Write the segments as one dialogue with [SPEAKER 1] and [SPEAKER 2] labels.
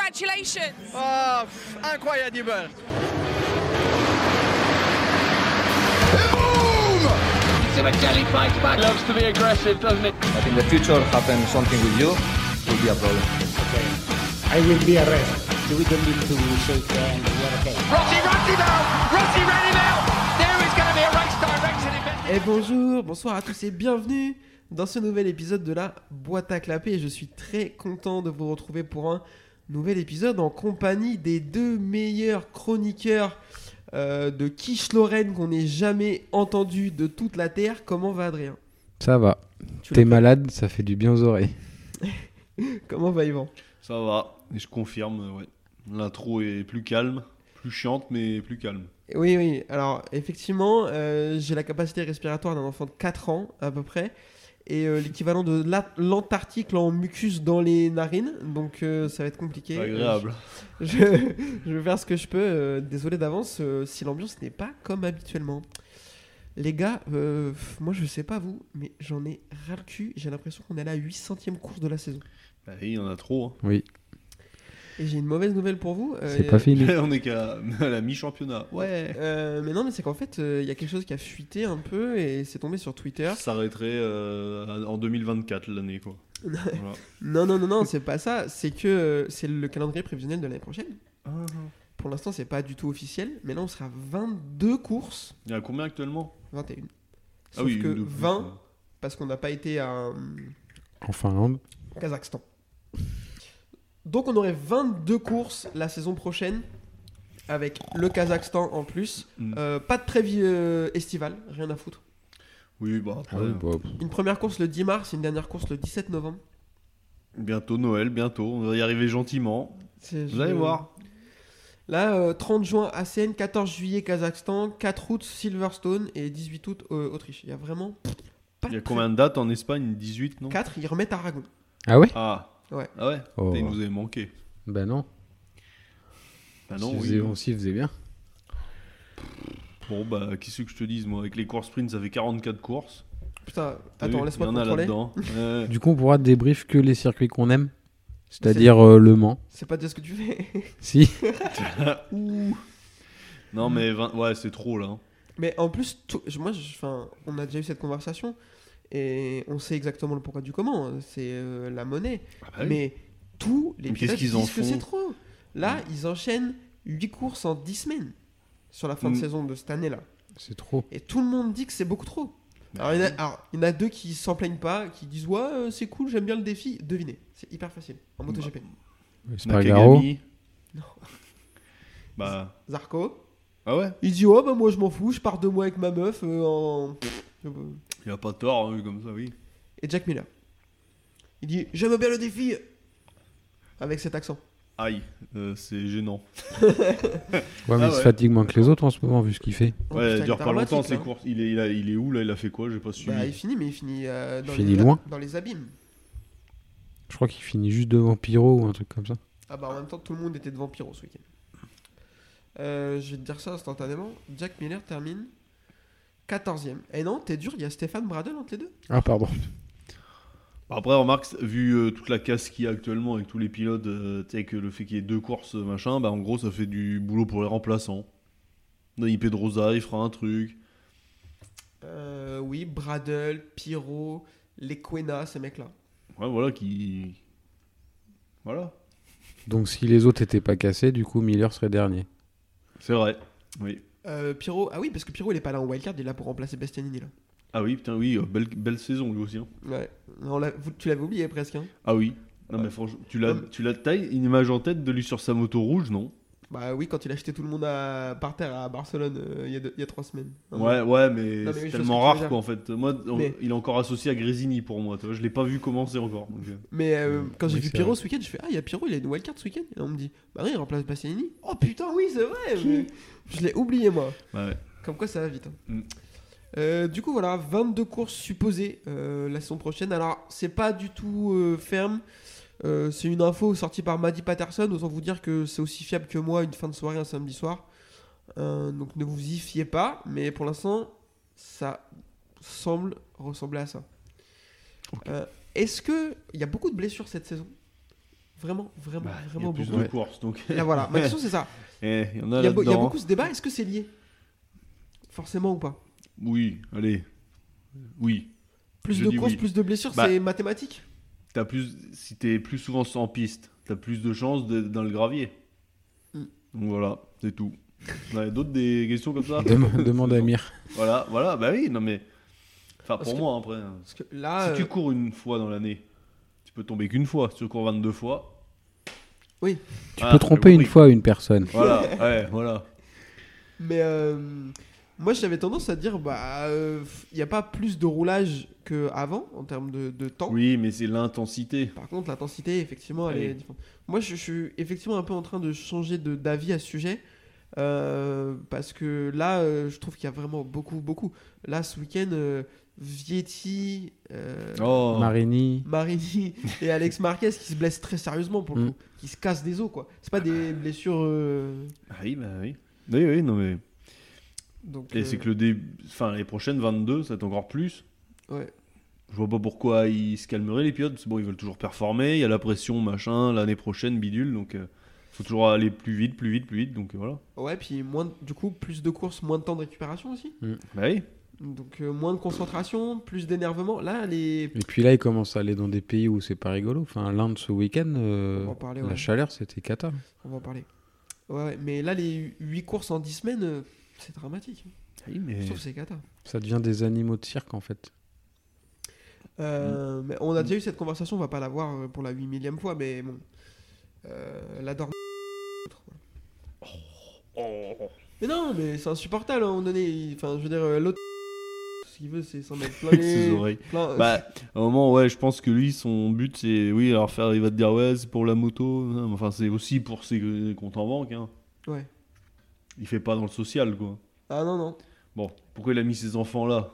[SPEAKER 1] Congratulations!
[SPEAKER 2] Ah, pff, incroyable!
[SPEAKER 3] Sebastian fights back.
[SPEAKER 4] Loves to be aggressive, doesn't it?
[SPEAKER 5] But in the future, happen something with you, it will be a problem.
[SPEAKER 6] I will be arrested. We don't need to shake hands. We're okay.
[SPEAKER 3] Rossi Rossi now. Rossi ready now. There is going to be a race direction investigation.
[SPEAKER 7] Et bonjour, bonsoir à tous et bienvenue dans ce nouvel épisode de la boîte à clapper. Je suis très content de vous retrouver pour un nouvel épisode en compagnie des deux meilleurs chroniqueurs euh, de Quiche Lorraine qu'on ait jamais entendu de toute la Terre. Comment va Adrien
[SPEAKER 8] Ça va.
[SPEAKER 7] Tu
[SPEAKER 8] T'es
[SPEAKER 7] l'as-
[SPEAKER 8] malade, ça fait du bien aux oreilles.
[SPEAKER 7] Comment va Yvan
[SPEAKER 9] Ça va, et je confirme, euh, ouais. L'intro est plus calme, plus chiante, mais plus calme.
[SPEAKER 7] Oui, oui. Alors, effectivement, euh, j'ai la capacité respiratoire d'un enfant de 4 ans, à peu près, et euh, l'équivalent de la- l'Antarctique là, en mucus dans les narines. Donc, euh, ça va être compliqué.
[SPEAKER 9] Pas agréable.
[SPEAKER 7] Je, je vais faire ce que je peux. euh, désolé d'avance euh, si l'ambiance n'est pas comme habituellement. Les gars, euh, pff, moi je sais pas vous, mais j'en ai ras le cul. J'ai l'impression qu'on est à la 800ème course de la saison.
[SPEAKER 9] Bah oui, il y en a trop.
[SPEAKER 8] Oui,
[SPEAKER 7] Et j'ai une mauvaise nouvelle pour vous. euh,
[SPEAKER 8] c'est pas
[SPEAKER 9] hein.
[SPEAKER 8] fini.
[SPEAKER 9] On est qu'à à la mi-championnat. Ouais.
[SPEAKER 7] euh, mais non, mais c'est qu'en fait, il y a quelque chose qui a fuité un peu et c'est tombé sur Twitter.
[SPEAKER 9] Ça s'arrêterait euh, en 2024 l'année, quoi. Voilà.
[SPEAKER 7] Non, non, non, non, c'est pas ça. C'est que euh, c'est le calendrier prévisionnel de l'année prochaine. Pour l'instant, c'est pas du tout officiel, mais là on sera à 22 courses,
[SPEAKER 9] Il y en a combien actuellement
[SPEAKER 7] 21.
[SPEAKER 9] Ah
[SPEAKER 7] Sauf
[SPEAKER 9] oui,
[SPEAKER 7] que
[SPEAKER 9] une de plus,
[SPEAKER 7] 20
[SPEAKER 9] quoi.
[SPEAKER 7] parce qu'on n'a pas été à euh,
[SPEAKER 8] En Finlande.
[SPEAKER 7] Kazakhstan. Donc on aurait 22 courses la saison prochaine avec le Kazakhstan en plus.
[SPEAKER 9] Mm.
[SPEAKER 7] Euh, pas de prévis euh, estival, rien à foutre.
[SPEAKER 9] Oui,
[SPEAKER 8] Ah
[SPEAKER 9] bah après,
[SPEAKER 7] Une première course le 10 mars, une dernière course le 17 novembre.
[SPEAKER 9] bientôt Noël, bientôt. On va y arriver gentiment.
[SPEAKER 7] C'est-
[SPEAKER 9] Vous
[SPEAKER 7] je-
[SPEAKER 9] allez voir.
[SPEAKER 7] Là, euh, 30 juin ACN, 14 juillet Kazakhstan, 4 août Silverstone et 18 août euh, Autriche. Il y a vraiment pas
[SPEAKER 9] Il y a
[SPEAKER 7] de
[SPEAKER 9] combien de dates en Espagne 18, non
[SPEAKER 7] 4, ils remettent Aragon.
[SPEAKER 8] Ah ouais
[SPEAKER 9] Ah.
[SPEAKER 7] Ouais.
[SPEAKER 9] Ah ouais
[SPEAKER 8] Oh.
[SPEAKER 9] Putain, Il nous avait manqué.
[SPEAKER 8] Bah non.
[SPEAKER 9] Ah non,
[SPEAKER 8] Si
[SPEAKER 9] oui.
[SPEAKER 8] faisait- on s'y faisait bien.
[SPEAKER 9] Bon, bah, qu'est-ce que je te dise, moi Avec les courses sprint, ça fait 44 courses.
[SPEAKER 7] Putain,
[SPEAKER 9] T'as
[SPEAKER 7] attends,
[SPEAKER 9] vu
[SPEAKER 7] laisse-moi
[SPEAKER 9] Il y en a
[SPEAKER 7] contrôler.
[SPEAKER 9] là-dedans. Ouais.
[SPEAKER 8] Du coup, on pourra débrief que les circuits qu'on aime, c'est-à-dire euh, Le Mans.
[SPEAKER 7] C'est pas déjà ce que tu fais.
[SPEAKER 8] Si,
[SPEAKER 9] Non, mais vingt- ouais, c'est trop là. hein.
[SPEAKER 7] Mais en plus, tout- je- moi, je- 'fin, on a déjà eu cette conversation et on sait exactement le pourquoi du comment. hein. C'est euh, la monnaie.
[SPEAKER 9] Ah bah
[SPEAKER 7] Mais tous les
[SPEAKER 9] Mais
[SPEAKER 7] pilotes
[SPEAKER 9] qu'est-ce qu'ils
[SPEAKER 7] disent
[SPEAKER 9] en
[SPEAKER 7] que
[SPEAKER 9] font Mm.
[SPEAKER 7] c'est trop. Là, ils enchaînent 8 courses en 10 semaines sur la fin de
[SPEAKER 9] Mm.
[SPEAKER 7] saison de cette année-là.
[SPEAKER 8] c'est trop.
[SPEAKER 7] Et tout le monde dit que c'est beaucoup trop.
[SPEAKER 9] Ah,
[SPEAKER 7] Alors il,
[SPEAKER 9] Mm.
[SPEAKER 7] y en a, alors, il y en a deux qui s'en plaignent pas, qui disent Ouais, euh, c'est cool, j'aime bien le défi. Devinez, c'est hyper facile en MotoGP.
[SPEAKER 8] C'est pas Garo.
[SPEAKER 7] Non.
[SPEAKER 9] Bah.
[SPEAKER 7] Zarco,
[SPEAKER 9] Ah ouais
[SPEAKER 7] il dit Oh, bah moi je m'en fous, je pars deux mois avec ma meuf euh, en. je-
[SPEAKER 9] Il a pas tort, hein, comme ça, oui.
[SPEAKER 7] Et Jack Miller. Il dit J'aime bien le défi Avec cet accent.
[SPEAKER 9] Aïe, euh, c'est gênant.
[SPEAKER 7] Oh,
[SPEAKER 8] Ouais, mais
[SPEAKER 9] Ah
[SPEAKER 8] il se
[SPEAKER 9] ouais.
[SPEAKER 8] fatigue moins que les autres en ce moment, vu ce qu'il fait.
[SPEAKER 7] Oh,
[SPEAKER 9] Ouais,
[SPEAKER 7] putain,
[SPEAKER 9] il dure
[SPEAKER 7] est
[SPEAKER 9] pas longtemps
[SPEAKER 7] dramatique,
[SPEAKER 9] ces
[SPEAKER 7] hein.
[SPEAKER 9] courses. Il est, il, a- il est où là Il a fait quoi J'ai pas suivi.
[SPEAKER 7] Bah, il finit, mais il finit, euh, dans,
[SPEAKER 8] Finit
[SPEAKER 7] les,
[SPEAKER 8] loin.
[SPEAKER 7] dans les abîmes.
[SPEAKER 8] Je crois qu'il finit juste devant Pyro ou un truc comme ça.
[SPEAKER 7] Ah bah en même temps, tout le monde était devant Pyro ce week-end. Euh, je vais te dire ça instantanément. Jack Miller termine 14ème. Et non, t'es dur, il y a Stéphane Bradel entre les deux.
[SPEAKER 8] Ah, pardon.
[SPEAKER 9] Après, remarque, vu euh, toute la casse qu'il y a actuellement avec tous les pilotes, euh, tu sais, que le fait qu'il y ait deux courses, euh, machin, bah en gros, ça fait du boulot pour les remplaçants. Dani Pedrosa, il fera un truc.
[SPEAKER 7] Euh, oui, Bradel, Pyro, Lequena, ces mecs-là.
[SPEAKER 9] Ouais, voilà, qui. Voilà.
[SPEAKER 8] Donc, si les autres étaient pas cassés, du coup, Miller serait dernier.
[SPEAKER 9] C'est vrai. Oui.
[SPEAKER 7] Euh, Pyro, ah oui, parce que Pyro il est pas là en wildcard, il est là pour remplacer Bastianini là.
[SPEAKER 9] Ah oui, putain, oui, euh, belle, belle saison lui aussi. hein.
[SPEAKER 7] Ouais, Non, on l'a- vous- tu l'avais oublié presque. hein.
[SPEAKER 9] Ah oui. Non, mais franchement, tu l'as,
[SPEAKER 7] Ouais.
[SPEAKER 9] tu l'as taille, une image en tête de lui sur sa moto rouge, non
[SPEAKER 7] Bah oui, quand il a jeté tout le monde à- par terre à Barcelone euh, il y, a deux- il y a trois semaines. Hein.
[SPEAKER 9] Ouais, ouais, mais,
[SPEAKER 7] Ah mais oui, je
[SPEAKER 9] c'est
[SPEAKER 7] sais ce que
[SPEAKER 9] tellement
[SPEAKER 7] tu veux
[SPEAKER 9] rare,
[SPEAKER 7] dire.
[SPEAKER 9] quoi, en fait. Moi, on-
[SPEAKER 7] Mais-
[SPEAKER 9] il est encore associé à Grésini pour moi, tu vois. Je l'ai pas vu commencer encore. donc, euh,
[SPEAKER 7] Mais euh, quand j'ai
[SPEAKER 8] Oui,
[SPEAKER 7] vu
[SPEAKER 8] c'est
[SPEAKER 7] Pyro
[SPEAKER 8] vrai.
[SPEAKER 7] ce week-end, je fais Ah, il y a Pyro, il a une wildcard ce week-end. Et on me dit Bah oui, il remplace Bastianini. Oh putain, oui, c'est vrai. mais Je l'ai oublié moi.
[SPEAKER 9] bah ouais.
[SPEAKER 7] Comme quoi, ça va vite. hein.
[SPEAKER 9] Mm.
[SPEAKER 7] Euh, du coup, voilà, 22 courses supposées euh, la saison prochaine. Alors, c'est pas du tout euh, ferme. Euh, c'est une info sortie par Maddy Patterson. Autant vous dire que c'est aussi fiable que moi une fin de soirée un samedi soir. Euh, donc, ne vous y fiez pas. Mais pour l'instant, ça semble ressembler à ça. Euh, Est-ce que il y a beaucoup de blessures cette saison Vraiment, vraiment,
[SPEAKER 9] Bah, il y a
[SPEAKER 7] vraiment
[SPEAKER 9] plus
[SPEAKER 7] beaucoup.
[SPEAKER 9] de
[SPEAKER 8] Ouais.
[SPEAKER 9] courses, donc.
[SPEAKER 7] Là, voilà, ma question c'est ça.
[SPEAKER 9] Eh, il y en a
[SPEAKER 7] Il y, a beau- il y a
[SPEAKER 9] là-dedans.
[SPEAKER 7] beaucoup ce débat, est-ce que c'est lié Forcément ou pas
[SPEAKER 9] Oui, allez. Oui.
[SPEAKER 7] Plus
[SPEAKER 9] Je
[SPEAKER 7] de
[SPEAKER 9] dis
[SPEAKER 7] courses,
[SPEAKER 9] oui.
[SPEAKER 7] plus de blessures,
[SPEAKER 9] Bah.
[SPEAKER 7] c'est mathématique
[SPEAKER 9] T'as plus, si t'es plus souvent en piste, t'as plus de chances de- dans le gravier.
[SPEAKER 7] Mm.
[SPEAKER 9] Donc voilà, c'est tout. On a d'autres des questions comme ça
[SPEAKER 8] Dem- Demande à Mir.
[SPEAKER 9] Voilà, voilà, bah oui, non mais. Enfin,
[SPEAKER 7] Parce
[SPEAKER 9] pour
[SPEAKER 7] que-
[SPEAKER 9] moi, après. hein.
[SPEAKER 7] Parce que là,
[SPEAKER 9] Si tu
[SPEAKER 7] euh,
[SPEAKER 9] cours une fois dans l'année, tu peux tomber qu'une fois. Si tu cours 22 fois.
[SPEAKER 7] Oui.
[SPEAKER 8] Tu
[SPEAKER 9] Ah, t'as
[SPEAKER 8] peux tromper une
[SPEAKER 9] compris.
[SPEAKER 8] fois une personne.
[SPEAKER 9] Voilà, ouais, voilà.
[SPEAKER 7] mais euh, moi j'avais tendance à dire bah euh, il n'y a pas plus de roulage qu'avant en termes de, de temps.
[SPEAKER 9] Oui, mais c'est l'intensité.
[SPEAKER 7] Par contre, l'intensité, effectivement, elle
[SPEAKER 9] Oui.
[SPEAKER 7] est différente. Moi, je, je suis effectivement un peu en train de changer de- d'avis à ce sujet. euh, parce que là, euh, je trouve qu'il y a vraiment beaucoup, beaucoup. Là, ce week-end, euh, Vietti, euh,
[SPEAKER 9] Oh,
[SPEAKER 8] Marini.
[SPEAKER 7] Marini et Alex Marquez qui se blessent très sérieusement, pour le
[SPEAKER 8] Mm.
[SPEAKER 7] coup, qui se cassent des os, quoi. C'est pas
[SPEAKER 9] bah.
[SPEAKER 7] des blessures. euh,
[SPEAKER 9] Ah oui, bah oui. Oui, oui, non mais.
[SPEAKER 7] donc,
[SPEAKER 9] Et
[SPEAKER 7] euh,
[SPEAKER 9] c'est que le dé... enfin, les prochaines 22, ça va être encore plus.
[SPEAKER 7] Ouais.
[SPEAKER 9] Je vois pas pourquoi ils se calmeraient les pilotes. parce que Bon, ils veulent toujours performer. Il y a la pression, machin, l'année prochaine, bidule. Donc, euh, faut toujours aller plus vite, plus vite, plus vite. Donc euh, voilà.
[SPEAKER 7] Ouais, puis moins, de- du coup, plus de courses, moins de temps de récupération aussi.
[SPEAKER 9] Bah oui.
[SPEAKER 7] Donc, euh, moins de concentration, plus d'énervement. Là, les.
[SPEAKER 8] Et puis là, il commence à aller dans des pays où c'est pas rigolo. Enfin, l'Inde ce week-end, euh,
[SPEAKER 7] On va en parler,
[SPEAKER 8] la
[SPEAKER 7] ouais.
[SPEAKER 8] chaleur, c'était cata.
[SPEAKER 7] On va en parler. Ouais, ouais, mais là, les 8 courses en 10 semaines, euh, c'est dramatique.
[SPEAKER 9] Ah Oui, mais.
[SPEAKER 7] Je trouve que c'est cata.
[SPEAKER 8] Ça devient des animaux de cirque en fait.
[SPEAKER 9] Mm.
[SPEAKER 7] Euh, mais on a déjà eu cette conversation, on va pas l'avoir euh, pour la 8 millième fois, mais bon. Euh, la dorme.
[SPEAKER 9] Oh.
[SPEAKER 7] Mais non, mais c'est insupportable, hein, à un moment donné. il- Enfin, je veux dire, euh, l'autre. Ce qu'il veut, c'est s'en mettre plein
[SPEAKER 9] Avec
[SPEAKER 7] les-
[SPEAKER 9] ses oreilles.
[SPEAKER 7] plein-
[SPEAKER 9] Bah, à un moment, ouais, je pense que lui, son but, c'est. Oui, alors faire, il va te dire, ouais, c'est pour la moto. hein, mais Enfin, c'est aussi pour ses comptes en banque. Hein.
[SPEAKER 7] Ouais.
[SPEAKER 9] Il fait pas dans le social, quoi.
[SPEAKER 7] Ah non, non.
[SPEAKER 9] Bon, pourquoi il a mis ses enfants là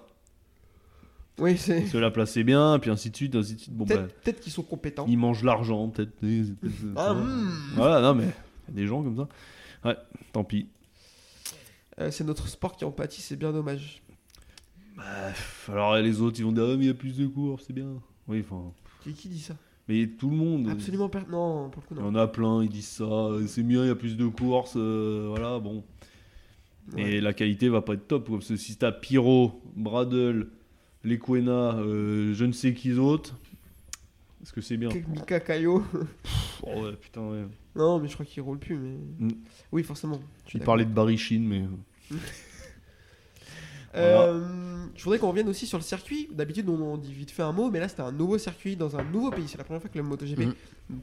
[SPEAKER 7] Oui, c'est.
[SPEAKER 9] Se la placer bien, puis ainsi de suite, ainsi de suite. Bon, bah,
[SPEAKER 7] Peut-être peut-être qu'ils sont compétents.
[SPEAKER 9] il mange l'argent, peut-être. c'est peut-être-
[SPEAKER 7] Ah,
[SPEAKER 9] ouais.
[SPEAKER 7] hmm.
[SPEAKER 9] Voilà, non, mais il y a des gens comme ça. Ouais, tant pis.
[SPEAKER 7] Euh, c'est notre sport qui en pâtit, c'est bien dommage.
[SPEAKER 9] Bah, pff, alors, et les autres, ils vont dire, ah, mais il y a plus de cours, c'est bien. Oui, enfin.
[SPEAKER 7] Qui, qui dit ça
[SPEAKER 9] Mais tout le monde.
[SPEAKER 7] Absolument personne. Non, pour le coup,
[SPEAKER 9] Il y
[SPEAKER 7] non.
[SPEAKER 9] en a plein, ils disent ça, euh, c'est mieux, il y a plus de courses, euh, voilà, bon.
[SPEAKER 7] Ouais.
[SPEAKER 9] Et la qualité va pas être top, quoi, parce que si t'as Pyro, Bradle, Lequena, euh, je ne sais qui d'autre, est-ce que c'est bien
[SPEAKER 7] Mika Kayo.
[SPEAKER 9] Oh ouais, putain, ouais.
[SPEAKER 7] Non, mais je crois qu'il roule plus. Mais...
[SPEAKER 9] Mm.
[SPEAKER 7] Oui, forcément. Je suis
[SPEAKER 9] Tu parlais de Barichin, mais...
[SPEAKER 7] Euh, Je voudrais qu'on revienne aussi sur le circuit. D'habitude, on en dit vite fait un mot, mais là, c'était un nouveau circuit dans un nouveau pays. C'est la première fois que le MotoGP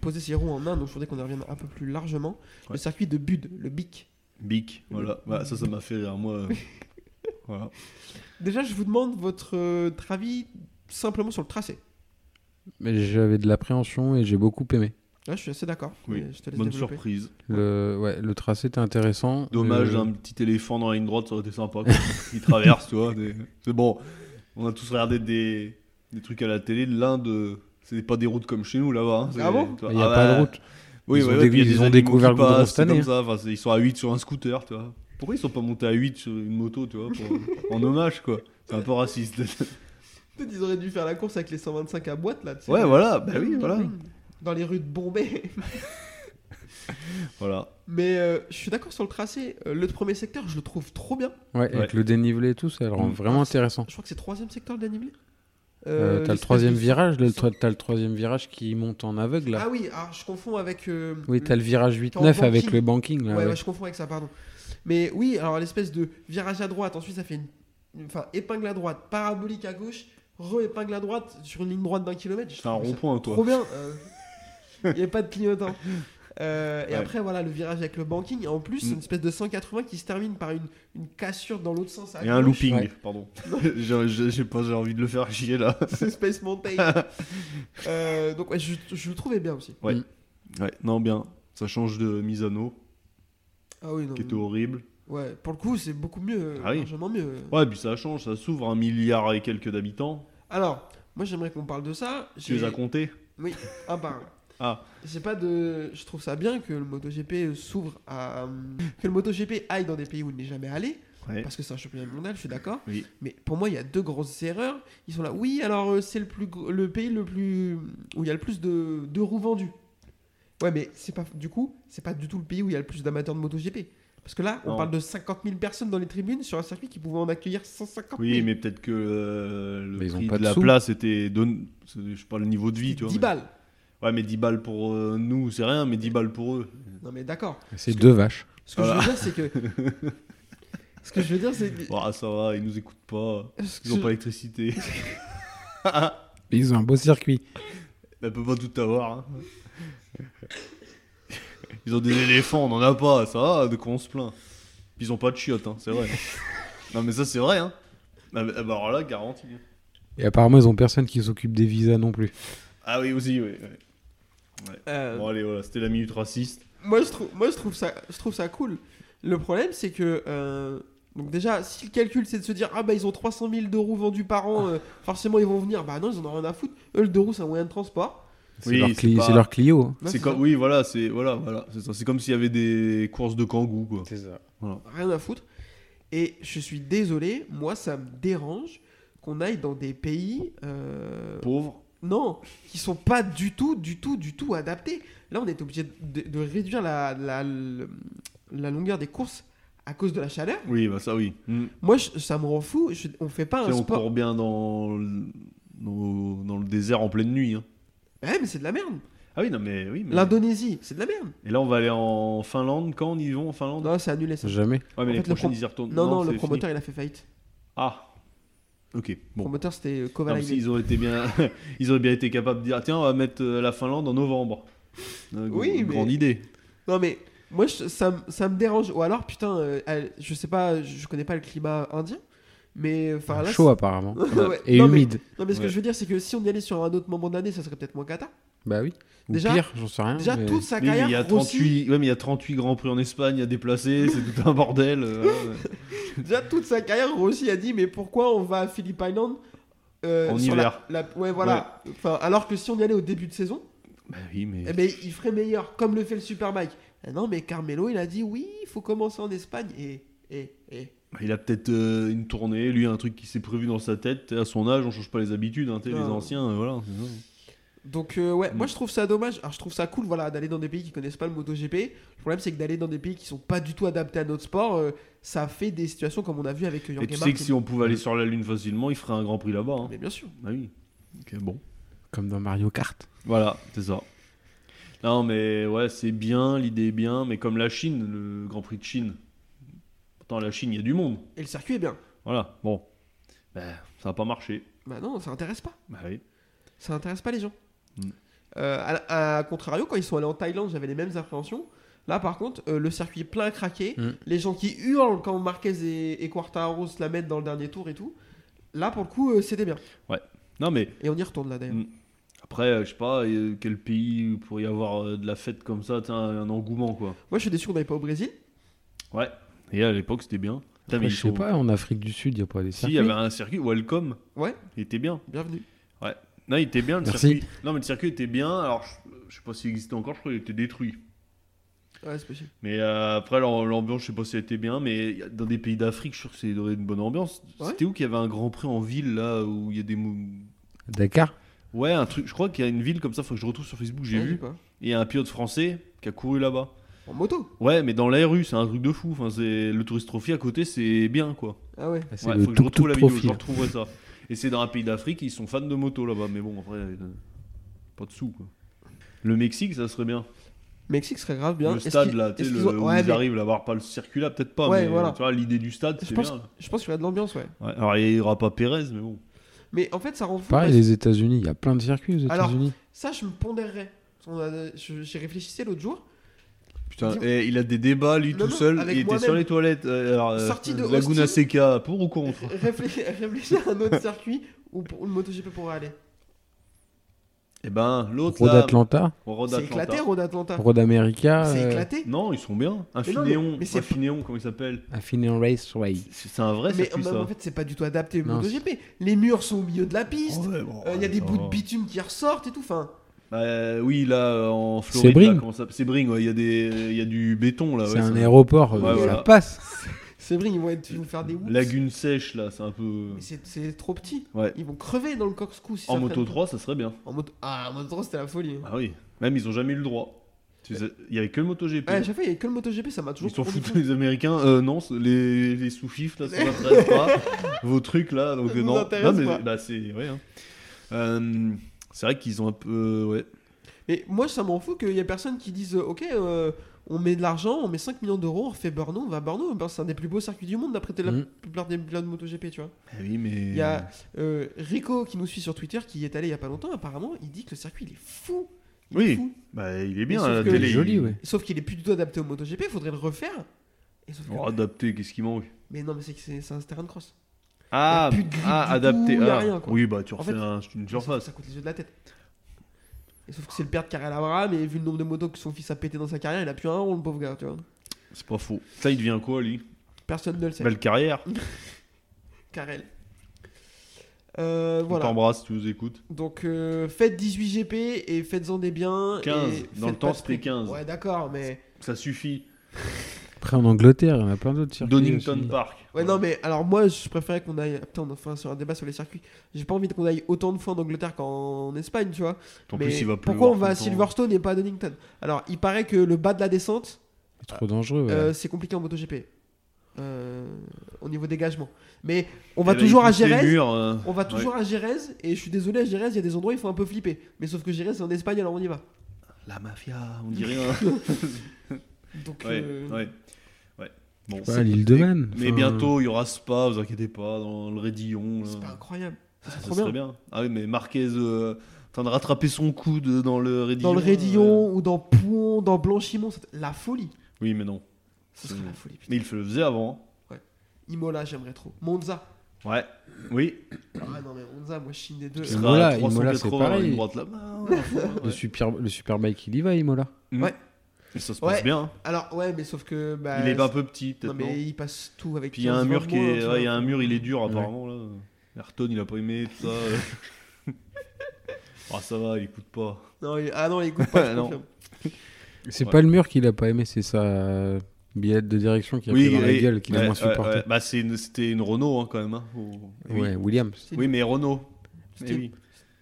[SPEAKER 7] posait ses roues en Inde, donc je voudrais qu'on y revienne un peu plus largement. Le
[SPEAKER 9] Mm. Ouais.
[SPEAKER 7] circuit de Bud, le BIC.
[SPEAKER 9] Bic, voilà, Bah, ça, ça m'a fait rire, moi. euh, voilà.
[SPEAKER 7] Déjà, je vous demande votre euh, avis simplement sur le tracé.
[SPEAKER 8] Mais j'avais de l'appréhension et j'ai beaucoup aimé.
[SPEAKER 7] Là, je suis assez d'accord.
[SPEAKER 9] Oui,
[SPEAKER 7] mais Je te laisse
[SPEAKER 9] Bonne
[SPEAKER 7] développer.
[SPEAKER 9] surprise.
[SPEAKER 8] Le, ouais, le tracé était intéressant.
[SPEAKER 9] Dommage,
[SPEAKER 8] Euh,
[SPEAKER 7] hein.
[SPEAKER 9] un petit éléphant dans la ligne droite, ça aurait été sympa. quoi. Il traverse, tu vois. des- C'est bon. On a tous regardé des, des trucs à la télé. L'Inde, euh, c'est pas des routes comme chez nous là-bas. hein. C'est-
[SPEAKER 7] Ah bon
[SPEAKER 9] tu vois,
[SPEAKER 8] Il n'y a
[SPEAKER 9] ah
[SPEAKER 8] pas
[SPEAKER 9] bah,
[SPEAKER 8] de route.
[SPEAKER 9] Oui, ouais,
[SPEAKER 8] Ils ont
[SPEAKER 9] ouais,
[SPEAKER 8] dé-
[SPEAKER 9] puis il y a
[SPEAKER 8] ils
[SPEAKER 9] des
[SPEAKER 8] ont
[SPEAKER 9] animaux
[SPEAKER 8] découvert
[SPEAKER 9] qui
[SPEAKER 8] le goudron
[SPEAKER 9] passent,
[SPEAKER 8] cette année,
[SPEAKER 9] c'est comme ça. Enfin, c'est- ils sont à 8 sur un scooter, tu vois. Pourquoi ils sont pas montés à 8 sur une moto, tu vois, pour- en hommage, quoi C'est un peu raciste.
[SPEAKER 7] Peut-être ils auraient dû faire la course avec les 125 à boîte, là. tu sais.
[SPEAKER 9] ouais, voilà, bah oui, voilà.
[SPEAKER 7] Dans les rues de Bombay.
[SPEAKER 9] Voilà.
[SPEAKER 7] Mais euh, je suis d'accord sur le tracé. Euh, Le premier secteur, je le trouve trop bien.
[SPEAKER 8] Ouais, avec le dénivelé et tout, ça le rend
[SPEAKER 9] Mm.
[SPEAKER 8] vraiment intéressant.
[SPEAKER 7] Je crois que c'est le troisième secteur, le dénivelé.
[SPEAKER 8] Euh,
[SPEAKER 7] Euh,
[SPEAKER 8] t'as le
[SPEAKER 7] l'espèce
[SPEAKER 8] troisième
[SPEAKER 7] de-
[SPEAKER 8] virage, là, le
[SPEAKER 7] centre-
[SPEAKER 8] tro- t'as le troisième virage qui monte en aveugle là.
[SPEAKER 7] Ah oui, ah, je confonds avec. euh,
[SPEAKER 8] oui, t'as le virage
[SPEAKER 7] en
[SPEAKER 8] 8-9 avec
[SPEAKER 7] banking.
[SPEAKER 8] le banking là.
[SPEAKER 7] Ouais, ouais,
[SPEAKER 8] ouais.
[SPEAKER 7] je confonds avec ça, pardon. Mais oui, alors l'espèce de virage à droite, ensuite ça fait une. une- Enfin, épingle à droite, parabolique à gauche, re-épingle à droite sur une ligne droite d'un kilomètre. Je
[SPEAKER 9] C'est un
[SPEAKER 7] trouve ça
[SPEAKER 9] rond-point, toi.
[SPEAKER 7] Trop bien. euh, Il n'y a pas de clignotant. Euh, Et
[SPEAKER 9] Ouais.
[SPEAKER 7] après, voilà le virage avec le banking. Et en plus,
[SPEAKER 9] Mm.
[SPEAKER 7] une espèce de 180 qui se termine par une, une cassure dans l'autre sens. à
[SPEAKER 9] Et un
[SPEAKER 7] gauche.
[SPEAKER 9] looping,
[SPEAKER 8] Ouais.
[SPEAKER 9] pardon. J'ai- J'ai j'ai pas j'ai envie de le faire chier là.
[SPEAKER 7] C'est Space Mountain. Euh, donc, ouais, je, je le trouvais bien aussi.
[SPEAKER 9] Ouais, non, bien. Ça change de Misano,
[SPEAKER 7] Ah oui, non.
[SPEAKER 9] qui était horrible.
[SPEAKER 7] Ouais, pour le coup, c'est beaucoup mieux.
[SPEAKER 9] Ah oui.
[SPEAKER 7] Largement mieux.
[SPEAKER 9] Ouais, puis ça change, ça s'ouvre un milliard et quelques d'habitants.
[SPEAKER 7] Alors, moi j'aimerais qu'on parle de ça.
[SPEAKER 9] Tu les as comptés
[SPEAKER 7] Oui, un par un.
[SPEAKER 9] Ah.
[SPEAKER 7] bah, J'ai pas de. Je trouve ça bien que le MotoGP s'ouvre à. Que le MotoGP aille dans des pays où il n'est jamais allé.
[SPEAKER 9] Ouais.
[SPEAKER 7] Parce que c'est un championnat mondial, je suis d'accord.
[SPEAKER 9] Oui.
[SPEAKER 7] Mais pour moi, il y a deux grosses erreurs. Ils sont là. Oui, alors euh, c'est le, plus gros- le pays le plus. où il y a le plus de, de roues vendues. Ouais, mais c'est pas du coup, c'est pas du tout le pays où il y a le plus d'amateurs de MotoGP. Parce que là, on
[SPEAKER 9] Non.
[SPEAKER 7] parle de 50 000 personnes dans les tribunes sur un circuit qui pouvait en accueillir 150 000.
[SPEAKER 9] Oui, mais peut-être que euh, le
[SPEAKER 8] Mais ils ont
[SPEAKER 9] prix
[SPEAKER 8] pas
[SPEAKER 9] de,
[SPEAKER 8] de
[SPEAKER 9] la
[SPEAKER 8] sous.
[SPEAKER 9] place était. don- c'est- Je sais pas le niveau de vie, tu vois.
[SPEAKER 7] 10
[SPEAKER 9] mais-
[SPEAKER 7] balles.
[SPEAKER 9] Ouais, mais 10 balles pour euh, nous, c'est rien, mais 10 balles pour eux.
[SPEAKER 7] Non, mais d'accord.
[SPEAKER 8] C'est deux vaches.
[SPEAKER 7] Ce que
[SPEAKER 9] Ah.
[SPEAKER 7] je veux dire, c'est que. Ce que je veux dire, c'est. que-
[SPEAKER 9] Bah, ça va, ils nous écoutent pas.
[SPEAKER 7] ce que
[SPEAKER 9] Ils ont
[SPEAKER 7] je-
[SPEAKER 9] pas l'électricité.
[SPEAKER 8] Ils ont un beau circuit.
[SPEAKER 9] Elle peut pas tout avoir. hein. Ils ont des éléphants, on en a pas, ça va, de quoi on se plaint. Puis ils ont pas de chiottes, hein, c'est vrai. non, mais ça, c'est vrai, hein. Ah, bah ah bah, alors là, garantie.
[SPEAKER 8] Et apparemment, ils ont personne qui s'occupe des visas non plus.
[SPEAKER 9] Ah oui, aussi, oui. ouais.
[SPEAKER 7] Euh,
[SPEAKER 9] Bon, allez, voilà, c'était la minute raciste.
[SPEAKER 7] moi, je trouve, moi je, trouve ça, je trouve ça cool. Le problème, c'est que. euh, donc, déjà, si le calcul, c'est de se dire Ah, bah, ils ont 300 000 deux roues vendues par an, euh, forcément, ils vont venir. Bah, non, ils en ont rien à foutre. Eux, le deux roues, c'est un moyen de transport.
[SPEAKER 8] C'est
[SPEAKER 9] Oui,
[SPEAKER 8] leur,
[SPEAKER 9] c'est
[SPEAKER 8] cli-
[SPEAKER 9] pas-
[SPEAKER 8] c'est leur Clio. hein.
[SPEAKER 7] Non,
[SPEAKER 9] c'est
[SPEAKER 7] c'est
[SPEAKER 9] comme,
[SPEAKER 7] ça.
[SPEAKER 9] oui, voilà, c'est voilà, voilà, c'est ça. C'est comme s'il y avait des courses de kangou, quoi.
[SPEAKER 7] Rien à foutre. Et je suis désolé, moi, ça me dérange qu'on aille dans des pays. euh,
[SPEAKER 9] Pauvres.
[SPEAKER 7] Non, qui sont pas du tout, du tout, du tout adaptés. Là, on est obligé de, de réduire la, la, la longueur des courses à cause de la chaleur.
[SPEAKER 9] Oui, bah ça, oui. Mm.
[SPEAKER 7] Moi, je- ça me rend fou. Je- on fait Ah, pas
[SPEAKER 9] Tu
[SPEAKER 7] un
[SPEAKER 9] sais, on
[SPEAKER 7] sport.
[SPEAKER 9] court bien dans le, dans- dans le désert en pleine nuit. hein.
[SPEAKER 7] Ouais, Eh, mais c'est de la merde.
[SPEAKER 9] Ah oui, non, mais oui. mais-
[SPEAKER 7] L'Indonésie, c'est de la merde.
[SPEAKER 9] Et là, on va aller en Finlande. Quand on y va en Finlande
[SPEAKER 7] Non, c'est annulé ça.
[SPEAKER 8] Jamais.
[SPEAKER 9] Ouais, mais
[SPEAKER 7] En
[SPEAKER 9] les
[SPEAKER 7] fait, le
[SPEAKER 9] prochaines,
[SPEAKER 7] pro-
[SPEAKER 9] ils y retournent.
[SPEAKER 7] Non, non,
[SPEAKER 9] c'est
[SPEAKER 7] le
[SPEAKER 9] fini.
[SPEAKER 7] promoteur, il a fait faillite.
[SPEAKER 9] Ah, ok.
[SPEAKER 7] Le
[SPEAKER 9] Bon.
[SPEAKER 7] promoteur, c'était euh,
[SPEAKER 9] Non, mais
[SPEAKER 7] Kovalainen.
[SPEAKER 9] si, ils ont été bien, ils auraient bien été capables de dire tiens, on va mettre euh, la Finlande en novembre. Euh, gr-
[SPEAKER 7] Oui, mais-
[SPEAKER 9] grande idée.
[SPEAKER 7] Non, mais moi, je- ça, me- ça me dérange. Ou alors, putain, euh, elle- je sais pas, je je connais pas le climat indien. Mais euh, enfin, là.
[SPEAKER 8] Ah, Chaud apparemment.
[SPEAKER 7] c'est- Ouais.
[SPEAKER 8] Et
[SPEAKER 7] Non, mais-
[SPEAKER 8] humide.
[SPEAKER 7] Non, mais ce que
[SPEAKER 9] Ouais.
[SPEAKER 7] je veux dire, c'est que si on y allait sur un autre moment d'année, ça serait peut-être moins cata.
[SPEAKER 8] Bah oui. Ou
[SPEAKER 7] Déjà-
[SPEAKER 8] pire, j'en sais rien.
[SPEAKER 7] Déjà,
[SPEAKER 8] Ah, mais-
[SPEAKER 7] toute sa
[SPEAKER 9] Oui, mais
[SPEAKER 7] carrière.
[SPEAKER 9] il y a
[SPEAKER 7] grossit.
[SPEAKER 9] 38, ouais, mais il y a 38 grands prix en Espagne à déplacer, c'est tout un bordel. euh, ouais.
[SPEAKER 7] Déjà toute sa carrière, Rossi a dit mais pourquoi on va à Phillip Island euh,
[SPEAKER 9] En
[SPEAKER 7] sur
[SPEAKER 9] hiver.
[SPEAKER 7] la- la- ouais voilà. Enfin, alors que si on y allait au début de saison,
[SPEAKER 9] Bah oui, mais
[SPEAKER 7] eh ben, il ferait meilleur, comme le fait le Superbike. Ah non mais Carmelo il a dit oui, il faut commencer en Espagne et et et.
[SPEAKER 9] bah, il a peut-être euh, une tournée, lui un truc qui s'est prévu dans sa tête. À son âge, on change pas les habitudes, hein, t'sais, les
[SPEAKER 7] Non.
[SPEAKER 9] anciens, euh, voilà. c'est ça.
[SPEAKER 7] Donc euh, ouais,
[SPEAKER 9] Mm.
[SPEAKER 7] moi je trouve ça dommage. Alors je trouve ça cool voilà d'aller dans des pays qui connaissent pas le MotoGP. Le problème c'est que d'aller dans des pays qui sont pas du tout adaptés à notre sport, euh, ça fait des situations comme on a vu avec
[SPEAKER 9] Et
[SPEAKER 7] Jorge
[SPEAKER 9] tu sais que si on pouvait aller sur la Lune facilement, il ferait un grand prix là-bas. hein.
[SPEAKER 7] Mais bien sûr.
[SPEAKER 9] Bah oui. Ok, bon.
[SPEAKER 8] Comme dans Mario Kart.
[SPEAKER 9] Voilà, c'est ça. Non, mais ouais, c'est bien, l'idée est bien, mais comme la Chine, le Grand Prix de Chine. Pourtant, la Chine, il y a du monde.
[SPEAKER 7] Et le circuit est bien.
[SPEAKER 9] Voilà, bon. Bah, ça n'a pas marché.
[SPEAKER 7] Bah non, ça intéresse pas.
[SPEAKER 9] Bah oui.
[SPEAKER 7] ça intéresse pas les gens.
[SPEAKER 9] Mm.
[SPEAKER 7] Euh, à, à contrario, quand ils sont allés en Thaïlande, j'avais les mêmes appréhensions. Là, par contre, euh, le circuit plein craqué,
[SPEAKER 8] Mm.
[SPEAKER 7] les gens qui hurlent quand Marquez et, et Quartaro se la mettent dans le dernier tour et tout. Là, pour le coup, euh, c'était bien.
[SPEAKER 9] Non, mais
[SPEAKER 7] Et on y retourne là d'ailleurs.
[SPEAKER 9] Mm. après, euh, je sais pas, euh, quel pays où pourrait y avoir euh, de la fête comme ça, tiens, un engouement, quoi.
[SPEAKER 7] Moi, je suis déçu qu'on n'aille pas au Brésil.
[SPEAKER 9] Ouais. Et à l'époque, c'était bien. Putain, mais
[SPEAKER 8] Après, je
[SPEAKER 9] ils
[SPEAKER 8] sais
[SPEAKER 9] sont-
[SPEAKER 8] pas, en Afrique du Sud, il n'y a pas des
[SPEAKER 9] Si, il
[SPEAKER 8] circuits.
[SPEAKER 9] y avait un circuit, Welcome.
[SPEAKER 7] Ouais.
[SPEAKER 9] Il était bien.
[SPEAKER 7] Bienvenue.
[SPEAKER 9] Non, il était bien le
[SPEAKER 8] Merci.
[SPEAKER 9] circuit. Non, mais le circuit était bien. Alors, je, je sais pas s'il existait encore, je crois qu'il était détruit.
[SPEAKER 7] Ouais, c'est possible.
[SPEAKER 9] Mais euh, après, l'am- l'ambiance, je sais pas si elle était bien, mais y a- dans des pays d'Afrique, je suis sûr que c'est dans une bonne ambiance.
[SPEAKER 7] Ouais.
[SPEAKER 9] C'était où qu'il y avait un grand prix en ville, là, où il y a des. mou-
[SPEAKER 8] Dakar.
[SPEAKER 9] Ouais, un truc. Je crois qu'il y a une ville comme ça, faut que je retrouve sur Facebook, j'ai
[SPEAKER 7] Ouais, je sais
[SPEAKER 9] vu.
[SPEAKER 7] pas.
[SPEAKER 9] Et il y a un pilote français qui a couru là-bas.
[SPEAKER 7] En moto.
[SPEAKER 9] Ouais, mais dans la rue, c'est un truc de fou. Enfin, c'est le touriste trophy à côté, c'est bien, quoi.
[SPEAKER 7] Ah ouais.
[SPEAKER 8] C'est
[SPEAKER 9] Ouais,
[SPEAKER 8] le
[SPEAKER 9] faut que je retrouve
[SPEAKER 8] tuk-tuk
[SPEAKER 9] la vidéo,
[SPEAKER 8] profil.
[SPEAKER 9] je retrouverai ça. Et c'est dans un pays d'Afrique, ils sont fans de moto là-bas, mais bon, après, euh, pas de sous, quoi. Le Mexique, ça serait bien.
[SPEAKER 7] Mexique serait grave bien.
[SPEAKER 9] le
[SPEAKER 7] Est-ce
[SPEAKER 9] stade
[SPEAKER 7] qu'ils-
[SPEAKER 9] là, tu sais,
[SPEAKER 7] est-ce
[SPEAKER 9] le-
[SPEAKER 7] qu'ils ont-
[SPEAKER 9] où
[SPEAKER 7] ouais,
[SPEAKER 9] ils
[SPEAKER 7] mais
[SPEAKER 9] arrivent à avoir pas le circuit là, peut-être pas,
[SPEAKER 7] Ouais,
[SPEAKER 9] mais
[SPEAKER 7] voilà.
[SPEAKER 9] tu vois, l'idée du stade,
[SPEAKER 7] Je
[SPEAKER 9] c'est
[SPEAKER 7] pense,
[SPEAKER 9] bien.
[SPEAKER 7] je pense qu'il y aurait de l'ambiance, ouais.
[SPEAKER 9] Ouais, alors il y aura pas Pérez, mais bon.
[SPEAKER 7] Mais en fait, ça rend fou.
[SPEAKER 8] Pareil,
[SPEAKER 7] parce-
[SPEAKER 8] les États-Unis, il y a plein de circuits aux
[SPEAKER 7] Alors-
[SPEAKER 8] États-Unis.
[SPEAKER 7] Ça, je me pondérerais. On a- je- J'y réfléchissais l'autre jour.
[SPEAKER 9] Putain,
[SPEAKER 7] Dis-
[SPEAKER 9] eh, il a des débats lui
[SPEAKER 7] Non,
[SPEAKER 9] tout
[SPEAKER 7] non,
[SPEAKER 9] seul,
[SPEAKER 7] avec
[SPEAKER 9] il était
[SPEAKER 7] moi-même.
[SPEAKER 9] sur les toilettes. euh, alors, euh,
[SPEAKER 7] Sorti de
[SPEAKER 9] Laguna
[SPEAKER 7] Austin.
[SPEAKER 9] Seca, pour ou contre
[SPEAKER 7] Réfléchis réfléchis à un autre circuit où, pour- où le MotoGP pourrait aller.
[SPEAKER 9] Eh ben, l'autre
[SPEAKER 8] Road
[SPEAKER 9] là,
[SPEAKER 8] Atlanta,
[SPEAKER 9] Road
[SPEAKER 7] C'est
[SPEAKER 9] Atlanta.
[SPEAKER 7] éclaté, Road Atlanta.
[SPEAKER 8] Road America,
[SPEAKER 7] C'est
[SPEAKER 8] euh,
[SPEAKER 7] éclaté.
[SPEAKER 9] Non, ils sont bien.
[SPEAKER 7] Mais non, mais-
[SPEAKER 9] Infineon,
[SPEAKER 7] mais c'est pas-
[SPEAKER 9] Infineon, comment il s'appelle
[SPEAKER 8] Affineon Raceway.
[SPEAKER 9] C'est c'est un vrai
[SPEAKER 7] Mais bah, en,
[SPEAKER 9] circuit ça.
[SPEAKER 7] en fait, c'est pas du tout adapté au
[SPEAKER 8] Non, Oh.
[SPEAKER 7] MotoGP. Les murs sont au milieu de la piste.
[SPEAKER 9] Ouais,
[SPEAKER 7] Euh,
[SPEAKER 9] bon,
[SPEAKER 7] Il y a
[SPEAKER 9] ouais,
[SPEAKER 7] des
[SPEAKER 9] ça
[SPEAKER 7] bouts
[SPEAKER 9] va.
[SPEAKER 7] de bitume qui ressortent et tout. Enfin,
[SPEAKER 9] Bah, oui, là euh, en Floride,
[SPEAKER 8] Sebring.
[SPEAKER 9] là, comment ça- Sebring, ouais, il y a des, il y a du béton là.
[SPEAKER 8] c'est
[SPEAKER 9] ouais,
[SPEAKER 8] un
[SPEAKER 9] ça-
[SPEAKER 8] aéroport, euh,
[SPEAKER 9] Ouais,
[SPEAKER 8] ça
[SPEAKER 9] voilà.
[SPEAKER 8] passe.
[SPEAKER 7] c'est vrai, ils vont, être, ils vont faire des whoops.
[SPEAKER 9] Lagune sèche là, c'est un peu.
[SPEAKER 7] Mais c'est- c'est trop petit.
[SPEAKER 9] Ouais.
[SPEAKER 7] Ils vont crever dans le corkscrew. Si
[SPEAKER 9] En
[SPEAKER 7] ça freine
[SPEAKER 9] moto
[SPEAKER 7] pas.
[SPEAKER 9] 3, ça serait bien.
[SPEAKER 7] En moto... Ah, en moto 3, c'était la folie. hein.
[SPEAKER 9] Ah oui. Même ils ont jamais eu le droit. Tu sais, Il y avait que le MotoGP.
[SPEAKER 7] Ouais, Ah, à chaque fois, il y avait que le MotoGP, ça m'a toujours.
[SPEAKER 9] Ils s'en
[SPEAKER 7] tourné
[SPEAKER 9] foutent les Américains. Euh, non, c'est- les, les sous-fifs, là, ça m'intéresse pas. Vos trucs, là, donc
[SPEAKER 7] Ça
[SPEAKER 9] euh,
[SPEAKER 7] nous
[SPEAKER 9] non.
[SPEAKER 7] intéresse
[SPEAKER 9] Non, mais,
[SPEAKER 7] pas.
[SPEAKER 9] bah, c'est ouais, hein. Euh, c'est vrai qu'ils ont un peu. euh, ouais.
[SPEAKER 7] Mais moi, ça m'en fout qu'il y a personne qui dise euh, Ok, euh, on met de l'argent, on met 5 millions d'euros, on fait Bordeaux, on va à Bordeaux. Ben, c'est un des plus beaux circuits du monde, d'après la
[SPEAKER 8] Mhm.
[SPEAKER 7] plupart des pilotes de MotoGP, tu vois.
[SPEAKER 9] Ah oui, mais.
[SPEAKER 7] Il y a euh, Rico qui nous suit sur Twitter, qui y est allé il y a pas longtemps, apparemment, il dit que le circuit, il est fou. Il est
[SPEAKER 9] Oui.
[SPEAKER 7] fou.
[SPEAKER 9] Bah, il est bien
[SPEAKER 7] Mais
[SPEAKER 9] à la
[SPEAKER 7] sauf que-
[SPEAKER 9] télé.
[SPEAKER 8] Joli,
[SPEAKER 9] il-
[SPEAKER 8] ouais.
[SPEAKER 7] Sauf qu'il est plus du tout adapté au MotoGP, il faudrait le refaire. Et sauf que-
[SPEAKER 9] Oh, adapté, qu'est-ce qui manque
[SPEAKER 7] Mais non, mais c'est que c'est c'est un terrain de cross.
[SPEAKER 9] Ah,
[SPEAKER 7] plus de grip
[SPEAKER 9] ah,
[SPEAKER 7] du tout,
[SPEAKER 9] adapté.
[SPEAKER 7] il y a
[SPEAKER 9] ah.
[SPEAKER 7] rien, quoi.
[SPEAKER 9] Oui, bah, tu
[SPEAKER 7] En
[SPEAKER 9] refais
[SPEAKER 7] fait,
[SPEAKER 9] un- une surface.
[SPEAKER 7] Ça coûte les yeux de la tête. Et sauf que c'est le père de Karel Abraham, et vu le nombre de motos que son fils a pété dans sa carrière, il a plus un rond, le pauvre gars, tu vois.
[SPEAKER 9] C'est pas faux. Ça, il devient quoi, lui
[SPEAKER 7] Personne ne le sait.
[SPEAKER 9] Belle carrière.
[SPEAKER 7] Karel. Euh,
[SPEAKER 9] On
[SPEAKER 7] voilà.
[SPEAKER 9] t'embrasse, tu nous écoutes.
[SPEAKER 7] Donc euh, faites 18 GP et faites-en des biens.
[SPEAKER 9] 15.
[SPEAKER 7] et
[SPEAKER 9] Dans le
[SPEAKER 7] faites
[SPEAKER 9] temps,
[SPEAKER 7] pas de
[SPEAKER 9] c'était
[SPEAKER 7] fric.
[SPEAKER 9] 15.
[SPEAKER 7] Ouais, d'accord, mais.
[SPEAKER 9] Ça suffit.
[SPEAKER 8] Après, en Angleterre, il y en a plein d'autres circuits.
[SPEAKER 9] Donington
[SPEAKER 8] aussi.
[SPEAKER 9] Park.
[SPEAKER 7] Ouais, non, mais alors moi, je préférais qu'on aille. Putain, on en fait un- sur un débat sur les circuits. J'ai pas envie qu'on aille autant de fois en Angleterre qu'en Espagne, tu vois.
[SPEAKER 9] En
[SPEAKER 7] Mais
[SPEAKER 9] plus, il va
[SPEAKER 7] pourquoi
[SPEAKER 9] pleuvoir
[SPEAKER 7] on va
[SPEAKER 9] tout
[SPEAKER 7] à
[SPEAKER 9] le temps.
[SPEAKER 7] Silverstone et pas à Donington Alors, il paraît que le bas de la descente,
[SPEAKER 8] C'est trop dangereux. ouais.
[SPEAKER 7] euh, c'est compliqué en MotoGP. Euh, au niveau dégagement. Mais on va
[SPEAKER 9] Et là, Eh ben, il
[SPEAKER 7] toujours à
[SPEAKER 9] pousse les
[SPEAKER 7] Jerez.
[SPEAKER 9] murs, euh,
[SPEAKER 7] On va
[SPEAKER 9] ouais.
[SPEAKER 7] toujours à Jerez. Et je suis désolé, à Jerez, il y a des endroits, il faut un peu flipper. Mais sauf que Jerez, c'est en Espagne, alors on y va.
[SPEAKER 9] La mafia, on dirait. un-
[SPEAKER 7] Donc,
[SPEAKER 9] ouais,
[SPEAKER 7] euh,
[SPEAKER 9] ouais, ouais. Bon,
[SPEAKER 8] pas, l'île de Man.
[SPEAKER 9] Mais
[SPEAKER 8] Enfin,
[SPEAKER 9] bientôt, il y aura Spa, vous inquiétez pas, dans le Rédillon. là.
[SPEAKER 7] c'est pas incroyable. Ça,
[SPEAKER 9] Ça
[SPEAKER 7] c'est trop
[SPEAKER 9] serait
[SPEAKER 7] bien.
[SPEAKER 9] bien. Ah oui, mais Marquez, euh, en train de rattraper son coude dans le Rédillon.
[SPEAKER 7] Dans le Rédillon
[SPEAKER 9] euh,
[SPEAKER 7] ou dans Pouon, dans Blanchimont, c'est la folie.
[SPEAKER 9] Oui, mais non.
[SPEAKER 7] Ce serait
[SPEAKER 9] Mm.
[SPEAKER 7] la folie. putain.
[SPEAKER 9] Mais il le faisait avant.
[SPEAKER 7] Imola, j'aimerais trop. Monza.
[SPEAKER 9] Ouais. Oui.
[SPEAKER 7] Ah non, mais Monza, moi je chine des deux.
[SPEAKER 9] Il
[SPEAKER 8] Imola,
[SPEAKER 9] sera à
[SPEAKER 8] Imola, c'est
[SPEAKER 9] 380,
[SPEAKER 8] pareil.
[SPEAKER 9] une droite là-bas. ouais,
[SPEAKER 8] Le,
[SPEAKER 9] ouais.
[SPEAKER 8] super, le Superbike, il y va, à Imola.
[SPEAKER 9] Et Ça se
[SPEAKER 7] Ouais.
[SPEAKER 9] passe bien. hein.
[SPEAKER 7] Alors, ouais, mais sauf que. Bah,
[SPEAKER 9] Il est un peu petit,
[SPEAKER 7] Non,
[SPEAKER 9] peut-être. non
[SPEAKER 7] mais il passe tout avec.
[SPEAKER 9] Puis il y a un
[SPEAKER 7] 15,
[SPEAKER 9] mur qui
[SPEAKER 7] 20 mois,
[SPEAKER 9] est.
[SPEAKER 7] tu
[SPEAKER 9] ouais,
[SPEAKER 7] vois.
[SPEAKER 9] il y a un mur, il est dur
[SPEAKER 8] Ouais.
[SPEAKER 9] apparemment là. Ayrton, il a pas aimé tout ça. Ah ça va, il écoute pas.
[SPEAKER 7] Non, il- Ah non, il écoute pas. je
[SPEAKER 9] Non.
[SPEAKER 7] confirme.
[SPEAKER 8] C'est
[SPEAKER 9] Ouais.
[SPEAKER 8] pas le mur qu'il a pas aimé, c'est sa euh, billette de direction qui a pris dans la
[SPEAKER 9] et-
[SPEAKER 8] gueule, qu'il a
[SPEAKER 9] ouais,
[SPEAKER 8] moins
[SPEAKER 9] ouais,
[SPEAKER 8] supporté.
[SPEAKER 9] ouais. Bah c'est une- c'était une Renault hein, quand même. hein, au-
[SPEAKER 8] Ouais,
[SPEAKER 9] Oui.
[SPEAKER 8] Williams.
[SPEAKER 7] C'était-
[SPEAKER 9] Oui, mais Renault.
[SPEAKER 7] C'était-
[SPEAKER 9] Eh oui.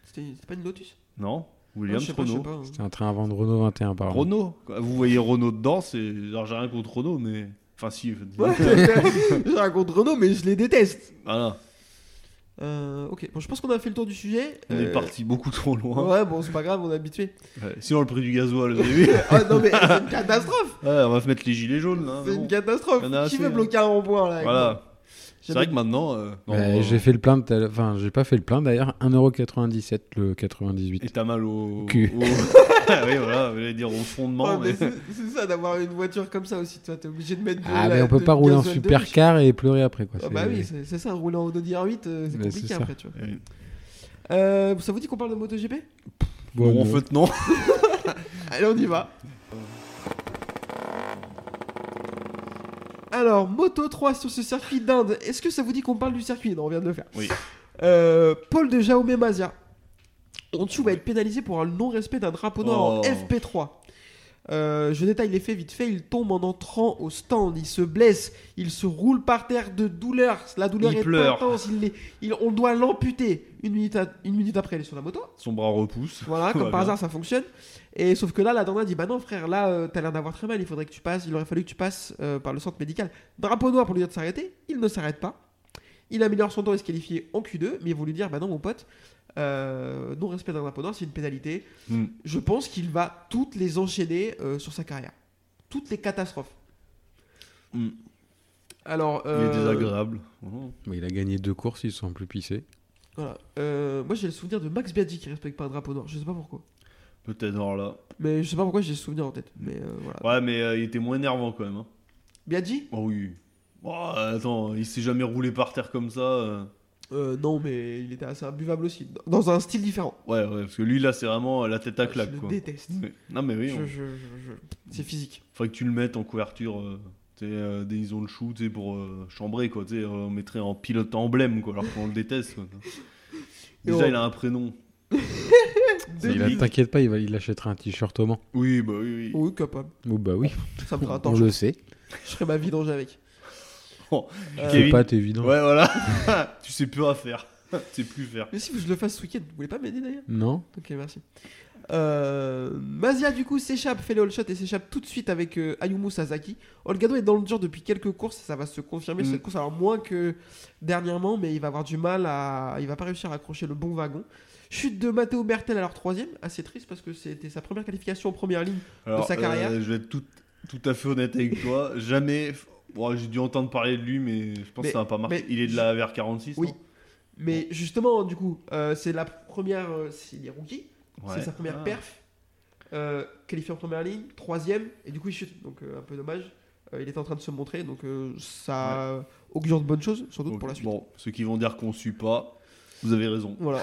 [SPEAKER 7] C'était c'était pas une Lotus
[SPEAKER 9] Non,
[SPEAKER 7] Non,
[SPEAKER 9] Williams
[SPEAKER 7] Je sais pas, je sais
[SPEAKER 9] Renault.
[SPEAKER 7] pas. hein.
[SPEAKER 8] C'est un train à vendre Renault 21 par an.
[SPEAKER 9] Renault. quoi. Vous voyez Renault dedans, c'est genre j'ai rien contre Renault, mais enfin si.
[SPEAKER 7] hein. Ouais, je raconte Renault, mais je les déteste.
[SPEAKER 9] Voilà,
[SPEAKER 7] Euh, ok, bon, je pense qu'on a fait le tour du sujet.
[SPEAKER 9] on
[SPEAKER 7] Euh,
[SPEAKER 9] est parti beaucoup trop loin.
[SPEAKER 7] Ouais, bon, c'est pas grave, on est habitué.
[SPEAKER 9] Ouais, Sinon le prix du gasoil, vous avez vu Ouais,
[SPEAKER 7] Ah non, mais c'est une catastrophe!
[SPEAKER 9] On va se mettre les gilets jaunes là.
[SPEAKER 7] C'est
[SPEAKER 9] bon.
[SPEAKER 7] une catastrophe!
[SPEAKER 9] Il y en a
[SPEAKER 7] Qui
[SPEAKER 9] assez,
[SPEAKER 7] veut
[SPEAKER 9] hein.
[SPEAKER 7] bloquer un rond-point là? avec moi
[SPEAKER 9] Voilà. C'est
[SPEAKER 7] J'avais-
[SPEAKER 9] vrai que maintenant. euh, non,
[SPEAKER 8] Bah,
[SPEAKER 9] euh,
[SPEAKER 8] J'ai fait le plein, de ta- enfin, j'ai pas fait le plein d'ailleurs, 1,97€ le 98.
[SPEAKER 9] Et t'as mal au.
[SPEAKER 8] Cul.
[SPEAKER 9] au- Ah oui, voilà, vous allez dire au fondement.
[SPEAKER 7] Ouais, mais
[SPEAKER 9] mais-
[SPEAKER 7] c'est c'est ça d'avoir une voiture comme ça aussi, toi, t'es obligé de mettre. de
[SPEAKER 8] Ah,
[SPEAKER 7] la-
[SPEAKER 8] mais on peut
[SPEAKER 7] de
[SPEAKER 8] pas rouler en
[SPEAKER 7] gasoil de riche.
[SPEAKER 8] supercar et pleurer après quoi.
[SPEAKER 7] Ah
[SPEAKER 8] c'est-
[SPEAKER 7] bah oui, c'est c'est ça, rouler en Audi R8, euh, c'est
[SPEAKER 8] Mais c'est
[SPEAKER 7] compliqué
[SPEAKER 8] ça.
[SPEAKER 7] après, tu vois.
[SPEAKER 9] Oui.
[SPEAKER 7] Euh, ça vous dit qu'on parle de MotoGP
[SPEAKER 8] Bon,
[SPEAKER 9] Bon, en
[SPEAKER 8] non.
[SPEAKER 9] fait, non.
[SPEAKER 7] Allez, on y va. Alors, Moto 3 sur ce circuit d'Inde, est-ce que ça vous dit qu'on parle du circuit Non, on vient de le faire.
[SPEAKER 9] Oui.
[SPEAKER 7] Euh, Paul de Jaume Mazia. En dessous va être pénalisé pour un non-respect d'un drapeau noir en
[SPEAKER 9] Oh.
[SPEAKER 7] FP3. Euh, je détaille les faits vite fait. Il tombe en entrant au stand, il se blesse, il se roule par terre de douleur. La douleur
[SPEAKER 9] Il
[SPEAKER 7] est
[SPEAKER 9] pleure.
[SPEAKER 7] intense, il est- il- on doit l'amputer. Une, minute à- une minute après, il est sur la moto.
[SPEAKER 9] Son bras repousse.
[SPEAKER 7] Voilà, comme
[SPEAKER 9] Ouais,
[SPEAKER 7] par
[SPEAKER 9] bien.
[SPEAKER 7] hasard, ça fonctionne. Et sauf que là, la Dorna dit Bah non, frère, là, euh, t'as l'air d'avoir très mal, il faudrait que tu passes, il aurait fallu que tu passes euh, par le centre médical. Drapeau noir pour lui dire de s'arrêter, il ne s'arrête pas. Il améliore son temps et se qualifie en Q2, mais ils vont lui dire Bah non, mon pote, euh, non respect d'un drapeau noir, c'est une pénalité.
[SPEAKER 9] Hmm.
[SPEAKER 7] Je pense qu'il va toutes les enchaîner euh, sur sa carrière. Toutes les catastrophes.
[SPEAKER 9] Hmm.
[SPEAKER 7] Alors,
[SPEAKER 9] Il
[SPEAKER 7] euh,
[SPEAKER 9] est désagréable. Oh.
[SPEAKER 8] Mais il a gagné deux courses, ils se sont plus pissés.
[SPEAKER 7] voilà. Euh, moi, j'ai le souvenir de Max Biaggi qui respecte pas un drapeau noir, je sais pas pourquoi.
[SPEAKER 9] Peut-être, alors là.
[SPEAKER 7] Mais je sais pas pourquoi j'ai ce souvenir en tête. Mais euh, voilà.
[SPEAKER 9] Ouais, mais euh, il était moins énervant quand même. hein.
[SPEAKER 7] Biaggi
[SPEAKER 9] Oh oui. Oh, attends, il s'est jamais roulé par terre comme ça. euh.
[SPEAKER 7] Euh, non, mais il était assez imbuvable aussi. Dans un style différent.
[SPEAKER 9] Ouais, ouais, parce que lui, là, c'est vraiment euh, la tête à claque,
[SPEAKER 7] Ah, je
[SPEAKER 9] quoi.
[SPEAKER 7] le déteste.
[SPEAKER 9] Ouais. Non, mais oui,
[SPEAKER 7] Je-
[SPEAKER 9] on-
[SPEAKER 7] je- je- je- C'est physique.
[SPEAKER 9] faudrait que tu le mettes en couverture. euh, tu sais, euh, des isons de chou, tu sais, pour euh, chambrer, quoi. Tu sais, euh, on mettrait en pilote emblème, quoi, alors qu'on le déteste, quoi. Déjà,
[SPEAKER 7] on-
[SPEAKER 9] il a un prénom.
[SPEAKER 8] Il a- T'inquiète pas, il, va, il achètera un t-shirt au Mans.
[SPEAKER 9] Oui, bah oui, oui.
[SPEAKER 7] Oui, capable.
[SPEAKER 8] Oh bah oui,
[SPEAKER 7] Ça me fera un temps.
[SPEAKER 8] on
[SPEAKER 7] Je
[SPEAKER 8] le sait.
[SPEAKER 7] ferai ma vidange avec.
[SPEAKER 9] Oh,
[SPEAKER 7] Euh,
[SPEAKER 8] C'est
[SPEAKER 9] Kevin.
[SPEAKER 8] pas évident.
[SPEAKER 9] Ouais, voilà. tu sais plus à faire. tu sais plus faire.
[SPEAKER 7] Mais si je le fasse ce week-end, vous voulez pas m'aider d'ailleurs
[SPEAKER 8] Non
[SPEAKER 7] Ok, merci. Euh, Mazia du coup s'échappe, fait le all shot et s'échappe tout de suite avec euh, Ayumu Sasaki. Olgado est dans le dur depuis quelques courses, ça va se confirmer
[SPEAKER 9] Mm.
[SPEAKER 7] cette course. Alors moins que dernièrement, mais il va avoir du mal à, il va pas réussir à accrocher le bon wagon. Chute de Matteo Bertel alors troisième, assez triste parce que c'était sa première qualification en première ligne.
[SPEAKER 9] Alors,
[SPEAKER 7] sa carrière.
[SPEAKER 9] euh, je vais être tout, tout à fait honnête avec toi. Jamais. bon, j'ai dû entendre parler de lui, mais je pense
[SPEAKER 7] Mais-
[SPEAKER 9] que ça n'a pas marqué.
[SPEAKER 7] mais-
[SPEAKER 9] Il est de la VR46.
[SPEAKER 7] Oui. Mais justement, du coup, euh, c'est la première, euh, c'est les rookies, c'est sa
[SPEAKER 9] Ah.
[SPEAKER 7] première perf. Euh, qualifié en première ligne, troisième, et du coup il chute, donc euh, un peu dommage. Euh, il est en train de se montrer, donc euh, ça augure de bonnes choses, sans doute pour la suite.
[SPEAKER 9] Bon, ceux qui vont dire qu'on suit pas, vous avez raison.
[SPEAKER 7] Voilà.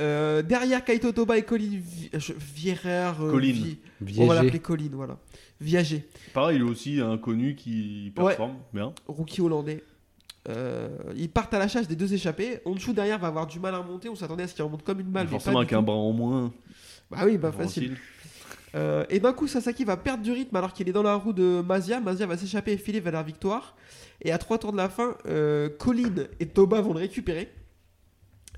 [SPEAKER 7] Euh, derrière Kaito Toba et Colin Vi- je- Vierer, euh,
[SPEAKER 9] Colin.
[SPEAKER 7] Vi- on va l'appeler
[SPEAKER 8] Viager.
[SPEAKER 7] Colin, voilà. Viager,
[SPEAKER 9] Pareil, il est aussi un connu qui performe bien.
[SPEAKER 7] rookie hollandais. Euh, ils partent à la chasse des deux échappés. Onchou derrière va avoir du mal à remonter. On s'attendait à ce qu'il remonte comme une balle. Bah, mais
[SPEAKER 9] Forcément,
[SPEAKER 7] pas
[SPEAKER 9] avec
[SPEAKER 7] du
[SPEAKER 9] un
[SPEAKER 7] tout.
[SPEAKER 9] bras en moins.
[SPEAKER 7] Bah oui, bah
[SPEAKER 9] Tranquille.
[SPEAKER 7] facile. Euh, et d'un coup, Sasaki va perdre du rythme alors qu'il est dans la roue de Mazia. Mazia va s'échapper et filer vers la victoire. Et à trois tours de la fin, euh, Colin et Toba vont le récupérer.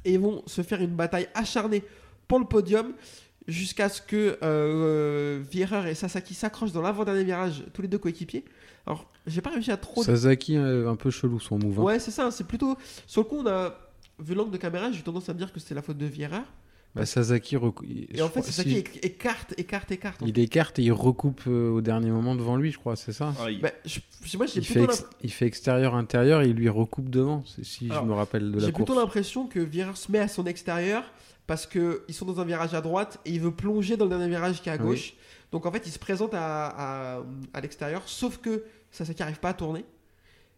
[SPEAKER 7] Et ils vont se faire une bataille acharnée pour le podium jusqu'à ce que euh, Vierer et Sasaki s'accrochent dans l'avant-dernier virage, tous les deux coéquipiers. Alors, j'ai pas réussi à trop.
[SPEAKER 8] Sasaki, euh, un peu chelou son mouvement.
[SPEAKER 7] Ouais, c'est ça, c'est plutôt. Sur le coup, on a. Vu l'angle de caméra, j'ai tendance à me dire que c'est la faute de Vierer.
[SPEAKER 8] Bah, Sasaki, recou- il-
[SPEAKER 7] Et
[SPEAKER 8] je
[SPEAKER 7] en fait,
[SPEAKER 8] crois-
[SPEAKER 7] Sasaki
[SPEAKER 8] si-
[SPEAKER 7] éc- écarte, écarte, écarte.
[SPEAKER 8] il écarte et il recoupe euh, au dernier moment devant lui, je crois, c'est ça
[SPEAKER 9] Aïe.
[SPEAKER 7] Bah, je- je- moi, j'ai
[SPEAKER 8] il fait,
[SPEAKER 7] plutôt
[SPEAKER 8] ex- il fait extérieur-intérieur et il lui recoupe devant, c'est- si
[SPEAKER 7] Alors,
[SPEAKER 8] je me rappelle de la
[SPEAKER 7] J'ai plutôt
[SPEAKER 8] course.
[SPEAKER 7] l'impression que Vierer se met à son extérieur parce qu'ils sont dans un virage à droite et il veut plonger dans le dernier virage qui est à
[SPEAKER 8] Oui.
[SPEAKER 7] gauche. Donc en fait, il se présente à, à- à l'extérieur, sauf que Sasaki n'arrive pas à tourner.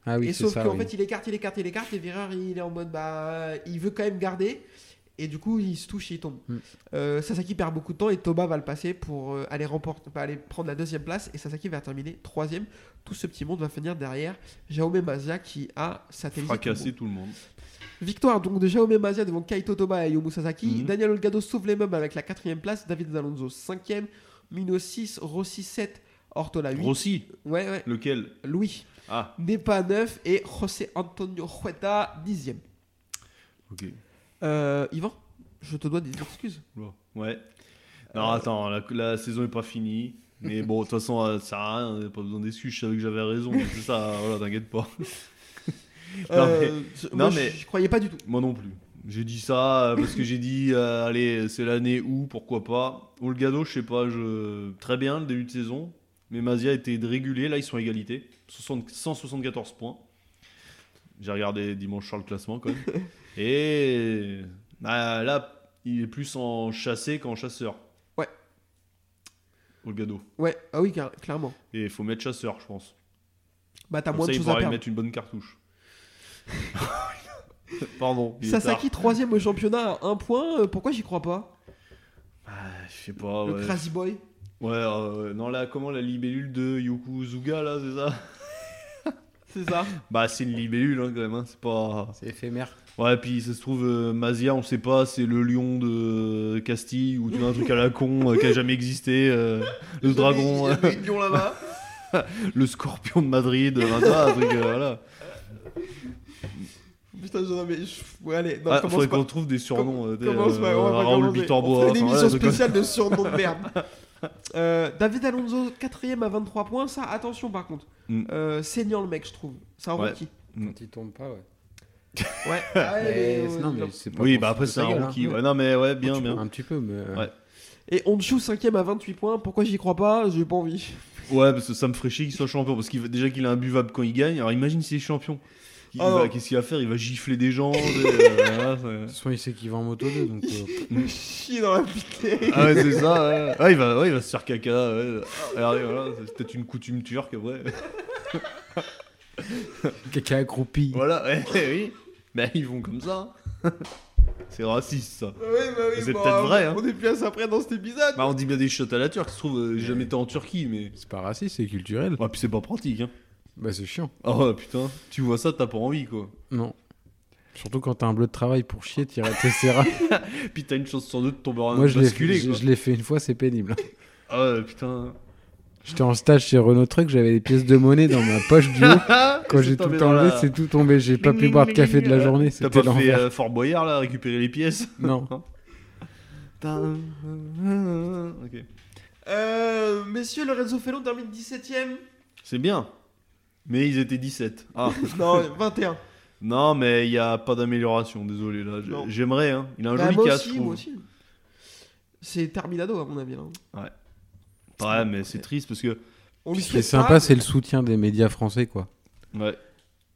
[SPEAKER 8] Ah oui,
[SPEAKER 7] et
[SPEAKER 8] c'est
[SPEAKER 7] sauf
[SPEAKER 8] ça.
[SPEAKER 7] qu'en
[SPEAKER 8] oui.
[SPEAKER 7] fait, il écarte, il écarte, il écarte et Vierer, il est en mode bah, il veut quand même garder. Et du coup, il se touche et il tombe.
[SPEAKER 8] Mm.
[SPEAKER 7] Euh, Sasaki perd beaucoup de temps et Toba va le passer pour euh, aller, remporter, bah, aller prendre la deuxième place. Et Sasaki va terminer troisième. Tout ce petit monde va finir derrière Jaume Mazia qui a satellisé. tout le monde.
[SPEAKER 9] Fracasser tout le monde.
[SPEAKER 7] Victoire donc de Jaume Mazia devant Kaito Toba et Yomu Sasaki.
[SPEAKER 9] Mhm.
[SPEAKER 7] Daniel Olgado sauve les meubles avec la quatrième place. David Alonso 5e. Mino 6. Rossi 7. Ortola 8.
[SPEAKER 9] Rossi,
[SPEAKER 7] Ouais, ouais.
[SPEAKER 9] lequel
[SPEAKER 7] Louis
[SPEAKER 9] Ah,
[SPEAKER 7] Nepa 9. Et José Antonio Hueta 10e.
[SPEAKER 9] ok.
[SPEAKER 7] Euh, Yvan, je te dois des excuses.
[SPEAKER 9] Bon, Ouais. Non, attends, la, la saison est pas finie. Mais bon, de toute façon, euh, ça sert à rien, euh, pas besoin d'excuses, je savais que j'avais raison, mais c'est ça, voilà, t'inquiète pas.
[SPEAKER 7] Euh, je-
[SPEAKER 9] non,
[SPEAKER 7] moi,
[SPEAKER 9] mais-
[SPEAKER 7] Je, je croyais pas du tout.
[SPEAKER 9] Moi non plus. J'ai dit ça euh, parce que j'ai dit, euh, allez, c'est l'année où, pourquoi pas. Olgado, je sais pas, je... très bien le début de saison, mais Mazia était régulier, là ils sont à égalité, 60 174 points. J'ai regardé dimanche sur le classement quand même. Et bah, là, il est plus en chassé qu'en chasseur.
[SPEAKER 7] Ouais.
[SPEAKER 9] Olgado.
[SPEAKER 7] Ouais, ah oui, car- clairement.
[SPEAKER 9] Et il faut mettre chasseur, je pense.
[SPEAKER 7] Bah, t'as
[SPEAKER 9] Comme
[SPEAKER 7] moins
[SPEAKER 9] ça,
[SPEAKER 7] de
[SPEAKER 9] il
[SPEAKER 7] choses à
[SPEAKER 9] pourra y
[SPEAKER 7] perdre.
[SPEAKER 9] mettre une bonne cartouche. Pardon. il est
[SPEAKER 7] Sasaki 3ème au championnat à 1 point. Euh, Pourquoi j'y crois pas
[SPEAKER 9] tard. Ah, je sais pas.
[SPEAKER 7] Le
[SPEAKER 9] ouais.
[SPEAKER 7] Crazy Boy.
[SPEAKER 9] Ouais, euh, non, là, comment la libellule de Yokuzuga, là, c'est ça
[SPEAKER 7] C'est ça.
[SPEAKER 9] Bah, c'est une libellule, hein, quand même, hein, c'est pas...
[SPEAKER 8] C'est éphémère.
[SPEAKER 9] Ouais, puis ça se trouve, euh, Mazia, on sait pas, c'est le lion de euh, Castille, ou tu vois, un truc à la con euh, qui a jamais existé, euh, le dragon,
[SPEAKER 7] Il y a des lions là-bas.
[SPEAKER 9] euh, le scorpion de Madrid, euh, enfin, ça, un truc, euh, voilà.
[SPEAKER 7] Putain, j'en avais. je- Ouais, allez, non,
[SPEAKER 9] Ah,
[SPEAKER 7] commence
[SPEAKER 9] faudrait
[SPEAKER 7] pas.
[SPEAKER 9] qu'on trouve des surnoms, euh, des,
[SPEAKER 7] Commence pas,
[SPEAKER 9] euh,
[SPEAKER 7] on va
[SPEAKER 9] Raoul
[SPEAKER 7] commencer.
[SPEAKER 9] Bitorbois,
[SPEAKER 7] On fait une
[SPEAKER 9] enfin,
[SPEAKER 7] émission
[SPEAKER 9] voilà, des trucs comme-
[SPEAKER 7] spéciale de surnoms de merde. Euh, David Alonso, 4ème à 23 points. Ça, attention par contre.
[SPEAKER 9] Mm.
[SPEAKER 7] Euh, saignant le mec, je trouve. Ça en
[SPEAKER 9] Ouais.
[SPEAKER 7] rookie.
[SPEAKER 8] Quand il tombe pas, ouais.
[SPEAKER 7] Ouais. Ah ouais, mais, euh,
[SPEAKER 8] non, Mm. mais
[SPEAKER 7] genre-
[SPEAKER 8] c'est pas
[SPEAKER 9] Oui,
[SPEAKER 8] pour
[SPEAKER 9] bah
[SPEAKER 8] se
[SPEAKER 9] après,
[SPEAKER 8] foutre
[SPEAKER 9] c'est
[SPEAKER 8] de
[SPEAKER 9] un
[SPEAKER 8] sa gueule,
[SPEAKER 9] rookie,
[SPEAKER 8] hein.
[SPEAKER 9] ouais, non, mais ouais, bien,
[SPEAKER 8] Tu-
[SPEAKER 9] bien.
[SPEAKER 8] Un petit peu, mais. euh,
[SPEAKER 9] Ouais.
[SPEAKER 7] Et Honshu, 5ème à 28 points. Pourquoi j'y crois pas J'ai pas envie.
[SPEAKER 9] Ouais, parce que ça me ferait chier qu'il soit champion. Parce qu'il va- déjà qu'il est imbuvable quand il gagne. Alors imagine s'il est champion. Il
[SPEAKER 7] Ah
[SPEAKER 9] va-
[SPEAKER 7] non.
[SPEAKER 9] Qu'est-ce qu'il va faire Il va gifler des gens. des- euh, voilà,
[SPEAKER 8] De
[SPEAKER 9] ça-
[SPEAKER 8] toute façon, il sait qu'il va en moto 2, donc. euh,
[SPEAKER 9] Mm.
[SPEAKER 7] Chier dans la pitié.
[SPEAKER 9] ah ouais, c'est ça. Ouais. Ah, il va, ouais, il va se faire caca. ouais. Ah, regardez, voilà, c'est peut-être une coutume turque. Ouais.
[SPEAKER 8] Caca accroupi.
[SPEAKER 9] voilà, ouais, oui. Bah, ils vont comme ça. hein. c'est raciste ça.
[SPEAKER 7] Ouais, bah oui,
[SPEAKER 9] C'est
[SPEAKER 7] bon,
[SPEAKER 9] peut-être vrai, hein.
[SPEAKER 7] On est plus à ça près dans cet épisode.
[SPEAKER 9] Bah, on dit bien des shots à la turque. Ça se trouve, euh, j'ai jamais été en Turquie, mais.
[SPEAKER 8] C'est pas raciste, c'est culturel.
[SPEAKER 9] Ouais, puis c'est pas pratique. Hein.
[SPEAKER 8] Bah, c'est chiant.
[SPEAKER 9] Ah ouais, putain. Tu vois ça, t'as pas envie quoi.
[SPEAKER 8] Non. Surtout quand t'as un bleu de travail pour chier, tirer tes serras.
[SPEAKER 9] Puis t'as une chance sur deux de tomber en
[SPEAKER 8] Moi, je l'ai
[SPEAKER 9] basculer
[SPEAKER 8] fait, je-
[SPEAKER 9] quoi.
[SPEAKER 8] je l'ai fait une fois, c'est pénible. hein.
[SPEAKER 9] Ah ouais, putain.
[SPEAKER 8] J'étais en stage chez Renault Truck, j'avais des pièces de monnaie dans ma poche du haut. Quand
[SPEAKER 9] C'est
[SPEAKER 8] j'ai tout
[SPEAKER 9] tombé dans
[SPEAKER 8] enlevé,
[SPEAKER 9] la-
[SPEAKER 8] c'est tout tombé. J'ai pas
[SPEAKER 9] Bling,
[SPEAKER 8] pu
[SPEAKER 9] bling,
[SPEAKER 8] boire de café de la
[SPEAKER 9] bling.
[SPEAKER 8] journée.
[SPEAKER 9] T'as
[SPEAKER 8] C'était
[SPEAKER 9] pas fait
[SPEAKER 8] l'enfer.
[SPEAKER 9] euh, Fort Boyard là, récupérer les pièces
[SPEAKER 8] Non.
[SPEAKER 9] Ok.
[SPEAKER 7] Euh, messieurs, Lorenzo Felon termine 17ème.
[SPEAKER 9] C'est bien. Mais ils étaient 17. Ah.
[SPEAKER 7] Non, 21.
[SPEAKER 9] non, mais il n'y a pas d'amélioration, désolé. là. J'ai-
[SPEAKER 7] Non.
[SPEAKER 9] J'aimerais, hein. Il a un
[SPEAKER 7] Bah,
[SPEAKER 9] joli
[SPEAKER 7] moi
[SPEAKER 9] casque, je
[SPEAKER 7] aussi,
[SPEAKER 9] trouve.
[SPEAKER 7] moi aussi. C'est Terminado, à mon avis. hein. là.
[SPEAKER 9] Ouais, mais c'est triste parce que.
[SPEAKER 7] On lui
[SPEAKER 8] Ce qui est
[SPEAKER 7] souhaite
[SPEAKER 8] sympa,
[SPEAKER 7] pas.
[SPEAKER 8] c'est le soutien des médias français, quoi.
[SPEAKER 9] Ouais.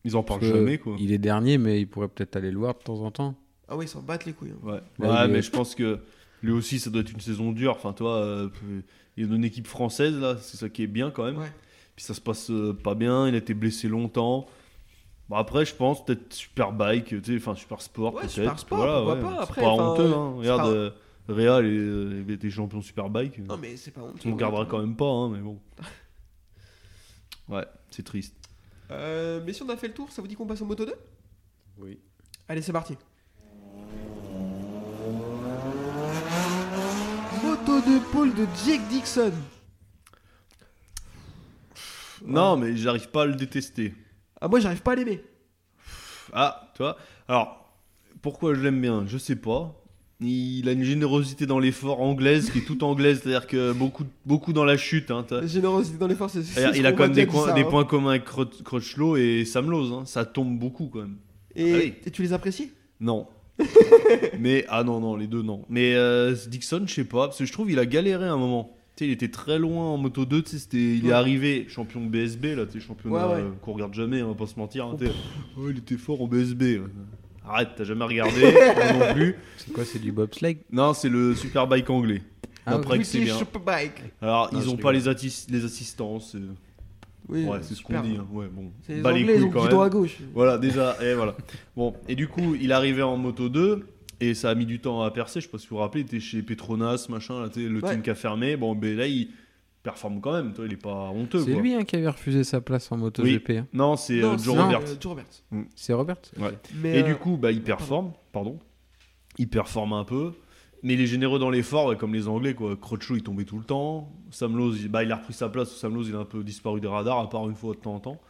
[SPEAKER 9] Ils en parlent
[SPEAKER 8] Parce que
[SPEAKER 9] jamais, quoi.
[SPEAKER 8] Il est dernier, mais il pourrait peut-être aller le voir de temps en temps.
[SPEAKER 7] Ah oui, ils s'en battent les couilles. hein.
[SPEAKER 9] Ouais,
[SPEAKER 8] Là,
[SPEAKER 9] Ouais,
[SPEAKER 8] il est-
[SPEAKER 9] mais je pense que lui aussi, ça doit être une saison dure. Enfin, toi, euh, il est dans une équipe française, là, c'est ça qui est bien quand même.
[SPEAKER 7] Ouais.
[SPEAKER 9] Puis ça se passe euh, pas bien, il a été blessé longtemps. Bon, après, je pense peut-être super bike, tu sais, enfin super sport,
[SPEAKER 7] Ouais,
[SPEAKER 9] peut-être.
[SPEAKER 7] Super Sport, pourquoi pas,
[SPEAKER 9] C'est
[SPEAKER 7] après,
[SPEAKER 9] pas
[SPEAKER 7] enfin,
[SPEAKER 9] honteux, hein.
[SPEAKER 7] c'est
[SPEAKER 9] Regarde,
[SPEAKER 7] pas-
[SPEAKER 9] euh, Real est- avait été champion super bike.
[SPEAKER 7] Non, mais c'est pas honteux.
[SPEAKER 9] On le gardera
[SPEAKER 7] honnêtement.
[SPEAKER 9] quand même pas, hein, mais bon. Ouais, c'est triste.
[SPEAKER 7] Euh, mais si on a fait le tour, ça vous dit qu'on passe au moto 2
[SPEAKER 8] Oui.
[SPEAKER 7] Allez, c'est parti. Moto 2 pôle de Jake Dixon.
[SPEAKER 9] Non, mais j'arrive pas à le détester.
[SPEAKER 7] Ah, moi, j'arrive pas à l'aimer.
[SPEAKER 9] Ah, tu vois. Alors, pourquoi je l'aime bien Je sais pas. Il a une générosité dans l'effort anglaise qui est toute anglaise, c'est-à-dire que beaucoup, beaucoup dans la chute. hein, t'as-
[SPEAKER 7] La générosité dans les forces, c'est- c'est
[SPEAKER 9] il a-
[SPEAKER 7] ce
[SPEAKER 9] il a
[SPEAKER 7] qu'on
[SPEAKER 9] quand
[SPEAKER 7] m'a
[SPEAKER 9] même des,
[SPEAKER 7] déjà dit,
[SPEAKER 9] coins-
[SPEAKER 7] ça,
[SPEAKER 9] des
[SPEAKER 7] hein.
[SPEAKER 9] points communs avec Cro- Crutchlow et Sam Lowe, hein. Ça tombe beaucoup quand même.
[SPEAKER 7] Et,
[SPEAKER 9] Ah oui.
[SPEAKER 7] et tu les apprécies
[SPEAKER 9] Non. Mais ah non non les deux non. Mais euh, Dixon je sais pas parce que je trouve il a galéré à un moment. Tu sais il était très loin en moto 2, tu sais c'était il
[SPEAKER 7] Ouais.
[SPEAKER 9] est arrivé champion BSB là, tu sais championnat
[SPEAKER 7] Ouais, ouais.
[SPEAKER 9] euh, qu'on regarde jamais, on va pas se mentir, hein, tu sais. Oh, il était fort en BSB. ouais. Arrête, t'as jamais regardé moi non plus.
[SPEAKER 8] C'est quoi C'est du bobsleigh
[SPEAKER 9] Non, c'est le superbike anglais.
[SPEAKER 8] Ah,
[SPEAKER 9] Après que c'est
[SPEAKER 7] British
[SPEAKER 9] bien.
[SPEAKER 7] Superbike.
[SPEAKER 9] Alors,
[SPEAKER 8] Non,
[SPEAKER 9] ils
[SPEAKER 8] je
[SPEAKER 9] ont
[SPEAKER 8] rigole.
[SPEAKER 9] pas les, attis- les assistances. euh,
[SPEAKER 7] Oui,
[SPEAKER 9] Ouais, c'est ce qu'on
[SPEAKER 7] super.
[SPEAKER 9] dit. hein. Ouais, bon.
[SPEAKER 7] C'est les
[SPEAKER 9] Bah,
[SPEAKER 7] Anglais, ils ont
[SPEAKER 9] couilles, quand
[SPEAKER 7] le bidon
[SPEAKER 9] même.
[SPEAKER 7] à gauche.
[SPEAKER 9] Voilà, déjà, et voilà. Bon, et du coup, il arrivait en moto 2, et ça a mis du temps à percer. Je sais pas si vous vous rappelez, il était chez Petronas, machin, là, tu sais, le
[SPEAKER 7] Ouais.
[SPEAKER 9] team qui a fermé. Bon, ben là, il performe quand même, toi, il est pas honteux.
[SPEAKER 8] C'est
[SPEAKER 9] quoi.
[SPEAKER 8] lui hein, qui avait refusé sa place en
[SPEAKER 9] Oui.
[SPEAKER 8] MotoGP. hein.
[SPEAKER 9] Non, c'est euh,
[SPEAKER 7] Non,
[SPEAKER 9] Joe
[SPEAKER 7] c'est, euh,
[SPEAKER 9] Robert.
[SPEAKER 7] Joe Roberts.
[SPEAKER 8] C'est Robert
[SPEAKER 9] Ouais.
[SPEAKER 7] Mais,
[SPEAKER 9] Et
[SPEAKER 7] euh,
[SPEAKER 9] du coup, bah, il performe, pardon. Il performe un peu, mais il est généreux dans l'effort, ouais, comme les Anglais. Quoi. Crutchlow, il tombait tout le temps. Sam Lowe, il, bah, il a repris sa place. Sam Lowe, il a un peu disparu des radars, à part une fois de temps en temps.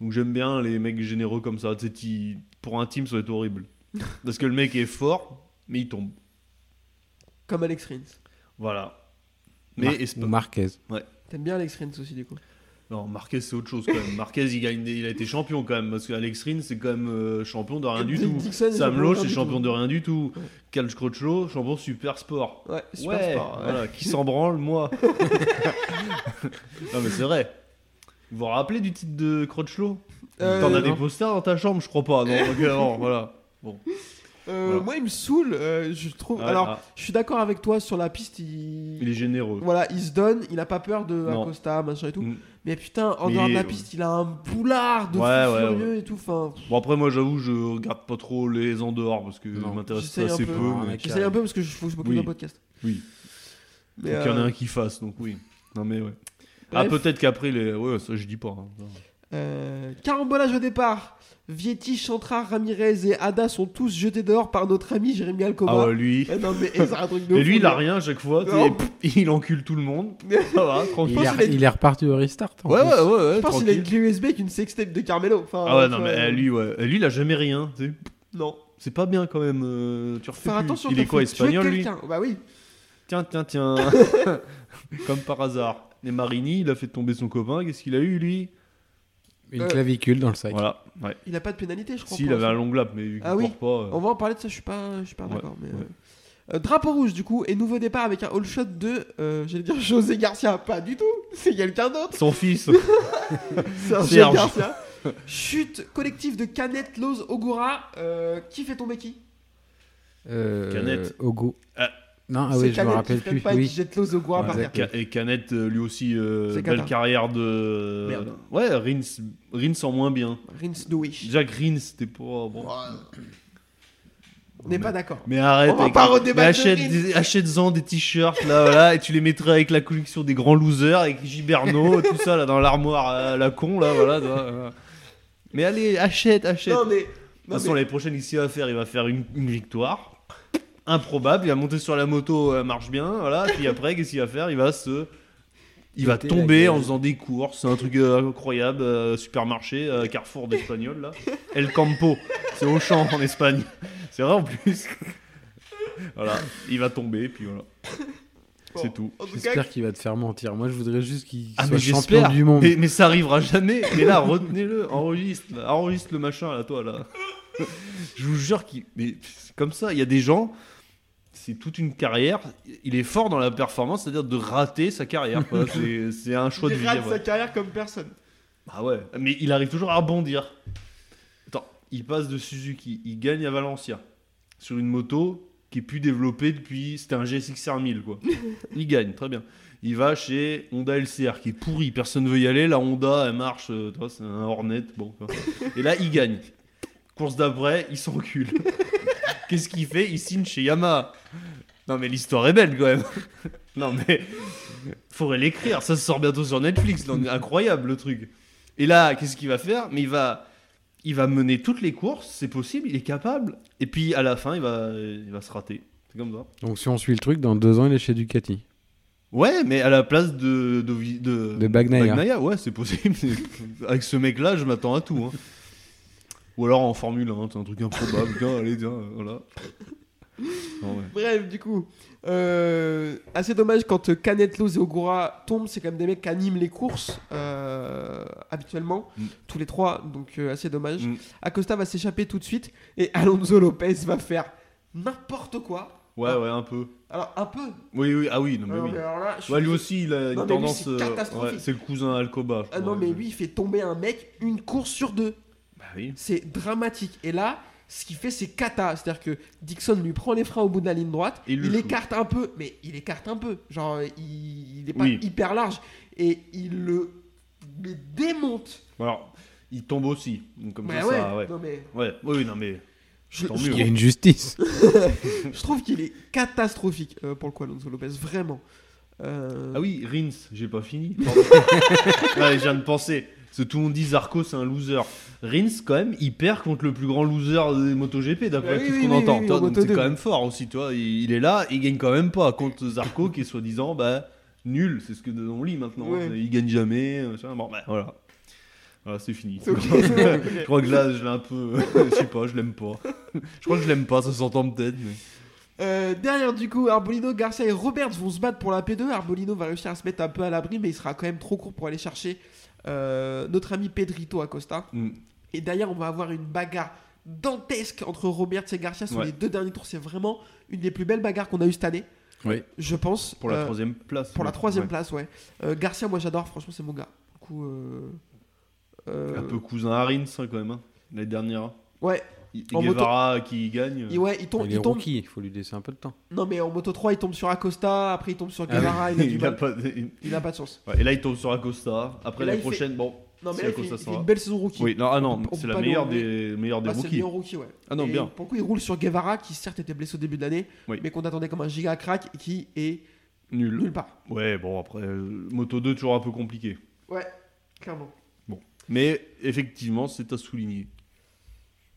[SPEAKER 9] Donc j'aime bien les mecs généreux comme ça. Tu sais, qui- pour un team, ça va être horrible. Parce que le mec est fort, mais il tombe.
[SPEAKER 7] Comme Alex Rins.
[SPEAKER 9] Voilà. Mais
[SPEAKER 8] Mar-
[SPEAKER 9] Espa-
[SPEAKER 8] ou Marquez.
[SPEAKER 7] T'aimes bien Alex Rins aussi, du coup.
[SPEAKER 9] non, Marquez, c'est autre chose quand même. Marquez, il, gagne des- il a été champion quand même. Parce qu'Alex Rins, c'est quand même euh, champion de rien du
[SPEAKER 7] Dick
[SPEAKER 9] tout.
[SPEAKER 7] Dixon, champion
[SPEAKER 9] Sam
[SPEAKER 7] de
[SPEAKER 9] Lowe,
[SPEAKER 7] rien
[SPEAKER 9] c'est
[SPEAKER 7] du
[SPEAKER 9] champion
[SPEAKER 7] tout.
[SPEAKER 9] de rien du tout.
[SPEAKER 7] Ouais.
[SPEAKER 9] Cal Crutchlow, champion super sport.
[SPEAKER 7] Ouais, super
[SPEAKER 9] Ouais,
[SPEAKER 7] sport. ouais.
[SPEAKER 9] voilà, qui s'en branle, moi. non, mais c'est vrai. Vous vous rappelez du titre de Crutchlow
[SPEAKER 7] Euh,
[SPEAKER 9] T'en as des
[SPEAKER 8] non.
[SPEAKER 9] posters dans ta chambre, je crois pas. Non, ok, non, voilà. Bon.
[SPEAKER 7] Euh,
[SPEAKER 9] Voilà.
[SPEAKER 7] Moi, il me saoule. euh, je trouve.
[SPEAKER 9] Ouais,
[SPEAKER 7] Alors,
[SPEAKER 9] ah,
[SPEAKER 7] je suis d'accord avec toi sur la piste. Il,
[SPEAKER 9] il est généreux.
[SPEAKER 7] voilà, il se donne. Il a pas peur de
[SPEAKER 9] Non.
[SPEAKER 7] Acosta, machin et tout.
[SPEAKER 9] Mm.
[SPEAKER 7] Mais putain, en
[SPEAKER 9] Mais
[SPEAKER 7] dehors
[SPEAKER 9] il
[SPEAKER 7] de la
[SPEAKER 9] est-
[SPEAKER 7] piste, il a un boulard de
[SPEAKER 9] Ouais,
[SPEAKER 7] fou
[SPEAKER 9] ouais,
[SPEAKER 7] furieux et tout. Enfin,
[SPEAKER 9] Bon, après, moi, j'avoue, je regarde pas trop les en dehors parce que
[SPEAKER 8] Non.
[SPEAKER 9] m'intéresse
[SPEAKER 7] j'essaye un
[SPEAKER 9] assez
[SPEAKER 7] peu.
[SPEAKER 9] peu.
[SPEAKER 8] Non,
[SPEAKER 9] mais-
[SPEAKER 8] mec.
[SPEAKER 7] J'essaye un peu parce que je faut que je m'occupe
[SPEAKER 9] Oui.
[SPEAKER 7] d'un podcast.
[SPEAKER 9] Oui.
[SPEAKER 7] Mais,
[SPEAKER 9] Donc, il y en a
[SPEAKER 7] euh,
[SPEAKER 9] un qui fasse, donc oui. Non, mais ouais. Ah,
[SPEAKER 7] bref.
[SPEAKER 9] peut-être qu'après, les... ouais, ça, je dis pas. hein.
[SPEAKER 7] Euh, carambolage au départ. Vietti, Chantra, Ramirez et Ada sont tous jetés dehors par notre ami Jérémy Alcoba.
[SPEAKER 9] Ah, ouais, lui.
[SPEAKER 7] Eh non, mais c'est un truc de
[SPEAKER 9] Et
[SPEAKER 7] fou,
[SPEAKER 9] lui, il a
[SPEAKER 7] mais-
[SPEAKER 9] rien à chaque fois. tu
[SPEAKER 7] Non.
[SPEAKER 9] sais, pff, Il encule tout le monde. Ça va,
[SPEAKER 8] Il,
[SPEAKER 9] tranquille.
[SPEAKER 7] pense qu'il
[SPEAKER 8] est,
[SPEAKER 7] est-
[SPEAKER 8] il est reparti au restart. en
[SPEAKER 9] Ouais,
[SPEAKER 8] plus.
[SPEAKER 9] ouais, ouais, ouais,
[SPEAKER 7] Je pense qu'il a une
[SPEAKER 9] tranquille.
[SPEAKER 7] clé USB avec une sextape de Carmelo. Enfin,
[SPEAKER 9] Ah ouais,
[SPEAKER 7] tu
[SPEAKER 9] non,
[SPEAKER 7] vois,
[SPEAKER 9] mais euh, lui, ouais. Euh, Lui, il a jamais rien, tu sais.
[SPEAKER 7] Non.
[SPEAKER 9] C'est pas bien quand même. euh, tu refais
[SPEAKER 7] Faire
[SPEAKER 9] plus.
[SPEAKER 7] attention.
[SPEAKER 9] Il
[SPEAKER 7] t'as
[SPEAKER 9] est quoi,
[SPEAKER 7] fait tuer
[SPEAKER 9] espagnol, lui
[SPEAKER 7] quelqu'un. Bah oui.
[SPEAKER 9] Tiens, tiens, tiens. Comme par hasard. Et Marini, il a fait tomber son copain. Qu'est-ce qu'il a eu, lui
[SPEAKER 8] Une
[SPEAKER 7] Euh,
[SPEAKER 8] clavicule dans le sac.
[SPEAKER 9] Voilà. Ouais.
[SPEAKER 7] Il a pas de pénalité, je crois.
[SPEAKER 9] Si, il
[SPEAKER 7] pour
[SPEAKER 9] avait un
[SPEAKER 7] l'instant.
[SPEAKER 9] long lap, mais vu qu'il
[SPEAKER 7] Ah oui.
[SPEAKER 9] court pas. euh,
[SPEAKER 7] On va en parler de ça, je suis pas, je suis pas
[SPEAKER 9] Ouais,
[SPEAKER 7] d'accord. Mais,
[SPEAKER 9] ouais.
[SPEAKER 7] euh, euh, drapeau rouge, du coup, et nouveau départ avec un all shot de, euh, j'allais dire José Garcia. Pas du tout, c'est quelqu'un d'autre.
[SPEAKER 9] Son fils.
[SPEAKER 7] C'est un José
[SPEAKER 9] Serge.
[SPEAKER 7] Garcia. Chute collective de Canet, Loz, Ogura. euh, qui fait tomber qui
[SPEAKER 8] Euh,
[SPEAKER 9] Canette.
[SPEAKER 8] Ogo.
[SPEAKER 9] Ah.
[SPEAKER 8] Non, ah
[SPEAKER 7] C'est
[SPEAKER 8] oui, je me
[SPEAKER 7] Canet
[SPEAKER 8] rappelle
[SPEAKER 7] qui freine
[SPEAKER 8] plus.
[SPEAKER 7] pas et qui
[SPEAKER 8] Oui.
[SPEAKER 7] jette Loz, Ogura
[SPEAKER 8] Ouais,
[SPEAKER 7] par terre.
[SPEAKER 9] Ca- et Canet, euh, lui aussi, euh,
[SPEAKER 7] C'est
[SPEAKER 9] belle
[SPEAKER 7] Qatar.
[SPEAKER 9] carrière de.
[SPEAKER 7] Merde.
[SPEAKER 9] Ouais, Rins, Rins en moins bien.
[SPEAKER 7] Rinse the Wish.
[SPEAKER 9] Jack Rins, c'était pas. Bon.
[SPEAKER 7] On n'est pas d'accord.
[SPEAKER 9] Mais arrête,
[SPEAKER 7] On va
[SPEAKER 9] avec-
[SPEAKER 7] pas redébattre
[SPEAKER 9] mais
[SPEAKER 7] de
[SPEAKER 9] achète,
[SPEAKER 7] Rins.
[SPEAKER 9] des- achète-en des t-shirts là, voilà, et tu les mettras avec la collection des grands losers, avec Giberno, tout ça là dans l'armoire euh, à la con là, voilà. tu vois, voilà. Mais allez, achète, achète.
[SPEAKER 7] Non,
[SPEAKER 9] de
[SPEAKER 7] mais.
[SPEAKER 9] toute
[SPEAKER 7] non,
[SPEAKER 9] façon,
[SPEAKER 7] mais-
[SPEAKER 9] l'année prochaine, ici va faire, il va faire une, une victoire improbable. Il va monter sur la moto, euh, elle marche bien, voilà. Puis après, qu'est-ce qu'il va faire Il va se il va
[SPEAKER 8] Péter la
[SPEAKER 9] tomber
[SPEAKER 8] gueule.
[SPEAKER 9] en faisant des courses, c'est un truc euh, incroyable, euh, supermarché, euh, Carrefour d'espagnol là, El Campo, c'est Auchan en Espagne, c'est vrai en plus. Voilà, il va tomber, puis voilà.
[SPEAKER 7] Bon.
[SPEAKER 9] C'est tout.
[SPEAKER 7] En tout cas,
[SPEAKER 8] J'espère qu'il va te faire mentir. Moi, je voudrais juste qu'il
[SPEAKER 9] Ah,
[SPEAKER 8] soit
[SPEAKER 9] mais
[SPEAKER 8] champion
[SPEAKER 9] j'espère.
[SPEAKER 8] du monde.
[SPEAKER 9] Mais, mais ça arrivera jamais. Mais là, retenez-le, enregistre, là, enregistre le machin là, toi là. Je vous jure qu'il. Mais c'est comme ça, il y a des gens, c'est toute une carrière. Il est fort dans la performance, c'est-à-dire de rater sa carrière. quoi. C'est c'est un choix de
[SPEAKER 7] il
[SPEAKER 9] vie.
[SPEAKER 7] rate
[SPEAKER 9] ouais.
[SPEAKER 7] sa carrière comme personne.
[SPEAKER 9] Ah ouais. Mais il arrive toujours à rebondir. Attends, il passe de Suzuki, il gagne à Valencia sur une moto qui est plus développée depuis. C'était un GSX 5000 quoi. il gagne, très bien. Il va chez Honda LCR qui est pourri, personne veut y aller. La Honda, elle marche, euh, tu vois, c'est un Hornet. Bon, tu vois. Et là, il gagne. Course d'après, il s'encule. Qu'est-ce qu'il fait Il signe chez Yamaha. Non mais l'histoire est belle quand même. non mais faudrait l'écrire. Ça sort bientôt sur Netflix. Non, mais incroyable le truc. Et là, qu'est-ce qu'il va faire Mais il va, il va mener toutes les courses, c'est possible, il est capable. Et puis à la fin, il va, il va se rater. C'est comme ça.
[SPEAKER 8] Donc, si on suit le truc, dans deux ans, il est chez Ducati.
[SPEAKER 9] Ouais, mais à la place de de Vi- de,
[SPEAKER 8] De Bagnaia.
[SPEAKER 9] ouais, c'est possible. Avec ce mec-là, je m'attends à tout. hein. Ou alors en Formule 1, c'est un truc improbable. Tiens, allez, tiens, voilà. Non, ouais.
[SPEAKER 7] Bref, du coup, euh, assez dommage quand euh, Canetlos et Ogura tombent, c'est quand même des mecs qui animent les courses euh, habituellement,
[SPEAKER 9] Mm.
[SPEAKER 7] tous les trois, donc euh, assez dommage.
[SPEAKER 9] Mm.
[SPEAKER 7] Acosta va s'échapper tout de suite et Alonso Lopez va faire n'importe quoi.
[SPEAKER 9] ouais, ouais, un peu.
[SPEAKER 7] Alors, un peu.
[SPEAKER 9] Oui, oui, ah oui, non mais
[SPEAKER 7] Alors,
[SPEAKER 9] oui.
[SPEAKER 7] mais alors là, je suis-
[SPEAKER 9] Ouais, lui aussi, il a une
[SPEAKER 7] Non, mais lui,
[SPEAKER 9] tendance.
[SPEAKER 7] c'est
[SPEAKER 9] euh,
[SPEAKER 7] catastrophique.
[SPEAKER 9] ouais, c'est le cousin Alcoba. je
[SPEAKER 7] Ah non,
[SPEAKER 9] crois.
[SPEAKER 7] mais lui, il fait tomber un mec une course sur deux.
[SPEAKER 9] Bah oui.
[SPEAKER 7] C'est dramatique. Et là, ce qu'il fait, c'est cata. C'est-à-dire que Dixon lui prend les freins au bout de la ligne droite,
[SPEAKER 9] Et il
[SPEAKER 7] il,
[SPEAKER 9] le fout.
[SPEAKER 7] écarte un peu, mais il écarte un peu. Genre, euh, il, il est pas
[SPEAKER 9] Oui.
[SPEAKER 7] hyper large. Et il le le démonte.
[SPEAKER 9] Alors, il tombe aussi. donc Comme ça,
[SPEAKER 7] Ouais, Bah ouais.
[SPEAKER 9] ça, ouais.
[SPEAKER 7] Non, mais
[SPEAKER 9] Ouais, oui, oui, non, mais.
[SPEAKER 7] je,
[SPEAKER 9] Tant
[SPEAKER 7] je
[SPEAKER 9] mieux. hein.
[SPEAKER 8] Il y a une justice.
[SPEAKER 7] trouve- je trouve qu'il est catastrophique euh, pour le coup, Alonso Lopez. Vraiment. Euh,
[SPEAKER 9] Ah oui, Rins, j'ai pas fini. pardon. Là, je viens de penser. Parce que tout le monde dit Zarco, c'est un loser. Rins, quand même, il perd contre le plus grand loser des MotoGP, d'après
[SPEAKER 7] Bah oui,
[SPEAKER 9] tout ce
[SPEAKER 7] oui,
[SPEAKER 9] qu'on
[SPEAKER 7] oui,
[SPEAKER 9] entend.
[SPEAKER 7] oui,
[SPEAKER 9] Toi,
[SPEAKER 7] en
[SPEAKER 9] donc
[SPEAKER 7] Moto
[SPEAKER 9] c'est
[SPEAKER 7] deux.
[SPEAKER 9] quand même fort aussi, toi. Il, il est là, il gagne quand même pas contre Zarco, qui est soi-disant bah, nul. C'est ce que on lit maintenant.
[SPEAKER 7] Ouais.
[SPEAKER 9] Il gagne jamais. machin. Bon, bah, voilà. Voilà, c'est fini.
[SPEAKER 7] C'est ok, c'est ok.
[SPEAKER 9] je crois que là, je l'ai un peu. je sais pas, je l'aime pas. Je crois que je l'aime pas, ça s'entend peut-être. mais-
[SPEAKER 7] Euh, derrière du coup, Arbolino, Garcia et Roberts vont se battre pour la P2. Arbolino va réussir à se mettre un peu à l'abri, mais il sera quand même trop court pour aller chercher euh, notre ami Pedrito Acosta.
[SPEAKER 9] Mm.
[SPEAKER 7] Et d'ailleurs, on va avoir une bagarre dantesque entre Roberts et Garcia sur
[SPEAKER 9] Ouais.
[SPEAKER 7] les deux derniers tours. C'est vraiment une des plus belles bagarres qu'on a eues cette année,
[SPEAKER 8] Oui.
[SPEAKER 7] je pense.
[SPEAKER 9] Pour la
[SPEAKER 7] Euh,
[SPEAKER 9] troisième place.
[SPEAKER 7] pour la
[SPEAKER 9] ouais.
[SPEAKER 7] troisième
[SPEAKER 9] Ouais.
[SPEAKER 7] place, ouais. Euh, Garcia, moi j'adore, franchement, c'est mon gars. Du coup, euh, euh,
[SPEAKER 9] Un peu cousin à Rins, hein, quand même, hein, l'année dernière.
[SPEAKER 7] Ouais,
[SPEAKER 9] Et
[SPEAKER 7] En moto-
[SPEAKER 9] Guevara qui gagne.
[SPEAKER 7] il, ouais, il tombe.
[SPEAKER 8] il
[SPEAKER 7] Il
[SPEAKER 8] est
[SPEAKER 7] tombe
[SPEAKER 8] rookie, il faut lui laisser un peu de temps.
[SPEAKER 7] non, mais en moto 3, il tombe sur Acosta, après il tombe sur
[SPEAKER 8] Ah oui.
[SPEAKER 7] Guevara, il a du
[SPEAKER 9] Il a
[SPEAKER 7] mal.
[SPEAKER 9] pas de- il-
[SPEAKER 7] Il a pas de chance.
[SPEAKER 9] Ouais, et là, il tombe sur Acosta. Après
[SPEAKER 7] Et là,
[SPEAKER 9] l'année
[SPEAKER 7] il fait-
[SPEAKER 9] prochaine, bon.
[SPEAKER 7] Non,
[SPEAKER 9] Si
[SPEAKER 7] mais là, il fait,
[SPEAKER 9] Acosta
[SPEAKER 7] il
[SPEAKER 9] s'en
[SPEAKER 7] fait
[SPEAKER 9] va.
[SPEAKER 7] une belle saison rookie.
[SPEAKER 9] Oui, non, ah non,
[SPEAKER 7] On peut- on
[SPEAKER 9] c'est
[SPEAKER 7] peut
[SPEAKER 9] la
[SPEAKER 7] pas
[SPEAKER 9] meilleure
[SPEAKER 7] l'enlever.
[SPEAKER 9] des, meilleure des
[SPEAKER 7] Bah, c'est
[SPEAKER 9] rookies.
[SPEAKER 7] bien rookie, ouais.
[SPEAKER 9] Ah non,
[SPEAKER 7] Et
[SPEAKER 9] bien.
[SPEAKER 7] Pour le coup, il roule sur Guevara, qui certes était blessé au début de l'année,
[SPEAKER 9] Oui.
[SPEAKER 7] mais qu'on attendait comme un giga crack, qui est
[SPEAKER 9] Nul.
[SPEAKER 7] nulle part.
[SPEAKER 9] Ouais, bon, après, euh, Moto 2, toujours un peu compliqué.
[SPEAKER 7] Ouais, clairement.
[SPEAKER 9] Mais effectivement, c'est à souligner.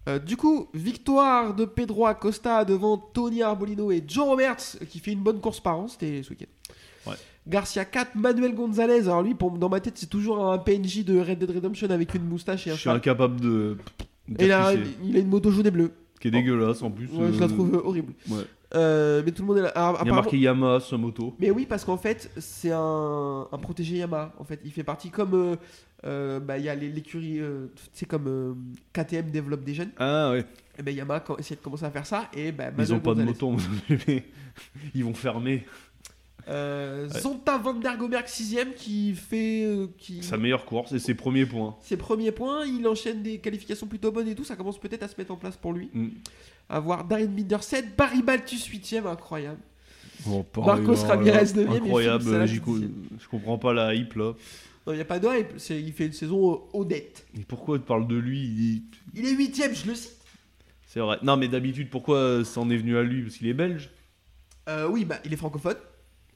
[SPEAKER 7] Euh, du coup, victoire de Pedro Acosta devant Tony Arbolino et Joe Roberts, qui fait une bonne course par an, c'était ce week-end.
[SPEAKER 9] Ouais.
[SPEAKER 7] Garcia 4, Manuel Gonzalez. Alors lui, pour, dans ma tête, c'est toujours un PNJ de Red Dead Redemption avec une moustache et
[SPEAKER 9] Je
[SPEAKER 7] un
[SPEAKER 9] suis
[SPEAKER 7] cheval.
[SPEAKER 9] incapable de. de
[SPEAKER 7] Et
[SPEAKER 9] dire
[SPEAKER 7] il a,
[SPEAKER 9] qui c'est,
[SPEAKER 7] il a une moto jaune et bleue.
[SPEAKER 9] qui est dégueulasse en plus.
[SPEAKER 7] Ouais, je la
[SPEAKER 9] euh,
[SPEAKER 7] trouve euh, horrible.
[SPEAKER 9] ouais.
[SPEAKER 7] Euh, mais tout le monde est là. Ah,
[SPEAKER 9] Il y a
[SPEAKER 7] apparemment-
[SPEAKER 9] marqué Yamaha sur la moto.
[SPEAKER 7] Mais oui, parce qu'en fait, c'est un, un protégé Yamaha. En fait, il fait partie comme euh, euh, bah, il y a les- l'écurie, euh, tu sais comme euh, KTM développe des jeunes.
[SPEAKER 9] Ah ouais.
[SPEAKER 7] Et ben Yamaha quand, essayait de commencer à faire ça et ben
[SPEAKER 9] Ils
[SPEAKER 7] Manuel
[SPEAKER 9] ont pas de
[SPEAKER 7] Gonzalez.
[SPEAKER 9] moto. en MotoGP. Ils vont fermer.
[SPEAKER 7] Euh, Zonta van der Gomerck 6ème qui fait euh, qui
[SPEAKER 9] Sa meilleure course et ses premiers points.
[SPEAKER 7] ses premiers points, il enchaîne des qualifications plutôt bonnes et tout, ça commence peut-être à se mettre en place pour lui.
[SPEAKER 9] Mm.
[SPEAKER 7] Avoir Darren Binder 7, Barry Baltus 8ème, incroyable.
[SPEAKER 8] Oh,
[SPEAKER 7] Marcos Ramirez 9ème,
[SPEAKER 9] Incroyable, euh, Jico, je comprends pas la hype là.
[SPEAKER 7] Non, il n'y a pas de hype, c'est- il fait une saison euh, honnête.
[SPEAKER 9] Mais pourquoi tu parles de lui il-
[SPEAKER 7] Il est 8ème, je le cite.
[SPEAKER 9] C'est vrai. Non, mais d'habitude, pourquoi euh, c'en est venu à lui Parce qu'il est belge.
[SPEAKER 7] Euh, oui, bah, il est francophone.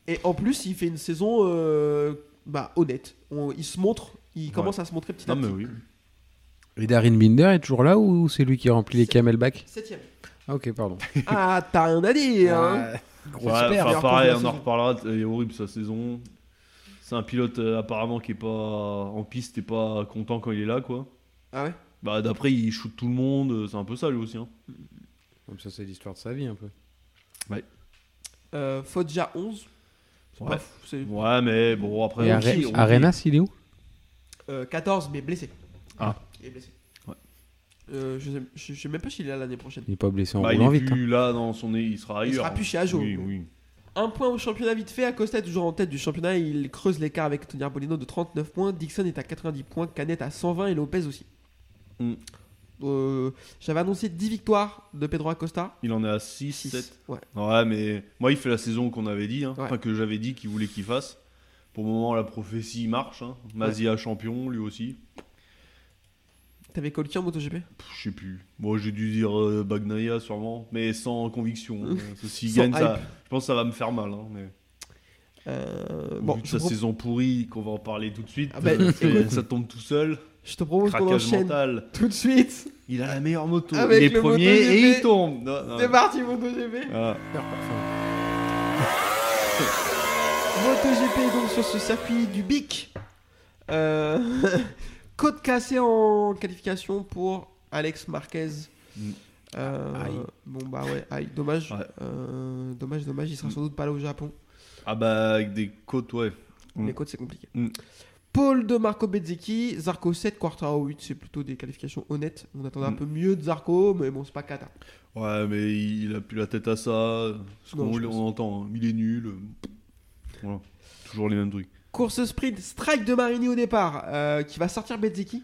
[SPEAKER 7] Et en plus, il fait une saison euh, bah, honnête. On- il se montre, il commence à se montrer petit à
[SPEAKER 9] Non, mais
[SPEAKER 7] petit.
[SPEAKER 9] oui.
[SPEAKER 8] Et Darin Binder est toujours là ou c'est lui qui remplit les camelbacks
[SPEAKER 7] Septième.
[SPEAKER 8] Ah, ok, pardon.
[SPEAKER 7] Ah, t'as rien à dire. hein.
[SPEAKER 9] Ouais,
[SPEAKER 7] expert.
[SPEAKER 9] enfin,
[SPEAKER 7] Meilleure
[SPEAKER 9] pareil,
[SPEAKER 7] course de
[SPEAKER 9] on en
[SPEAKER 7] la saison.
[SPEAKER 9] reparlera. Il est horrible sa saison. C'est un pilote euh, apparemment qui est pas en piste et pas content quand il est là, quoi.
[SPEAKER 7] Ah ouais
[SPEAKER 9] Bah, d'après, il shoot tout le monde. euh, C'est un peu ça lui aussi. hein.
[SPEAKER 8] Comme ça, c'est l'histoire de sa vie un peu.
[SPEAKER 9] Ouais.
[SPEAKER 7] Euh, Foggia 11. C'est pas
[SPEAKER 9] Ouais.
[SPEAKER 7] fou, c'est
[SPEAKER 9] Ouais, mais bon, après.
[SPEAKER 8] Et
[SPEAKER 9] on
[SPEAKER 8] Are-
[SPEAKER 9] dit- on dit-
[SPEAKER 8] Arenas, il est où
[SPEAKER 7] euh, 14, mais blessé.
[SPEAKER 9] Ah.
[SPEAKER 7] Il est blessé.
[SPEAKER 9] Ouais.
[SPEAKER 7] Euh, je, sais, je- je sais même pas s'il est là l'année prochaine.
[SPEAKER 8] Il n'est pas blessé en
[SPEAKER 9] Bah, il
[SPEAKER 8] roulant
[SPEAKER 9] est
[SPEAKER 8] vite. hein.
[SPEAKER 9] plus là dans son nez, il sera
[SPEAKER 7] Il
[SPEAKER 9] ailleurs. hein.
[SPEAKER 7] sera plus chez Ajo.
[SPEAKER 9] Oui, oui.
[SPEAKER 7] Un point au championnat vite fait. Acosta est toujours en tête du championnat. Il creuse l'écart avec Tony Arbolino de 39 points. Dixon est à 90 points. Canet à 120 et Lopez aussi.
[SPEAKER 9] Mm.
[SPEAKER 7] Euh, J'avais annoncé 10 victoires de Pedro Acosta.
[SPEAKER 9] Il en est à 6,
[SPEAKER 7] 6.
[SPEAKER 9] 7.
[SPEAKER 7] Ouais.
[SPEAKER 9] Ouais, mais moi, il fait la saison qu'on avait dit, hein.
[SPEAKER 7] Ouais.
[SPEAKER 9] enfin que j'avais dit qu'il voulait qu'il fasse. Pour le moment, la prophétie marche. Hein. Mazia champion, lui aussi.
[SPEAKER 7] T'avais Colquier en MotoGP
[SPEAKER 9] Pff, Je sais plus. Moi, j'ai dû dire euh, Bagnaia, sûrement, mais sans conviction. hein. Parce que S'il
[SPEAKER 7] Sans
[SPEAKER 9] gagne, ça,
[SPEAKER 7] hype.
[SPEAKER 9] je pense que ça va me faire mal. Hein, mais...
[SPEAKER 7] Euh,
[SPEAKER 9] Au
[SPEAKER 7] Bon,
[SPEAKER 9] vu de
[SPEAKER 7] je,
[SPEAKER 9] sa
[SPEAKER 7] pro-
[SPEAKER 9] saison pourrie, qu'on va en parler tout de suite,
[SPEAKER 7] Ah bah,
[SPEAKER 9] euh, c'est-
[SPEAKER 7] écoute.
[SPEAKER 9] ça tombe tout seul.
[SPEAKER 7] je te propose qu'on
[SPEAKER 9] Craquage
[SPEAKER 7] enchaîne
[SPEAKER 9] mental.
[SPEAKER 7] tout de suite.
[SPEAKER 9] Il a la meilleure moto.
[SPEAKER 7] Avec
[SPEAKER 9] il est
[SPEAKER 7] le
[SPEAKER 9] premier
[SPEAKER 7] MotoGP.
[SPEAKER 9] et il tombe. Non, non.
[SPEAKER 7] C'est parti, MotoGP.
[SPEAKER 9] Ah.
[SPEAKER 8] hein.
[SPEAKER 7] MotoGP est donc sur ce circuit du Bic. Euh, Côte cassée en qualification pour Alex Marquez.
[SPEAKER 9] Mm.
[SPEAKER 7] Euh,
[SPEAKER 9] Aïe.
[SPEAKER 7] Bon bah ouais, aïe, dommage.
[SPEAKER 9] Ouais. Mm.
[SPEAKER 7] Euh, dommage, dommage, il sera sans doute pas là au Japon.
[SPEAKER 9] Ah bah, avec des côtes, ouais. Mm.
[SPEAKER 7] Les côtes c'est compliqué.
[SPEAKER 9] Mm.
[SPEAKER 7] Paul de Marco Bezzecchi, Zarco 7, Quartaro 8, c'est plutôt des qualifications honnêtes. On attendait un
[SPEAKER 9] Mm.
[SPEAKER 7] peu mieux de Zarco, mais bon, c'est pas cata.
[SPEAKER 9] Ouais, mais il a plus la tête à ça. Ce
[SPEAKER 7] Non,
[SPEAKER 9] qu'on
[SPEAKER 7] je pense.
[SPEAKER 9] on entend, hein. il est nul. Voilà. Toujours les mêmes trucs.
[SPEAKER 7] Course sprint, strike de Marini au départ, euh, qui va sortir Bezzecchi.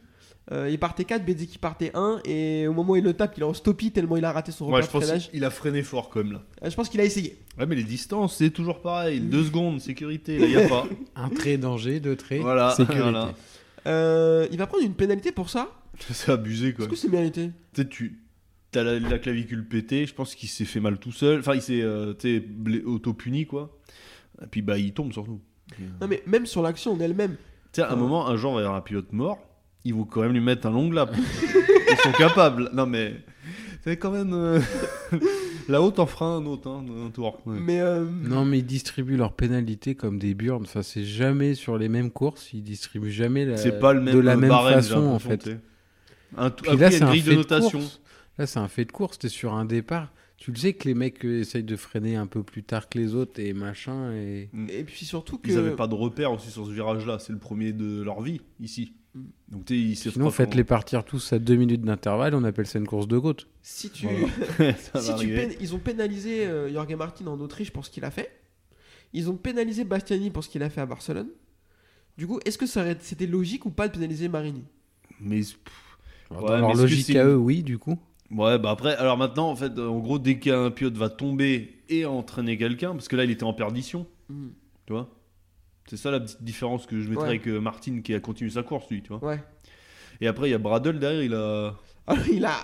[SPEAKER 7] Euh, il partait 4, Bezzecchi partait 1, et au moment où il le tape, il est en stoppie tellement il a raté son
[SPEAKER 9] Ouais,
[SPEAKER 7] repère
[SPEAKER 9] je
[SPEAKER 7] de
[SPEAKER 9] pense
[SPEAKER 7] freinage.
[SPEAKER 9] qu'il a freiné fort quand même là.
[SPEAKER 7] Euh, Je pense qu'il a essayé.
[SPEAKER 9] Ouais, mais les distances, c'est toujours pareil. Deux secondes, sécurité, là, il a pas.
[SPEAKER 8] Un trait danger, deux traits.
[SPEAKER 9] voilà,
[SPEAKER 8] sécurité.
[SPEAKER 9] voilà.
[SPEAKER 7] Euh, il va prendre une pénalité pour ça
[SPEAKER 9] C'est abusé quoi.
[SPEAKER 7] Est-ce que c'est mérité
[SPEAKER 9] Tu sais, tu t'as la, la clavicule pétée, je pense qu'il s'est fait mal tout seul. Enfin, il s'est euh, tu sais, blé- auto-puni, quoi. Et puis, bah, il tombe surtout.
[SPEAKER 7] Non, mais même sur l'action en elle-même.
[SPEAKER 9] Tu sais, à un
[SPEAKER 7] Ouais.
[SPEAKER 9] moment, un jour, on va y avoir un pilote mort, ils vont quand même lui mettre un long lap. ils sont capables. Non, mais. C'est quand même. euh, Là-haut, t'en feras un autre, hein, un tour. Ouais.
[SPEAKER 7] Mais euh,
[SPEAKER 8] Non, mais ils distribuent leurs pénalités comme des burnes. Enfin, c'est jamais sur les mêmes courses. Ils distribuent jamais la...
[SPEAKER 9] C'est pas le même euh,
[SPEAKER 8] de la même
[SPEAKER 9] barème, j'ai
[SPEAKER 8] façon, en
[SPEAKER 9] l'impression,
[SPEAKER 8] fait.
[SPEAKER 9] tu sais. Un tou-
[SPEAKER 8] Puis
[SPEAKER 9] après,
[SPEAKER 8] là,
[SPEAKER 9] il y a
[SPEAKER 8] c'est
[SPEAKER 9] une
[SPEAKER 8] un
[SPEAKER 9] grille
[SPEAKER 8] fait
[SPEAKER 9] de
[SPEAKER 8] de
[SPEAKER 9] notation.
[SPEAKER 8] course. Là, c'est un fait de course. T'es sur un départ. Tu le sais que les mecs euh, essayent de freiner un peu plus tard que les autres et machin. Et...
[SPEAKER 7] et puis surtout que.
[SPEAKER 9] Ils avaient pas de repère aussi sur ce virage-là. C'est le premier de leur vie, ici.
[SPEAKER 7] Mm.
[SPEAKER 9] Donc, tu sais, ils savent
[SPEAKER 8] Sinon,
[SPEAKER 9] pas
[SPEAKER 8] faites-les partir tous à deux minutes d'intervalle. On appelle ça une course de côte.
[SPEAKER 7] Si tu.
[SPEAKER 9] comment- Ça va
[SPEAKER 7] si tu
[SPEAKER 9] arriver.
[SPEAKER 7] pén- Ils ont pénalisé euh, Jorge Martin en Autriche pour ce qu'il a fait. Ils ont pénalisé Bastiani pour ce qu'il a fait à Barcelone. Du coup, est-ce que ça aurait- c'était logique ou pas de pénaliser Marini
[SPEAKER 9] Mais pff,
[SPEAKER 8] Alors,
[SPEAKER 9] Ouais,
[SPEAKER 8] dans
[SPEAKER 9] mais
[SPEAKER 8] leur
[SPEAKER 9] est-ce que
[SPEAKER 8] logique
[SPEAKER 9] c'est
[SPEAKER 8] à
[SPEAKER 9] une-
[SPEAKER 8] eux, oui, du coup.
[SPEAKER 9] Ouais, bah après, alors maintenant, en fait, euh, en gros, dès qu'un pilote va tomber et entraîner quelqu'un, parce que là, il était en perdition,
[SPEAKER 7] Mm.
[SPEAKER 9] tu vois. C'est ça la petite différence que je mettrais
[SPEAKER 7] Ouais.
[SPEAKER 9] avec euh, Martin qui a continué sa course, lui, tu vois.
[SPEAKER 7] Ouais.
[SPEAKER 9] Et après, il y a Bradle derrière, il a.
[SPEAKER 7] Alors, il a.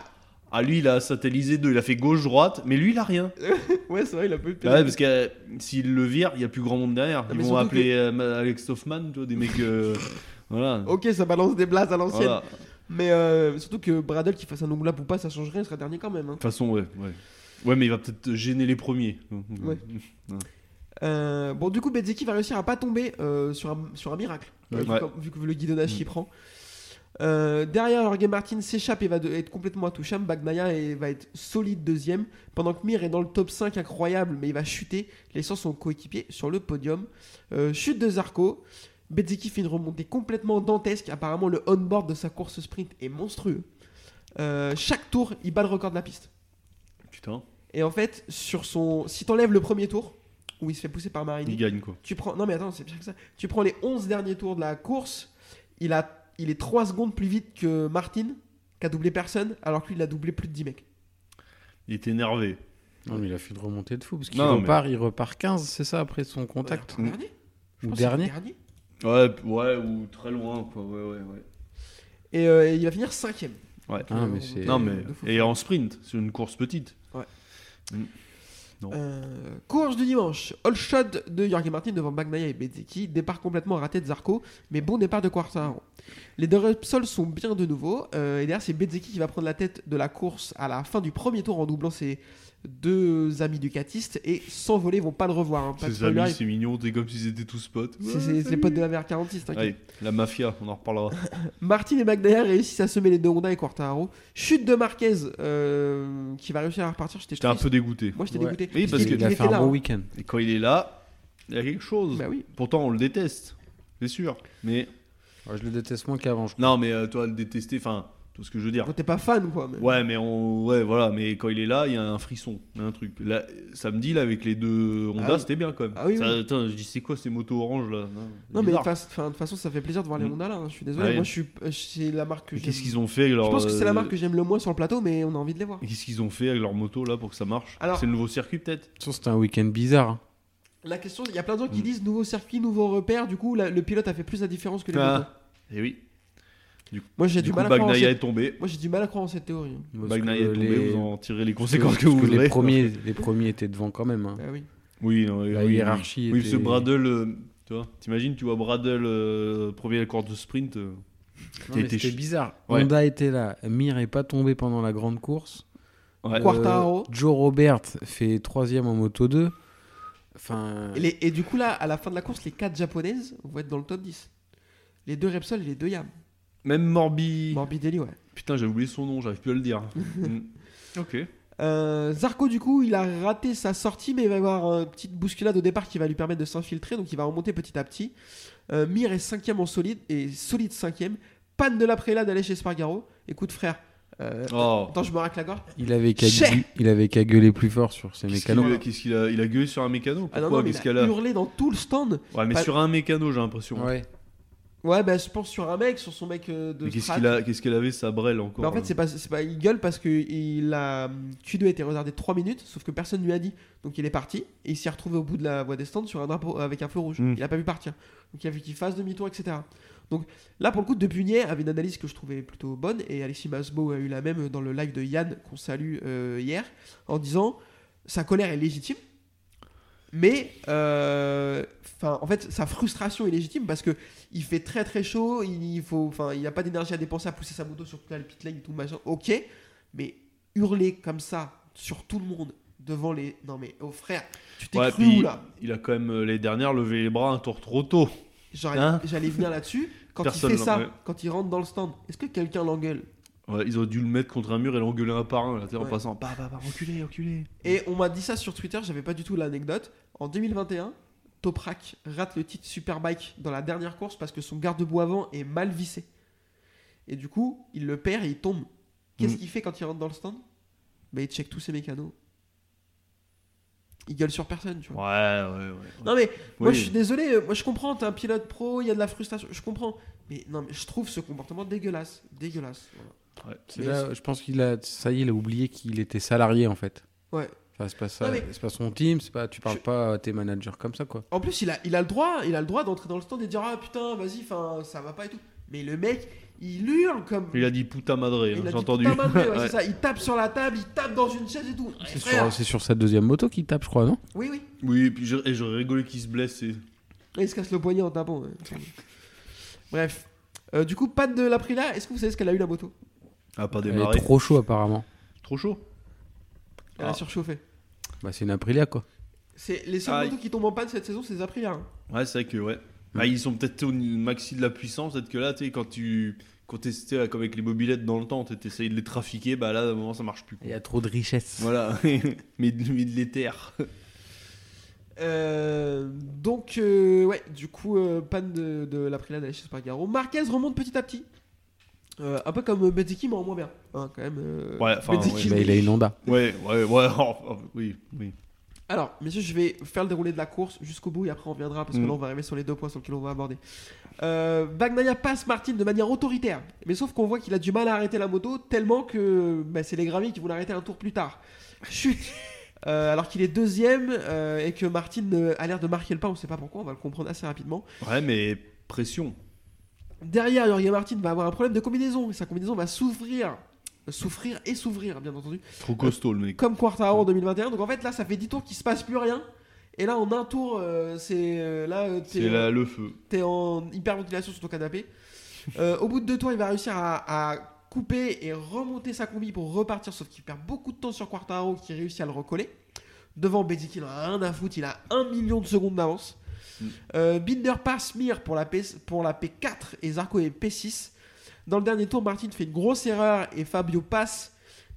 [SPEAKER 9] Ah, lui, il a satellisé deux, il a fait gauche-droite, mais lui, il a rien.
[SPEAKER 7] Euh, Ouais, c'est vrai, il a peu eu de
[SPEAKER 9] Bah ouais,
[SPEAKER 7] pénalité.
[SPEAKER 9] parce que euh, s'il le vire, il y a plus grand monde derrière.
[SPEAKER 7] Ah,
[SPEAKER 9] Ils
[SPEAKER 7] mais
[SPEAKER 9] vont
[SPEAKER 7] surtout
[SPEAKER 9] appeler euh, Ma- Alex Hoffman, tu vois, des mecs. euh, voilà.
[SPEAKER 7] Ok, ça balance des blases à l'ancienne.
[SPEAKER 9] Voilà.
[SPEAKER 7] Mais euh, surtout que Bradle qui fasse un ongle ou pas, ça change rien, il sera dernier quand même.
[SPEAKER 9] De
[SPEAKER 7] hein.
[SPEAKER 9] toute façon, ouais, ouais. Ouais, mais il va peut-être gêner les premiers.
[SPEAKER 7] Ouais. Euh, bon, du coup, Bezzeki va réussir à pas tomber euh, sur, un, sur un miracle, euh, vu,
[SPEAKER 9] Ouais. Mm.
[SPEAKER 7] comme- vu que le guidonnage qu'il prend. Euh, derrière, Jorge Martin s'échappe et va de- être complètement intouchable. Bagnaia et- va être solide deuxième, pendant que Mir est dans le top 5 incroyable, mais il va chuter, laissant son coéquipier sur le podium. Euh, chute de Zarco. Bezzeki fait une remontée complètement dantesque. Apparemment, le on-board de sa course sprint est monstrueux. Euh, chaque tour, il bat le record de la piste.
[SPEAKER 9] Putain,
[SPEAKER 7] Et en fait, sur son, si t'enlèves le premier tour, où il se fait pousser par Marini,
[SPEAKER 9] il gagne quoi.
[SPEAKER 7] tu prends. Non, mais attends, c'est pire que ça. Tu prends les 11 derniers tours de la course. Il, a... il est 3 secondes plus vite que Martin, qui a doublé personne, alors que lui, il a doublé plus de 10 mecs.
[SPEAKER 9] Il est énervé.
[SPEAKER 8] Non, mais il a fait une remontée de fou. Parce qu'il
[SPEAKER 9] Non, mais-
[SPEAKER 8] repart, il repart 15, c'est ça, après son contact.
[SPEAKER 7] Il est dernier Je
[SPEAKER 8] Ou
[SPEAKER 7] pense qu'il est
[SPEAKER 8] dernier.
[SPEAKER 9] Ouais, p- ouais, ou très loin, quoi. Ouais, ouais, ouais.
[SPEAKER 7] Et, euh, et il va finir 5ème.
[SPEAKER 9] Ouais.
[SPEAKER 8] Ah, mais c'est-
[SPEAKER 9] Non,
[SPEAKER 8] Et
[SPEAKER 9] mais. Et en sprint, c'est une course petite.
[SPEAKER 7] Euh, course du dimanche. All shot de Jorge Martin devant Bagnaia et Bezzecchi. Départ complètement raté de Zarco, mais bon départ de Quartaro. Les deux Repsol sont bien de nouveau. euh, et derrière, c'est Bezzecchi qui va prendre la tête de la course à la fin du premier tour en doublant ses deux amis ducatistes et s'envoler, ils vont pas le revoir. hein, pas de
[SPEAKER 9] Ses
[SPEAKER 7] spoiler,
[SPEAKER 9] amis,
[SPEAKER 7] ils-
[SPEAKER 9] c'est mignon, t'es comme s'ils étaient tous potes.
[SPEAKER 7] c'est c'est- c'est les potes de la VR46, t'inquiète.
[SPEAKER 9] Allez, la mafia, on en reparlera.
[SPEAKER 7] Martin et McNair réussissent à semer les deux Honda et Quartaro. Chute de Marquez euh, qui va réussir à repartir. J'étais
[SPEAKER 9] J'étais un
[SPEAKER 7] triste.
[SPEAKER 9] peu dégoûté.
[SPEAKER 7] Moi j'étais
[SPEAKER 8] Ouais.
[SPEAKER 7] dégoûté.
[SPEAKER 9] Oui, parce
[SPEAKER 7] Il-
[SPEAKER 9] que-
[SPEAKER 7] il
[SPEAKER 8] il a
[SPEAKER 7] était
[SPEAKER 8] fait un
[SPEAKER 7] là,
[SPEAKER 8] bon
[SPEAKER 7] hein.
[SPEAKER 8] week-end.
[SPEAKER 9] Et quand il est là, il y a quelque chose.
[SPEAKER 7] Bah oui.
[SPEAKER 9] Pourtant, on le déteste, c'est sûr. Mais
[SPEAKER 8] Ouais, je le déteste moins qu'avant. je crois.
[SPEAKER 9] non, mais euh, toi, le détester, enfin, tout ce que je veux dire.
[SPEAKER 7] Bon, T'es pas fan quoi. mais-
[SPEAKER 9] Ouais, mais on, ouais, voilà. Mais quand il est là, il y a un frisson, il y a un truc. Là, samedi, là, avec les deux Honda,
[SPEAKER 7] Ah oui.
[SPEAKER 9] c'était bien quand même.
[SPEAKER 7] Ah oui,
[SPEAKER 9] Ça,
[SPEAKER 7] oui.
[SPEAKER 9] Attends, je dis, c'est quoi ces motos oranges là
[SPEAKER 7] Non mais de
[SPEAKER 9] Bizarre.
[SPEAKER 7] fa- enfin, de toute façon ça fait plaisir de voir les
[SPEAKER 9] Mm.
[SPEAKER 7] Honda là. hein, Je suis désolé.
[SPEAKER 9] Ouais.
[SPEAKER 7] Moi je suis euh, c'est la marque que
[SPEAKER 9] Mais
[SPEAKER 7] j'aime.
[SPEAKER 9] qu'est-ce qu'ils ont fait
[SPEAKER 7] Je
[SPEAKER 9] alors,
[SPEAKER 7] pense que c'est
[SPEAKER 9] euh,
[SPEAKER 7] la marque que j'aime le moins sur le plateau, mais on a envie de les voir.
[SPEAKER 9] Qu'est-ce qu'ils ont fait avec leur moto là pour que ça marche
[SPEAKER 7] Alors-
[SPEAKER 9] C'est le nouveau circuit peut-être
[SPEAKER 8] De toute façon, C'était un week-end bizarre. hein.
[SPEAKER 7] La question, il y a plein de gens qui
[SPEAKER 9] Mm.
[SPEAKER 7] disent nouveau circuit, nouveau repère. Du coup, la- le pilote a fait plus la différence que les motos.
[SPEAKER 9] Et Ah, eh oui.
[SPEAKER 7] Moi j'ai
[SPEAKER 9] Du
[SPEAKER 7] du
[SPEAKER 9] coup,
[SPEAKER 7] mal à croire. en
[SPEAKER 9] Bagnaia
[SPEAKER 7] cette-
[SPEAKER 9] est tombé.
[SPEAKER 7] Moi j'ai du mal à croire en cette théorie. hein.
[SPEAKER 8] Parce
[SPEAKER 9] Bagnaia
[SPEAKER 8] que
[SPEAKER 9] est tombé.
[SPEAKER 8] les-
[SPEAKER 9] Vous en tirez les
[SPEAKER 8] parce que-
[SPEAKER 9] conséquences que,
[SPEAKER 8] parce
[SPEAKER 9] vous
[SPEAKER 8] que
[SPEAKER 9] voulez.
[SPEAKER 8] les premiers, les premiers étaient devant quand même. hein.
[SPEAKER 7] Bah oui.
[SPEAKER 9] Oui, non, oui,
[SPEAKER 8] La
[SPEAKER 9] oui,
[SPEAKER 8] hiérarchie
[SPEAKER 9] Oui,
[SPEAKER 8] était-
[SPEAKER 9] ce Bradle, euh, tu vois, t'imagines, tu vois Bradle euh, premier accord de sprint. euh,
[SPEAKER 8] Non,
[SPEAKER 9] T'as
[SPEAKER 8] mais
[SPEAKER 9] été
[SPEAKER 8] C'était
[SPEAKER 9] ch-
[SPEAKER 8] bizarre.
[SPEAKER 9] Ouais.
[SPEAKER 8] Honda était là. Mir est pas tombé pendant la grande course. Euh,
[SPEAKER 9] ouais.
[SPEAKER 7] Quoi Quartaro.
[SPEAKER 8] Joe Robert fait troisième en moto 2. Enfin,
[SPEAKER 7] Et, les- et du coup, là, à la fin de la course, les 4 japonaises vont être dans le top 10. Les deux Repsol et les deux Yam.
[SPEAKER 9] Même Morbi.
[SPEAKER 7] Morbidelli, ouais.
[SPEAKER 9] Putain, j'ai oublié son nom, j'arrive plus à le dire. Mm. Ok.
[SPEAKER 7] Euh, Zarco, du coup, il a raté sa sortie, mais il va avoir une petite bousculade au départ qui va lui permettre de s'infiltrer, donc il va remonter petit à petit. Euh, Mir est 5 en solide, et solide 5 Panne de la prélade d'aller chez Spargaro. Écoute, frère. euh,
[SPEAKER 9] Oh.
[SPEAKER 7] Attends, je me racle la gorge.
[SPEAKER 8] il avait qu'à
[SPEAKER 7] Cher.
[SPEAKER 8] gu- il avait qu'à gueuler plus fort sur ses
[SPEAKER 9] Qu'est-ce qu'il
[SPEAKER 8] mécanos.
[SPEAKER 9] a, qu'est-ce qu'il a- il a gueulé sur un mécano
[SPEAKER 7] Ah non,
[SPEAKER 9] Pourquoi
[SPEAKER 7] non, mais
[SPEAKER 9] Qu'est-ce qu'elle
[SPEAKER 7] il a
[SPEAKER 9] a
[SPEAKER 7] hurlé dans tout le stand.
[SPEAKER 9] Ouais, mais
[SPEAKER 7] pas-
[SPEAKER 9] sur un mécano, j'ai l'impression.
[SPEAKER 8] Ouais.
[SPEAKER 7] Ouais, bah, je pense sur un mec, sur son mec euh, de
[SPEAKER 9] Mais qu'est-ce
[SPEAKER 7] Strat.
[SPEAKER 9] qu'il a- qu'est-ce qu'elle avait, sa brelle encore hein. euh
[SPEAKER 7] Mais en fait, c'est pas, c'est pas, il gueule parce que il a, Q2 a été retardé 3 minutes, sauf que personne lui a dit. Donc il est parti et il s'est retrouvé au bout de la voie des stands sur un drapeau avec un feu rouge.
[SPEAKER 9] Mm.
[SPEAKER 7] Il a pas pu partir. Donc il a vu qu'il fasse demi-tour, etc. Donc là, pour le coup, Depugnet avait une analyse que je trouvais plutôt bonne et Alexis Masbo a eu la même dans le live de Yann qu'on salue euh, hier en disant sa colère est légitime. Mais euh, 'fin, en fait, sa frustration est légitime parce que il fait très très chaud, il il faut, enfin, il n'y a pas d'énergie à dépenser à pousser sa moto sur toute la pit lane et tout machin. Ok, mais hurler comme ça sur tout le monde devant les, non mais oh frère, tu t'es
[SPEAKER 9] Ouais,
[SPEAKER 7] cru
[SPEAKER 9] puis-
[SPEAKER 7] où, là
[SPEAKER 9] Il a quand même, euh, les dernières, levé les bras un tour trop tôt.
[SPEAKER 7] J'aurais-
[SPEAKER 9] Hein
[SPEAKER 7] J'allais venir là-dessus. Quand
[SPEAKER 9] Personne,
[SPEAKER 7] il fait ça,
[SPEAKER 9] ouais.
[SPEAKER 7] quand il rentre dans le stand, est-ce que quelqu'un l'engueule
[SPEAKER 9] Ouais, ils auraient dû le mettre contre un mur et l'engueuler un par un, là, tu sais, en
[SPEAKER 7] Ouais.
[SPEAKER 9] passant. Bah, bah, bah, enculé, enculé.
[SPEAKER 7] Et on m'a dit ça sur Twitter, j'avais pas du tout l'anecdote. En 2021, Toprak rate le titre Superbike dans la dernière course parce que son garde-boue avant est mal vissé. Et du coup, il le perd et il tombe. Qu'est-ce
[SPEAKER 9] Mm.
[SPEAKER 7] qu'il fait quand il rentre dans le stand Bah, il check tous ses mécanos. Il gueule sur personne, tu
[SPEAKER 9] Ouais,
[SPEAKER 7] vois.
[SPEAKER 9] ouais, ouais.
[SPEAKER 7] Non mais moi
[SPEAKER 9] Oui.
[SPEAKER 7] je suis désolé, euh, moi je comprends, t'es un pilote pro, il y a de la frustration, je comprends. Mais non mais je trouve ce comportement dégueulasse, dégueulasse. voilà.
[SPEAKER 9] Ouais.
[SPEAKER 8] C'est là, je pense qu'il a, ça y est, il a oublié qu'il était salarié en fait.
[SPEAKER 7] Ouais.
[SPEAKER 8] Enfin, c'est pas ça,
[SPEAKER 7] Non, mais-
[SPEAKER 8] c'est pas son team, c'est pas, tu parles
[SPEAKER 7] Je-
[SPEAKER 8] pas à tes managers comme ça quoi.
[SPEAKER 7] En plus, il a, il a le droit, il a le droit d'entrer dans le stand et de dire ah putain, vas-y, enfin ça va pas et tout. Mais le mec, il hurle comme.
[SPEAKER 9] Il a dit putain madré, hein,
[SPEAKER 7] il a
[SPEAKER 9] j'ai
[SPEAKER 7] dit,
[SPEAKER 9] entendu.
[SPEAKER 7] Putain, madré, ouais,
[SPEAKER 9] Ouais.
[SPEAKER 7] c'est ça. Il tape sur la table, il tape dans une chaise et tout. Eh,
[SPEAKER 8] C'est
[SPEAKER 7] frère.
[SPEAKER 8] sur, c'est sur sa deuxième moto qu'il tape, je crois, non
[SPEAKER 7] Oui, oui.
[SPEAKER 9] Oui, et puis je- et j'aurais rigolé qu'il se blesse. et-
[SPEAKER 7] Et il se casse le poignet en tapant. ouais. Bref. Euh, du coup, panne de la Prila, est-ce que vous savez ce qu'elle a eu la moto
[SPEAKER 9] Ah, pas
[SPEAKER 8] Il
[SPEAKER 9] démarré.
[SPEAKER 8] est trop chaud apparemment.
[SPEAKER 9] Trop chaud.
[SPEAKER 7] Elle a
[SPEAKER 9] Ah.
[SPEAKER 7] surchauffé.
[SPEAKER 8] Bah, c'est une Aprilia quoi.
[SPEAKER 7] C'est les seules
[SPEAKER 9] Aïe.
[SPEAKER 7] motos qui tombent en panne cette saison, c'est les Aprilia. hein.
[SPEAKER 9] Ouais, c'est vrai que, ouais. Bah, ils sont peut-être au maxi de la puissance, peut-être que là, tu sais, quand tu. Quand t'es- c'était, euh, comme avec les mobilettes dans le temps, tu t'essayes de les trafiquer, bah là, à un moment, ça marche plus.
[SPEAKER 8] Il y a trop de richesse.
[SPEAKER 9] Voilà, mais, de- mais de l'éther.
[SPEAKER 7] Euh, donc, euh, ouais, du coup, euh, panne de, de la Prila d'aller chez Spargaro. Marquez remonte petit à petit. Euh, un peu comme Benziki, mais en moins bien. Hein, quand même. euh,
[SPEAKER 9] Ouais, enfin, ouais.
[SPEAKER 7] Bezzeki.
[SPEAKER 8] Bah, il a une Honda.
[SPEAKER 9] Ouais, ouais, ouais. oh, oh, oui, oui.
[SPEAKER 7] Alors, messieurs, je vais faire le déroulé de la course jusqu'au bout et après on reviendra parce que
[SPEAKER 9] Mm.
[SPEAKER 7] là on va arriver sur les deux points sur lesquels on va aborder. Euh, Bagnaia passe Martin de manière autoritaire, mais sauf qu'on voit qu'il a du mal à arrêter la moto tellement que bah, c'est les graviers qui vont l'arrêter un tour plus tard. Chute Euh, Alors qu'il est deuxième euh, et que Martin euh, a l'air de marquer le pas, on sait pas pourquoi, on va le comprendre assez rapidement.
[SPEAKER 9] Ouais, mais pression.
[SPEAKER 7] Derrière, Jorge Martin va avoir un problème de combinaison et sa combinaison va s'ouvrir. Souffrir et s'ouvrir, bien entendu
[SPEAKER 9] Trop costaud, le mec.
[SPEAKER 7] comme Quartaro en 2021. Donc en fait, là, ça fait 10 tours qu'il se passe plus rien. Et là, en un tour, euh, c'est euh, là, euh, t'es
[SPEAKER 9] C'est là le feu.
[SPEAKER 7] t'es en hyperventilation sur ton canapé. Euh, au bout de deux tours, il va réussir à, à couper et remonter sa combi pour repartir, sauf qu'il perd beaucoup de temps sur Quartaro qui réussit à le recoller. Devant Bezic, il en a rien à foutre, il a un million de secondes d'avance. Euh, Binder passe Mir pour la, P, pour la P4 et Zarco est P6. Dans le dernier tour, Martin fait une grosse erreur et Fabio passe,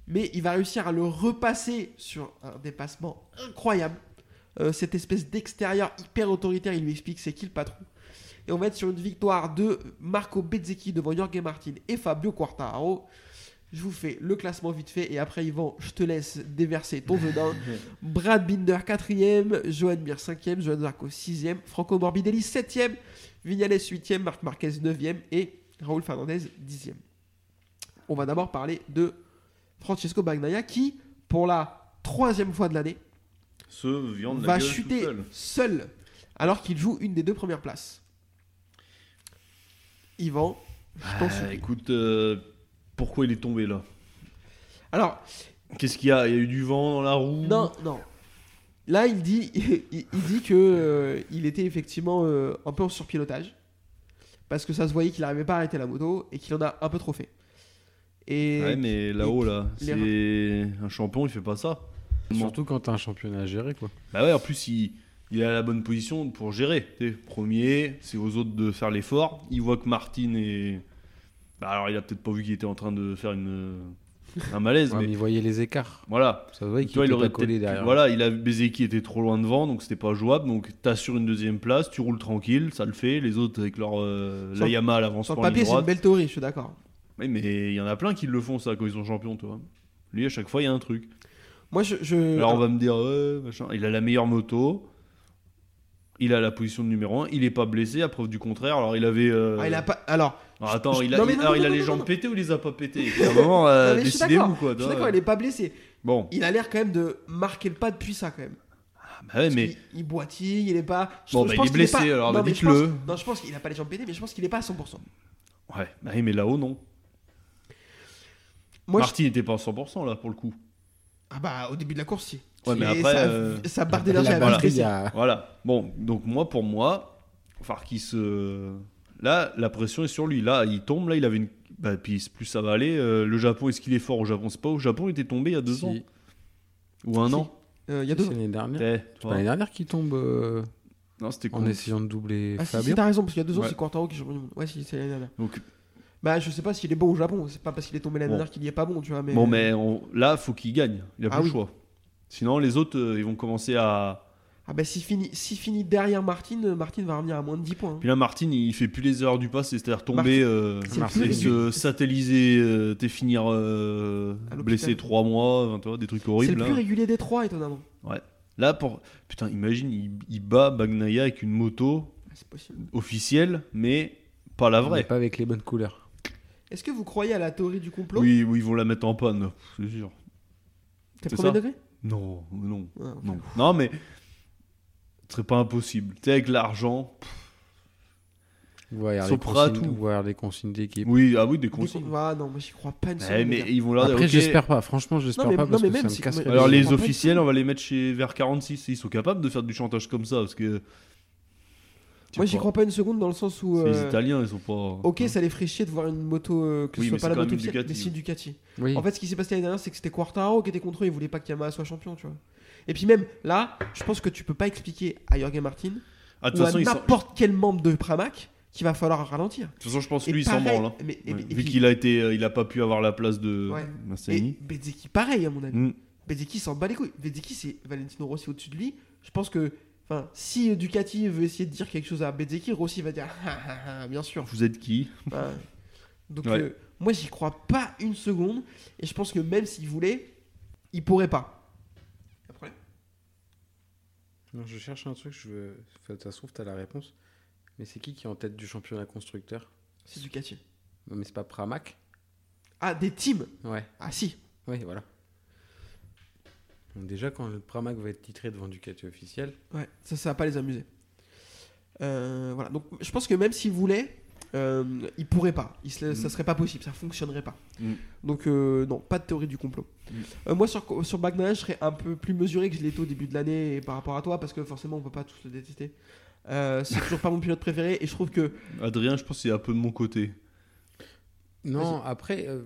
[SPEAKER 7] mais il va réussir à le repasser sur un dépassement incroyable. Euh, cette espèce d'extérieur hyper autoritaire, il lui explique c'est qui le patron. Et on va être sur une victoire de Marco Bezzecchi devant Jorge Martin et Fabio Quartaro. Je vous fais le classement vite fait et après Yvan, je te laisse déverser ton venin. Brad Binder 4ème, Johan Mir 5ème, Johan Zarco 6ème, Franco Morbidelli 7ème, Vignales 8ème, Marc Marquez 9ème et Raoul Fernandez 10ème. On va d'abord parler de Francesco Bagnaia qui, pour la troisième fois de l'année,
[SPEAKER 9] Ce viande la
[SPEAKER 7] va
[SPEAKER 9] gueule tout
[SPEAKER 7] chuter
[SPEAKER 9] seul.
[SPEAKER 7] seul. alors qu'il joue une des deux premières places. Yvan, je t'en
[SPEAKER 9] Ah,
[SPEAKER 7] supplie.
[SPEAKER 9] écoute, euh, pourquoi il est tombé là
[SPEAKER 7] Alors,
[SPEAKER 9] Qu'est-ce qu'il y a Il y a eu du vent dans la roue
[SPEAKER 7] non, non. Là, il dit, il, il dit que euh, il était effectivement euh, un peu en surpilotage parce que ça se voyait qu'il n'arrivait pas à arrêter la moto et qu'il en a un peu trop fait. Et
[SPEAKER 9] Ouais, mais là-haut, là,
[SPEAKER 7] les-
[SPEAKER 9] c'est un champion, il fait pas ça.
[SPEAKER 8] Surtout quand t'as un championnat à gérer, quoi.
[SPEAKER 9] Bah ouais, en plus, il, il est à la bonne position pour gérer. tu sais. premier, c'est aux autres de faire l'effort. Il voit que Martin est. Bah alors, il a peut-être pas vu qu'il était en train de faire une... un malaise,
[SPEAKER 8] Ouais, mais
[SPEAKER 9] mais
[SPEAKER 8] il voyait les écarts.
[SPEAKER 9] voilà.
[SPEAKER 8] Ça se voyait
[SPEAKER 9] Tu
[SPEAKER 8] qu'il
[SPEAKER 9] vois,
[SPEAKER 8] était pas
[SPEAKER 9] peut-être-
[SPEAKER 8] collé derrière.
[SPEAKER 9] Voilà, il a Bezeki était trop loin devant, donc c'était pas jouable. Donc t'assures une deuxième place, tu roules tranquille, ça le fait. Les autres avec leur euh,
[SPEAKER 7] Sur-
[SPEAKER 9] la Yamaha à l'avance
[SPEAKER 7] sur le
[SPEAKER 9] pour la
[SPEAKER 7] papier, c'est une
[SPEAKER 9] droite.
[SPEAKER 7] belle théorie, je suis d'accord.
[SPEAKER 9] Oui, mais il y en a plein qui le font ça quand ils sont champions, toi. Lui, à chaque fois, il y a un truc.
[SPEAKER 7] Moi, je, je-
[SPEAKER 9] Alors on va me dire, ouais, machin. il a la meilleure moto, il a la position de numéro 1, il est pas blessé, à preuve du contraire. Alors il avait. euh,
[SPEAKER 7] Ah, il a pas. Alors,
[SPEAKER 9] Alors, attends,
[SPEAKER 7] je-
[SPEAKER 9] il a,
[SPEAKER 7] non, mais
[SPEAKER 9] il-
[SPEAKER 7] non,
[SPEAKER 9] alors,
[SPEAKER 7] non,
[SPEAKER 9] il a
[SPEAKER 7] non,
[SPEAKER 9] les
[SPEAKER 7] non,
[SPEAKER 9] jambes
[SPEAKER 7] non.
[SPEAKER 9] pétées ou il les a pas pétées À un moment, euh,
[SPEAKER 7] non, mais je suis
[SPEAKER 9] décidez-vous
[SPEAKER 7] d'accord.
[SPEAKER 9] quoi.
[SPEAKER 7] Je suis
[SPEAKER 9] toi.
[SPEAKER 7] d'accord, il est pas blessé.
[SPEAKER 9] Bon,
[SPEAKER 7] Il a l'air quand même de marquer le pas depuis ça quand même.
[SPEAKER 9] bah ouais, mais.
[SPEAKER 7] Parce qu'il- il, boitille, il est pas. je-
[SPEAKER 9] Bon,
[SPEAKER 7] je
[SPEAKER 9] bah, il
[SPEAKER 7] pense
[SPEAKER 9] est
[SPEAKER 7] qu'il
[SPEAKER 9] blessé,
[SPEAKER 7] pas-
[SPEAKER 9] alors,
[SPEAKER 7] non,
[SPEAKER 9] bah,
[SPEAKER 7] mais je
[SPEAKER 9] dites-le.
[SPEAKER 7] pense- Non, je pense qu'il a pas les jambes pétées, mais je pense qu'il est pas à 100%.
[SPEAKER 9] Ouais, bah oui, mais là-haut, non.
[SPEAKER 7] Moi, je-
[SPEAKER 9] Martin n'était pas à 100% là pour le coup.
[SPEAKER 7] ah bah au début de la course, si.
[SPEAKER 9] Ouais, mais
[SPEAKER 7] Et
[SPEAKER 9] après,
[SPEAKER 7] ça,
[SPEAKER 9] euh,
[SPEAKER 7] ça barre
[SPEAKER 8] La
[SPEAKER 7] d'énergie à
[SPEAKER 8] batterie,
[SPEAKER 7] vitesse.
[SPEAKER 8] il y a-
[SPEAKER 9] Voilà. Bon, donc moi, pour moi, Farkis. euh, Là, la pression est sur lui. Là, il tombe. Là, il avait une. Bah, puis plus ça va aller. euh, le Japon, est-ce qu'il est fort au Japon C'est pas au Japon, il était tombé il y a deux
[SPEAKER 8] Si,
[SPEAKER 9] ans. Ou un
[SPEAKER 7] Si.
[SPEAKER 9] an
[SPEAKER 7] Euh, Il y a
[SPEAKER 8] C'est
[SPEAKER 7] deux ans.
[SPEAKER 8] l'année
[SPEAKER 9] Eh,
[SPEAKER 8] dernière.
[SPEAKER 9] tu
[SPEAKER 8] C'est
[SPEAKER 9] vois.
[SPEAKER 8] l'année dernière qui tombe euh,
[SPEAKER 9] Non, c'était con.
[SPEAKER 8] en essayant de doubler
[SPEAKER 7] Ah si,
[SPEAKER 8] Fabio.
[SPEAKER 7] si, t'as raison, parce qu'il y a deux ans,
[SPEAKER 9] Ouais.
[SPEAKER 7] c'est Quartaro qui est champion du monde. Ouais, si, c'est l'année dernière.
[SPEAKER 9] Donc,
[SPEAKER 7] Bah, je sais pas s'il est bon au Japon, c'est pas parce qu'il est tombé l'année
[SPEAKER 9] Bon.
[SPEAKER 7] dernière qu'il y est pas bon, tu vois. Mais...
[SPEAKER 9] bon, mais on- là, faut qu'il gagne. Il a
[SPEAKER 7] Ah
[SPEAKER 9] plus
[SPEAKER 7] oui.
[SPEAKER 9] le choix. Sinon, les autres, euh, ils vont commencer à.
[SPEAKER 7] Ah bah, s'il finit, s'il finit derrière Martin, euh, Martin va revenir à moins de 10 points. hein.
[SPEAKER 9] Puis là, Martin, il fait plus les erreurs du passé, c'est-à-dire tomber, euh,
[SPEAKER 7] C'est
[SPEAKER 9] Martin,
[SPEAKER 7] plus-
[SPEAKER 9] se satelliser, euh, t'es finir euh,
[SPEAKER 7] À l'hôpital.
[SPEAKER 9] blessé trois mois, enfin, tu vois, des trucs
[SPEAKER 7] C'est
[SPEAKER 9] horribles.
[SPEAKER 7] le plus
[SPEAKER 9] hein.
[SPEAKER 7] régulier des trois, étonnamment.
[SPEAKER 9] Là, pour... putain, imagine, il, il bat Bagnaia avec une moto
[SPEAKER 7] Ah, C'est possible.
[SPEAKER 9] officielle, mais pas la
[SPEAKER 8] Mais
[SPEAKER 9] vraie.
[SPEAKER 8] Pas avec les bonnes couleurs.
[SPEAKER 7] Est-ce que vous croyez à la théorie du complot
[SPEAKER 9] Oui, oui, ils vont la mettre en panne, c'est sûr.
[SPEAKER 7] T'es
[SPEAKER 9] c'est
[SPEAKER 7] premier
[SPEAKER 9] ça.
[SPEAKER 7] degré
[SPEAKER 9] Non, non,
[SPEAKER 7] Ouais, ok.
[SPEAKER 9] non. Non, mais ce serait pas impossible. Tu sais, avec l'argent,
[SPEAKER 8] Il va y avoir les
[SPEAKER 9] Sopra,
[SPEAKER 8] consignes-
[SPEAKER 9] tout.
[SPEAKER 8] il va y avoir les consignes d'équipe.
[SPEAKER 9] oui, ah oui, des
[SPEAKER 7] Des
[SPEAKER 9] consignes.
[SPEAKER 7] con- Ah non, moi j'y crois pas une
[SPEAKER 9] Eh,
[SPEAKER 7] seconde. les
[SPEAKER 9] mais
[SPEAKER 7] gars.
[SPEAKER 9] ils vont leur dire,
[SPEAKER 8] Après,
[SPEAKER 9] ok,
[SPEAKER 8] j'espère pas. Franchement, j'espère
[SPEAKER 7] Non, mais-
[SPEAKER 8] pas
[SPEAKER 7] non,
[SPEAKER 8] parce
[SPEAKER 7] mais
[SPEAKER 8] que
[SPEAKER 7] même
[SPEAKER 8] ça me
[SPEAKER 7] si-
[SPEAKER 8] casserait
[SPEAKER 7] mais-
[SPEAKER 8] les
[SPEAKER 9] Alors
[SPEAKER 7] Je
[SPEAKER 8] oreilles.
[SPEAKER 9] les
[SPEAKER 7] comprends pas
[SPEAKER 9] officiels,
[SPEAKER 7] du tout.
[SPEAKER 9] on va les mettre chez vers 46. Ils sont capables de faire du chantage comme ça parce que. Tu
[SPEAKER 7] Moi j'y
[SPEAKER 9] vois,
[SPEAKER 7] crois pas une seconde dans le sens où.
[SPEAKER 9] C'est les
[SPEAKER 7] euh,
[SPEAKER 9] Italiens, ils sont pas.
[SPEAKER 7] Ok, ça les ferait chier de voir une moto euh, que
[SPEAKER 9] Oui,
[SPEAKER 7] ce soit
[SPEAKER 9] mais
[SPEAKER 7] pas
[SPEAKER 9] c'est
[SPEAKER 7] la
[SPEAKER 9] quand
[SPEAKER 7] moto
[SPEAKER 9] même
[SPEAKER 7] officielle,
[SPEAKER 9] Ducati.
[SPEAKER 7] mais c'est Ducati.
[SPEAKER 8] Oui.
[SPEAKER 7] En fait, ce qui s'est passé l'année dernière, c'est que c'était Quartaro qui était contre eux, il voulait pas que Yamaha soit champion, tu vois. Et puis même là, je pense que tu peux pas expliquer à Jorgen Martin
[SPEAKER 9] Ah, de
[SPEAKER 7] ou
[SPEAKER 9] toute
[SPEAKER 7] à
[SPEAKER 9] façon, ils sont- de
[SPEAKER 7] n'importe quel membre de Pramac qu'il va falloir ralentir.
[SPEAKER 9] toute façon, je pense
[SPEAKER 7] Et
[SPEAKER 9] lui, il s'en
[SPEAKER 7] pareil-
[SPEAKER 9] branle. hein.
[SPEAKER 7] mais- et-
[SPEAKER 9] Ouais.
[SPEAKER 7] et
[SPEAKER 9] Vu
[SPEAKER 7] puis-
[SPEAKER 9] qu'il a été, euh, il a pas pu avoir la place de
[SPEAKER 7] Ouais. Et
[SPEAKER 9] Massani.
[SPEAKER 7] Bezzecchi, pareil à mon avis.
[SPEAKER 9] Mm.
[SPEAKER 7] Bezzecchi s'en bat les couilles. Bezzecchi, c'est Valentino Rossi au-dessus de lui. Je pense que, enfin, si euh, Ducati veut essayer de dire quelque chose à Bezzecchi, Rossi va dire, Ah, ah, ah, bien sûr.
[SPEAKER 9] Vous êtes qui
[SPEAKER 7] Ouais. Bah, Donc
[SPEAKER 9] Ouais.
[SPEAKER 7] euh, moi j'y crois pas une seconde et je pense que même s'il voulait, il pourrait pas.
[SPEAKER 8] Non, je cherche un truc, je veux... enfin, ça se trouve, t'as la réponse. Mais c'est qui qui est en tête du championnat constructeur
[SPEAKER 7] C'est Ducati.
[SPEAKER 8] Non, mais c'est pas Pramac
[SPEAKER 7] Ah des teams.
[SPEAKER 8] Ouais.
[SPEAKER 7] Ah si.
[SPEAKER 8] Oui, voilà. Donc déjà, quand le Pramac va être titré devant Ducati officiel,
[SPEAKER 7] Ouais. Ça ça va pas les amuser. Euh, voilà. Donc je pense que même s'il voulait, euh, il pourrait pas. Il se- Ça serait pas possible. Ça fonctionnerait pas.
[SPEAKER 9] Mm.
[SPEAKER 7] Donc euh, non, pas de théorie du complot. Euh, moi sur sur Bagnaia, je serais un peu plus mesuré que je l'étais au début de l'année par rapport à toi parce que forcément on peut pas tous le détester. Euh, c'est toujours pas mon pilote préféré et je trouve que
[SPEAKER 9] Adrien, je pense qu'il est un peu de mon côté.
[SPEAKER 8] Non, après, euh,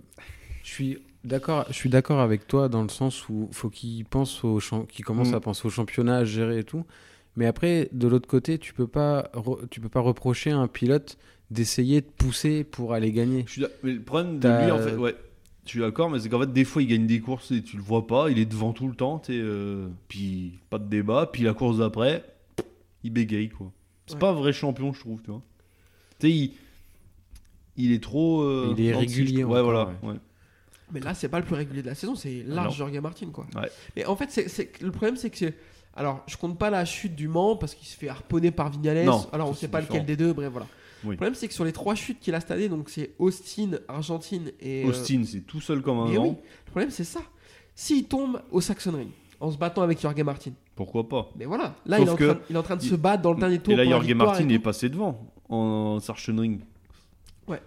[SPEAKER 8] je suis d'accord. Je suis d'accord avec toi dans le sens où faut qu'ils pensent au champ, qu'ils commencent
[SPEAKER 5] Mm.
[SPEAKER 8] à penser au championnat, à gérer et tout. Mais après, de l'autre côté, tu peux pas, re- tu peux pas reprocher à un pilote d'essayer de pousser pour aller gagner.
[SPEAKER 9] Je suis d'a- mais le problème de
[SPEAKER 8] T'as-
[SPEAKER 9] lui, en fait, ouais. Je suis d'accord, mais c'est qu'en fait, des fois, il gagne des courses et tu le vois pas, il est devant tout le temps, t'es, euh, puis pas de débat, puis la course d'après, il bégaye, quoi. C'est
[SPEAKER 7] Ouais.
[SPEAKER 9] pas un vrai champion, je trouve, tu vois. Tu sais, il, il est trop. euh,
[SPEAKER 8] Il est
[SPEAKER 9] en dessous, je
[SPEAKER 8] régulier
[SPEAKER 9] trouve. Ouais,
[SPEAKER 8] encore,
[SPEAKER 9] voilà. ouais.
[SPEAKER 7] Mais là, c'est pas le plus régulier de la saison, c'est
[SPEAKER 9] Ah Non.
[SPEAKER 7] large Jorge Martin, quoi.
[SPEAKER 9] Ouais.
[SPEAKER 7] Mais en fait, c'est- c'est que le problème, c'est que c'est. Alors, je compte pas la chute du Mans parce qu'il se fait harponner par Vignales.
[SPEAKER 9] Non,
[SPEAKER 7] Alors, on
[SPEAKER 9] ça,
[SPEAKER 7] sait
[SPEAKER 9] c'est
[SPEAKER 7] pas
[SPEAKER 9] différent.
[SPEAKER 7] lequel des deux, bref, voilà.
[SPEAKER 9] Oui.
[SPEAKER 7] Le problème, c'est que sur les trois chutes qu'il a cette année, donc c'est Austin, Argentine et. euh,
[SPEAKER 9] Austin, c'est tout seul comme un
[SPEAKER 7] mais oui,
[SPEAKER 9] an.
[SPEAKER 7] le problème, c'est ça. S'il tombe au Saxon Ring en se battant avec Jorge Martin,
[SPEAKER 9] Pourquoi pas
[SPEAKER 7] mais voilà, là,
[SPEAKER 9] Sauf
[SPEAKER 7] il est, en
[SPEAKER 9] que-
[SPEAKER 7] train, il est en train de
[SPEAKER 9] il-
[SPEAKER 7] se battre dans le dernier tour.
[SPEAKER 9] Et là,
[SPEAKER 7] pour la
[SPEAKER 9] Jorge
[SPEAKER 7] victoire
[SPEAKER 9] Martin
[SPEAKER 7] et
[SPEAKER 9] est
[SPEAKER 7] tout.
[SPEAKER 9] passé devant en Sarchenring.
[SPEAKER 7] Ouais.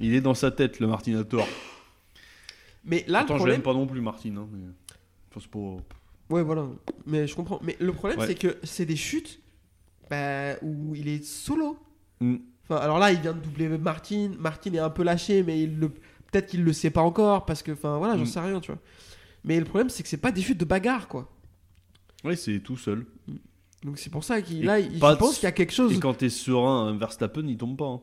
[SPEAKER 9] Il est dans sa tête, le Martinator.
[SPEAKER 7] Mais là,
[SPEAKER 9] Attends, je
[SPEAKER 7] le problème.
[SPEAKER 9] l'aime pas non plus, Martin. Hein, mais... Enfin, c'est pas-
[SPEAKER 7] Ouais, voilà. Mais je comprends. Mais le problème,
[SPEAKER 9] Ouais.
[SPEAKER 7] c'est que c'est des chutes bah, où il est solo.
[SPEAKER 9] Mm.
[SPEAKER 7] Enfin, alors là, il vient de doubler Martin. Martin est un peu lâché, mais il le... peut-être qu'il le sait pas encore parce que, enfin, voilà, j'en
[SPEAKER 9] Mm.
[SPEAKER 7] sais rien, tu vois. Mais le problème, c'est que c'est pas des chutes de bagarre, quoi.
[SPEAKER 9] Oui, c'est tout seul.
[SPEAKER 7] Donc c'est pour ça qu'il
[SPEAKER 9] Et
[SPEAKER 7] là, il je
[SPEAKER 9] pas de-
[SPEAKER 7] pense qu'il y a quelque chose.
[SPEAKER 9] Et quand t'es serein, un Verstappen, il tombe pas. hein.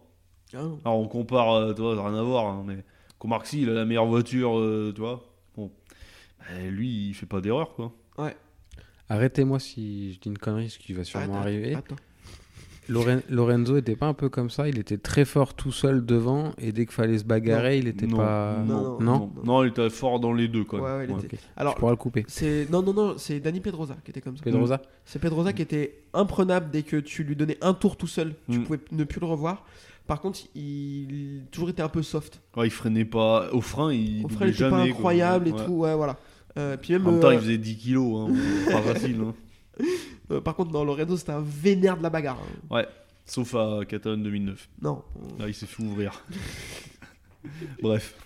[SPEAKER 7] Ah non.
[SPEAKER 9] Alors on compare, euh, tu vois, rien à voir, hein, mais Comarxi, il a la meilleure voiture, euh, tu vois. Bon, Bah, lui, il fait pas d'erreur, quoi.
[SPEAKER 8] Arrêtez-moi si je dis une connerie, ce qui va sûrement
[SPEAKER 7] Attends,
[SPEAKER 8] arriver.
[SPEAKER 7] attends.
[SPEAKER 8] Loren- Lorenzo était pas un peu comme ça. Il était très fort tout seul devant et dès qu'il fallait se bagarrer, il était
[SPEAKER 9] Non.
[SPEAKER 8] pas.
[SPEAKER 7] Non,
[SPEAKER 8] non.
[SPEAKER 9] Non, il était fort dans les deux, quand même.
[SPEAKER 7] Ouais, ouais, il
[SPEAKER 9] Ouais.
[SPEAKER 7] était-
[SPEAKER 8] Tu
[SPEAKER 7] Alors,
[SPEAKER 8] pourras le couper.
[SPEAKER 7] c'est non, non, non, c'est Danny Pedrosa qui était comme ça.
[SPEAKER 8] Pedrosa.
[SPEAKER 7] C'est Pedrosa qui était imprenable dès que tu lui donnais un tour tout seul. Tu
[SPEAKER 9] Mm.
[SPEAKER 7] pouvais ne plus le revoir. Par contre, il toujours était un peu soft.
[SPEAKER 9] Ouais, il freinait pas. Au frein, il
[SPEAKER 7] Au
[SPEAKER 9] doublait
[SPEAKER 7] frère, il était pas
[SPEAKER 9] jamais, quoi.
[SPEAKER 7] incroyable et
[SPEAKER 9] Ouais.
[SPEAKER 7] tout. Ouais, voilà. Euh, puis même,
[SPEAKER 9] En même temps,
[SPEAKER 7] euh,
[SPEAKER 9] il faisait 10 kilos, hein. pas facile. hein.
[SPEAKER 7] euh, par contre, dans Lorenzo, c'était un vénère de la bagarre. hein.
[SPEAKER 9] Sauf à Catalogne 2009.
[SPEAKER 7] Non.
[SPEAKER 9] Là, il s'est fait ouvrir. Bref,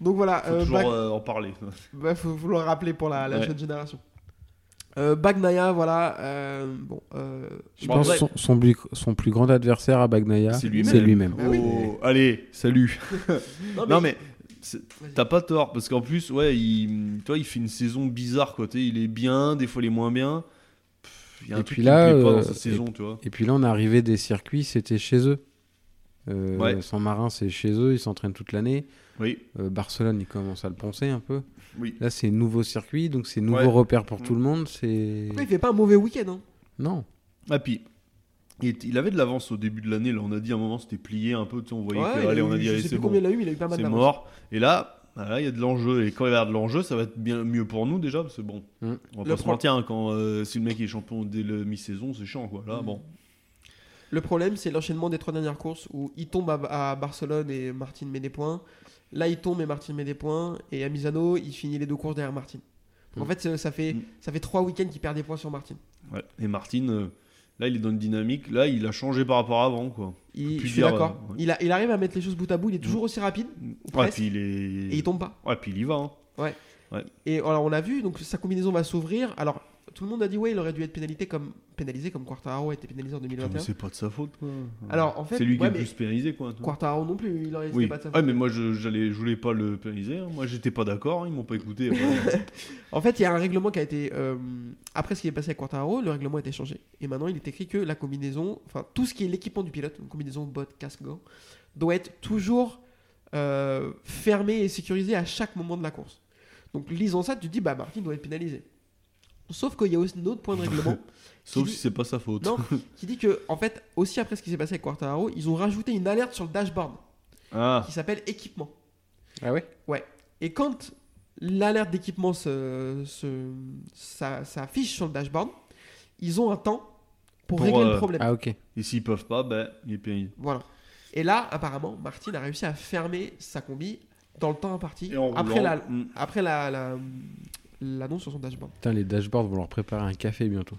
[SPEAKER 7] Donc voilà,
[SPEAKER 9] faut
[SPEAKER 7] euh,
[SPEAKER 9] toujours
[SPEAKER 7] Bag-
[SPEAKER 9] euh, en parler.
[SPEAKER 7] bah, faut, faut le rappeler pour la, la
[SPEAKER 9] Ouais.
[SPEAKER 7] jeune génération. Euh, Bagnaia, voilà. euh, bon, euh,
[SPEAKER 8] Je
[SPEAKER 9] Bon,
[SPEAKER 8] pense
[SPEAKER 9] après-
[SPEAKER 8] son, son plus, son plus grand adversaire à Bagnaia,
[SPEAKER 9] C'est
[SPEAKER 8] c'est
[SPEAKER 9] lui-même.
[SPEAKER 8] lui-même.
[SPEAKER 7] Bah oui. Ah,
[SPEAKER 9] Oh, Allez, salut. Non mais, c'est-
[SPEAKER 7] Vas-y.
[SPEAKER 9] t'as pas tort parce qu'en plus ouais, il, toi il fait une saison bizarre quoi. tu sais, il est bien, des fois il est moins bien. Pff, Il y a un
[SPEAKER 8] Et
[SPEAKER 9] truc
[SPEAKER 8] puis
[SPEAKER 9] qui me
[SPEAKER 8] là,
[SPEAKER 9] plaît pas
[SPEAKER 8] euh,
[SPEAKER 9] dans sa saison, tu vois.
[SPEAKER 8] Et puis là, on est arrivé des circuits, c'était chez eux. Euh,
[SPEAKER 9] Ouais.
[SPEAKER 8] Saint-Marin, c'est chez eux, ils s'entraînent toute l'année.
[SPEAKER 9] Oui,
[SPEAKER 8] Euh, Barcelone, ils commencent à le poncer un peu.
[SPEAKER 9] oui.
[SPEAKER 8] Là, c'est nouveau circuit, donc c'est nouveau
[SPEAKER 9] Ouais.
[SPEAKER 8] repère pour
[SPEAKER 9] Mm.
[SPEAKER 8] tout le monde. C'est
[SPEAKER 7] après, il fait pas un mauvais week-end. hein.
[SPEAKER 8] non,
[SPEAKER 9] Ah puis, il, était- il avait de l'avance au début de l'année. Là, on a dit à un moment c'était plié un peu. tu sais, On voyait
[SPEAKER 7] Ouais,
[SPEAKER 9] que
[SPEAKER 7] il a
[SPEAKER 9] allez, on a
[SPEAKER 7] eu-
[SPEAKER 9] dit
[SPEAKER 7] je
[SPEAKER 9] allez
[SPEAKER 7] sais
[SPEAKER 9] c'est
[SPEAKER 7] plus
[SPEAKER 9] bon,
[SPEAKER 7] combien il a eu, mais il a eu pas mal
[SPEAKER 9] c'est
[SPEAKER 7] d'avance.
[SPEAKER 9] mort. Et là, bah là, il y a de l'enjeu. Et quand il va y avoir de l'enjeu, ça va être bien mieux pour nous déjà parce que bon,
[SPEAKER 8] Mm.
[SPEAKER 9] on va
[SPEAKER 7] Le
[SPEAKER 9] pas se
[SPEAKER 7] pro-
[SPEAKER 9] mentir hein, quand euh, si le mec est champion dès le mi-saison, c'est chiant quoi. Là,
[SPEAKER 7] Mm.
[SPEAKER 9] bon,
[SPEAKER 7] Le problème, c'est l'enchaînement des trois dernières courses où il tombe à, à Barcelone et Martin met des points. Là, il tombe et Martin met des points. Et à Misano, il finit les deux courses derrière Martin. Donc, En
[SPEAKER 8] Mm.
[SPEAKER 7] fait, ça- ça fait,
[SPEAKER 9] Mm.
[SPEAKER 7] ça fait trois week-ends qu'il perd des points sur Martin.
[SPEAKER 9] ouais. Et Martin, euh, là, il est dans une dynamique. Là, il a changé par rapport à avant quoi.
[SPEAKER 7] Il,
[SPEAKER 9] Puis
[SPEAKER 7] je suis
[SPEAKER 9] dire,
[SPEAKER 7] d'accord.
[SPEAKER 9] euh, ouais. Hmm.
[SPEAKER 7] Il, a- il arrive à mettre les choses bout à bout. Il est toujours aussi rapide. ou
[SPEAKER 9] Ouais,
[SPEAKER 7] presque,
[SPEAKER 9] puis il est.
[SPEAKER 7] Mm. et il tombe pas.
[SPEAKER 9] Ouais, puis il y va. hein.
[SPEAKER 7] Et alors, on l'a vu, donc sa combinaison va s'ouvrir. Alors, tout le monde a dit, ouais, il aurait dû être pénalisé comme, pénalisé comme Quartaro a été pénalisé en
[SPEAKER 9] Putain, Ah, mais
[SPEAKER 7] 2021.
[SPEAKER 9] c'est pas de sa faute, quoi.
[SPEAKER 7] Alors, en fait,
[SPEAKER 9] c'est lui qui
[SPEAKER 7] ouais,
[SPEAKER 9] est le
[SPEAKER 7] mais
[SPEAKER 9] plus pénalisé, quoi. tu vois.
[SPEAKER 7] Quartaro non plus, il aurait
[SPEAKER 9] Oui. Ah,
[SPEAKER 7] c'était pas de sa
[SPEAKER 9] Ouais,
[SPEAKER 7] faute.
[SPEAKER 9] mais moi, je, j'allais, je voulais pas le pénaliser. hein. Moi, j'étais pas d'accord. hein, Ils m'ont pas écouté. ouais.
[SPEAKER 7] En fait, il y a un règlement qui a été. euh, après ce qui est passé à Quartaro, le règlement a été changé. Et maintenant, il est écrit que la combinaison, enfin, tout ce qui est l'équipement du pilote, donc combinaison, botte, casque, gants, doit être toujours euh, fermé et sécurisé à chaque moment de la course. Donc, lisant ça, tu te dis, bah, Martin doit être pénalisé. Sauf qu'il y a aussi un autre point de règlement
[SPEAKER 9] Sauf
[SPEAKER 7] Qui
[SPEAKER 9] si
[SPEAKER 7] dit-
[SPEAKER 9] c'est pas sa faute.
[SPEAKER 7] non, qui dit que, en fait, aussi après ce qui s'est passé avec Quartaro, ils ont rajouté une alerte sur le dashboard
[SPEAKER 9] Ah,
[SPEAKER 7] qui s'appelle équipement.
[SPEAKER 8] ah ouais,
[SPEAKER 7] Et quand l'alerte d'équipement se, se- ça- ça affiche sur le dashboard, ils ont un temps pour,
[SPEAKER 9] Pour,
[SPEAKER 7] régler
[SPEAKER 9] euh,
[SPEAKER 7] le problème.
[SPEAKER 8] ah ok.
[SPEAKER 9] et s'ils peuvent pas, ben, il est pénalisé.
[SPEAKER 7] Voilà. Et là, apparemment, Martin a réussi à fermer sa combi dans le temps imparti
[SPEAKER 9] Et en
[SPEAKER 7] après
[SPEAKER 9] roulant,
[SPEAKER 7] la,
[SPEAKER 9] mm.
[SPEAKER 7] après la, la- l'annonce sur son dashboard.
[SPEAKER 8] Putain, les dashboards vont leur préparer un café bientôt.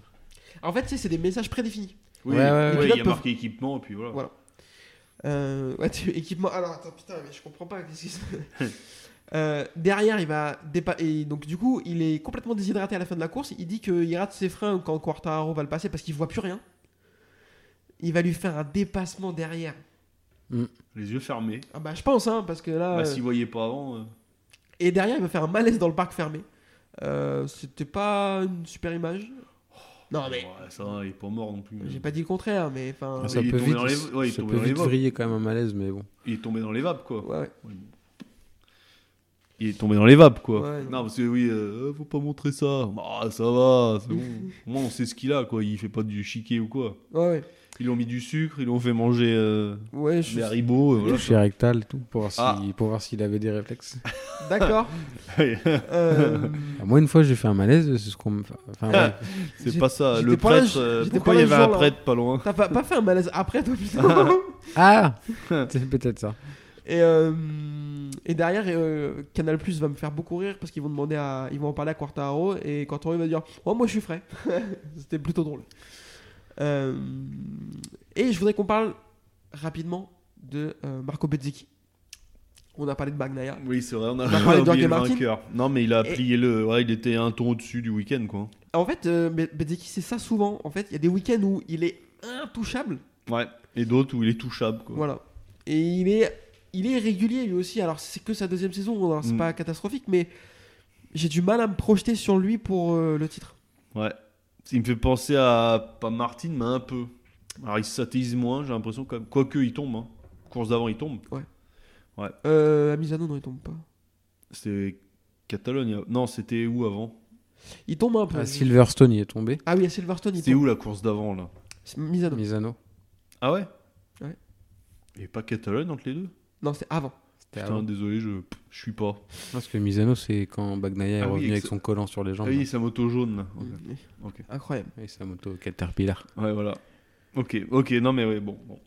[SPEAKER 7] En fait, tu sais, c'est des messages prédéfinis.
[SPEAKER 9] Oui,
[SPEAKER 8] Ouais, ouais,
[SPEAKER 9] oui,
[SPEAKER 7] ouais.
[SPEAKER 9] il y a marqué équipement, et puis voilà.
[SPEAKER 7] Ouais. Euh, ouais, tu- équipement. Alors attends, putain, mais je comprends pas. qu'est-ce qui se- Euh, derrière, il va dépa- et donc du coup, il est complètement déshydraté à la fin de la course. Il dit qu'il rate ses freins quand Quartaro va le passer parce qu'il voit plus rien. Il va lui faire un dépassement derrière.
[SPEAKER 8] Mm.
[SPEAKER 9] les yeux fermés.
[SPEAKER 7] Ah bah, je pense, hein, parce que là.
[SPEAKER 9] Bah,
[SPEAKER 7] euh,
[SPEAKER 9] s'ils voyaient pas avant. euh,
[SPEAKER 7] Et derrière, il va faire un malaise dans le parc fermé. Euh, C'était pas une super image. Non, mais.
[SPEAKER 9] ouais, ça va, il est pas mort non plus.
[SPEAKER 7] J'ai pas dit le contraire, mais enfin.
[SPEAKER 8] Ah, ça
[SPEAKER 9] il est
[SPEAKER 8] peut
[SPEAKER 9] tombé
[SPEAKER 8] vite,
[SPEAKER 9] dans les- ouais, il est
[SPEAKER 8] ça
[SPEAKER 9] tombé
[SPEAKER 8] peut
[SPEAKER 9] dans les
[SPEAKER 8] vite
[SPEAKER 9] vagues.
[SPEAKER 8] vriller quand même un malaise, mais bon.
[SPEAKER 9] Il est tombé dans les vapes, quoi.
[SPEAKER 7] Ouais, ouais.
[SPEAKER 9] Il est tombé dans les vapes, quoi.
[SPEAKER 7] Ouais.
[SPEAKER 9] non, parce que oui, euh, faut pas montrer ça. Ah, ça va, c'est bon. Au moins, on sait ce qu'il a, quoi. Il fait pas du chiquet ou quoi.
[SPEAKER 7] Ouais, ouais.
[SPEAKER 9] Ils lui ont mis du sucre, ils lui ont fait manger euh,
[SPEAKER 7] Ouais, je
[SPEAKER 9] des
[SPEAKER 7] suis
[SPEAKER 9] haribots. euh, voilà.
[SPEAKER 8] Toucher rectal et tout, pour voir
[SPEAKER 9] Ah.
[SPEAKER 8] si- pour voir s'il avait des réflexes.
[SPEAKER 7] d'accord. Euh,
[SPEAKER 8] Ah, Moi, une fois, j'ai fait un malaise, c'est ce qu'on me. Enfin, ouais.
[SPEAKER 9] c'est
[SPEAKER 7] j'ai-
[SPEAKER 9] pas ça.
[SPEAKER 7] j'étais
[SPEAKER 9] Le
[SPEAKER 7] pas là,
[SPEAKER 9] prêtre,
[SPEAKER 7] j-
[SPEAKER 9] euh,
[SPEAKER 7] j'étais
[SPEAKER 9] pourquoi
[SPEAKER 7] pas
[SPEAKER 9] il y
[SPEAKER 7] là
[SPEAKER 9] avait
[SPEAKER 7] ce
[SPEAKER 9] un
[SPEAKER 7] jour-là.
[SPEAKER 9] prêtre pas loin
[SPEAKER 7] T'as pas, pas fait un malaise après, toi, putain
[SPEAKER 8] Ah C'est peut-être ça.
[SPEAKER 7] et, euh, et derrière, euh, Canal Plus va me faire beaucoup rire parce qu'ils vont demander à. Ils vont en parler à Quartaro et Quartaro il va dire Oh, moi je suis frais. C'était plutôt drôle. Euh, et je voudrais qu'on parle rapidement de euh, Marco Bezzecchi. On a parlé de Bagnaia.
[SPEAKER 9] Oui, c'est vrai, on a,
[SPEAKER 7] On a parlé
[SPEAKER 9] oublié
[SPEAKER 7] d'Orgue
[SPEAKER 9] le
[SPEAKER 7] Martin.
[SPEAKER 9] vainqueur. Non, mais il a
[SPEAKER 7] Et-
[SPEAKER 9] plié le. Ouais, il était un ton au-dessus du week-end, quoi.
[SPEAKER 7] En fait, euh, Be- Bezzecchi, c'est ça souvent. En fait, il y a des week-ends où il est intouchable.
[SPEAKER 9] Ouais. Et d'autres où il est touchable, quoi.
[SPEAKER 7] Voilà. Et il est, il est régulier lui aussi. Alors c'est que sa deuxième saison, alors c'est
[SPEAKER 9] Mm.
[SPEAKER 7] pas catastrophique, mais j'ai du mal à me projeter sur lui pour euh, le titre.
[SPEAKER 9] Ouais. Il me fait penser à. Pas Martin, mais un peu. Alors, il s'attéise moins, j'ai l'impression, quand même. Quoique, il tombe. Hein. Course d'avant, il tombe.
[SPEAKER 7] Euh, à Misano, non, il tombe pas.
[SPEAKER 9] C'était Catalogne. euh, Non, c'était où avant
[SPEAKER 7] Il tombe un peu.
[SPEAKER 8] Ah, Silverstone, il est tombé.
[SPEAKER 7] Ah oui, à Silverstone, il
[SPEAKER 9] C'était
[SPEAKER 7] tombe.
[SPEAKER 9] où la course d'avant, là
[SPEAKER 7] C'est Misano.
[SPEAKER 8] Misano.
[SPEAKER 9] Ah ouais
[SPEAKER 7] Ouais.
[SPEAKER 9] Et pas Catalogne entre les deux
[SPEAKER 7] Non, c'est avant.
[SPEAKER 8] C'était
[SPEAKER 9] Putain,
[SPEAKER 8] avant.
[SPEAKER 9] désolé, je, pff, je suis pas.
[SPEAKER 8] Parce que Misano, c'est quand Bagnaia est
[SPEAKER 9] Ah oui,
[SPEAKER 8] revenu
[SPEAKER 9] ex-
[SPEAKER 8] avec son collant sur les
[SPEAKER 9] Ah
[SPEAKER 8] jambes.
[SPEAKER 9] oui, sa moto jaune, là. Ok.
[SPEAKER 7] Mm.
[SPEAKER 9] Ok.
[SPEAKER 7] Incroyable.
[SPEAKER 8] Et sa moto Caterpillar.
[SPEAKER 7] Mm.
[SPEAKER 9] Ouais, voilà. Ok, ok, non, mais ouais, bon. bon.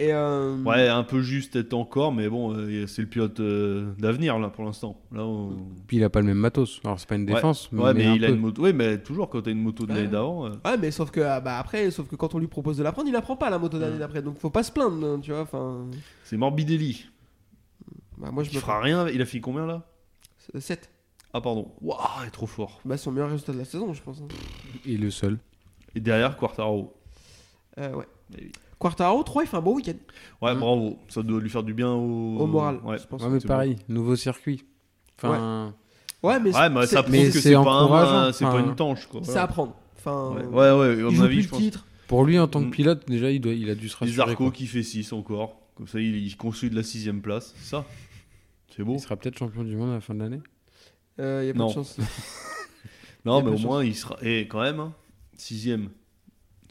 [SPEAKER 7] Et euh,
[SPEAKER 9] Ouais, un peu juste être encore, mais bon, euh, c'est le pilote euh, d'avenir, là, pour l'instant. Là, on-
[SPEAKER 8] Puis il a pas le même matos. Alors, c'est pas une défense.
[SPEAKER 9] Ouais, mais,
[SPEAKER 8] Mm. un
[SPEAKER 9] il a
[SPEAKER 8] peu.
[SPEAKER 9] une moto. Ouais, mais toujours quand t'as une moto de l'année
[SPEAKER 7] Ouais.
[SPEAKER 9] d'avant. euh,
[SPEAKER 7] ouais, mais sauf que ah, bah après, sauf que quand on lui propose de la prendre, il la prend pas la moto d'année
[SPEAKER 9] Mm.
[SPEAKER 7] d'après. Donc faut pas se plaindre, hein, tu vois. Enfin,
[SPEAKER 9] C'est Morbidelli.
[SPEAKER 7] bah, moi je
[SPEAKER 9] Il
[SPEAKER 7] me
[SPEAKER 9] fera rien. Il a fini combien là
[SPEAKER 7] 7.
[SPEAKER 9] Ah, pardon. Waouh, il est trop fort.
[SPEAKER 7] Bah son meilleur résultat de la saison, je pense. hein.
[SPEAKER 8] Il est le seul.
[SPEAKER 9] Et derrière, Quartaro.
[SPEAKER 7] Euh, ouais.
[SPEAKER 9] Eh oui.
[SPEAKER 7] Quartaro 3, il fait un bon week-end
[SPEAKER 9] Ouais,
[SPEAKER 8] Mm.
[SPEAKER 9] bravo. Ça doit lui faire du bien au.
[SPEAKER 7] Hein au moral.
[SPEAKER 9] Ouais.
[SPEAKER 7] je pense.
[SPEAKER 8] Ouais, mais
[SPEAKER 9] c'est
[SPEAKER 8] pareil, nouveau circuit. Enfin,
[SPEAKER 7] Ouais, mais,
[SPEAKER 9] Ouais, mais
[SPEAKER 7] c'est-
[SPEAKER 9] ça prouve
[SPEAKER 8] mais
[SPEAKER 9] que
[SPEAKER 8] c'est
[SPEAKER 9] c'est pas, un- euh,
[SPEAKER 8] encourageant.
[SPEAKER 9] c'est pas
[SPEAKER 8] Enfin,
[SPEAKER 9] une tanche, quoi.
[SPEAKER 7] c'est à prendre. Enfin,
[SPEAKER 9] Ouais, ouais,
[SPEAKER 7] euh,
[SPEAKER 9] ouais, à
[SPEAKER 7] il
[SPEAKER 9] mon
[SPEAKER 7] joue
[SPEAKER 9] avis,
[SPEAKER 7] plus
[SPEAKER 9] je
[SPEAKER 7] le
[SPEAKER 9] pense.
[SPEAKER 7] titre.
[SPEAKER 8] pour lui en tant
[SPEAKER 9] Mm.
[SPEAKER 8] que pilote, déjà, il, doit, il a dû se
[SPEAKER 9] Les
[SPEAKER 8] rassurer.
[SPEAKER 9] Zarco
[SPEAKER 8] quoi.
[SPEAKER 9] qui fait 6 encore. Comme ça, il, il construit de la 6 place. Ça, c'est beau.
[SPEAKER 8] Il sera peut-être champion du monde à la fin de l'année.
[SPEAKER 7] Euh, y a pas
[SPEAKER 9] Non.
[SPEAKER 7] de chance.
[SPEAKER 9] Non,
[SPEAKER 7] y a
[SPEAKER 9] mais
[SPEAKER 7] peu
[SPEAKER 9] au
[SPEAKER 7] de
[SPEAKER 9] moins, il sera. Et quand même, 6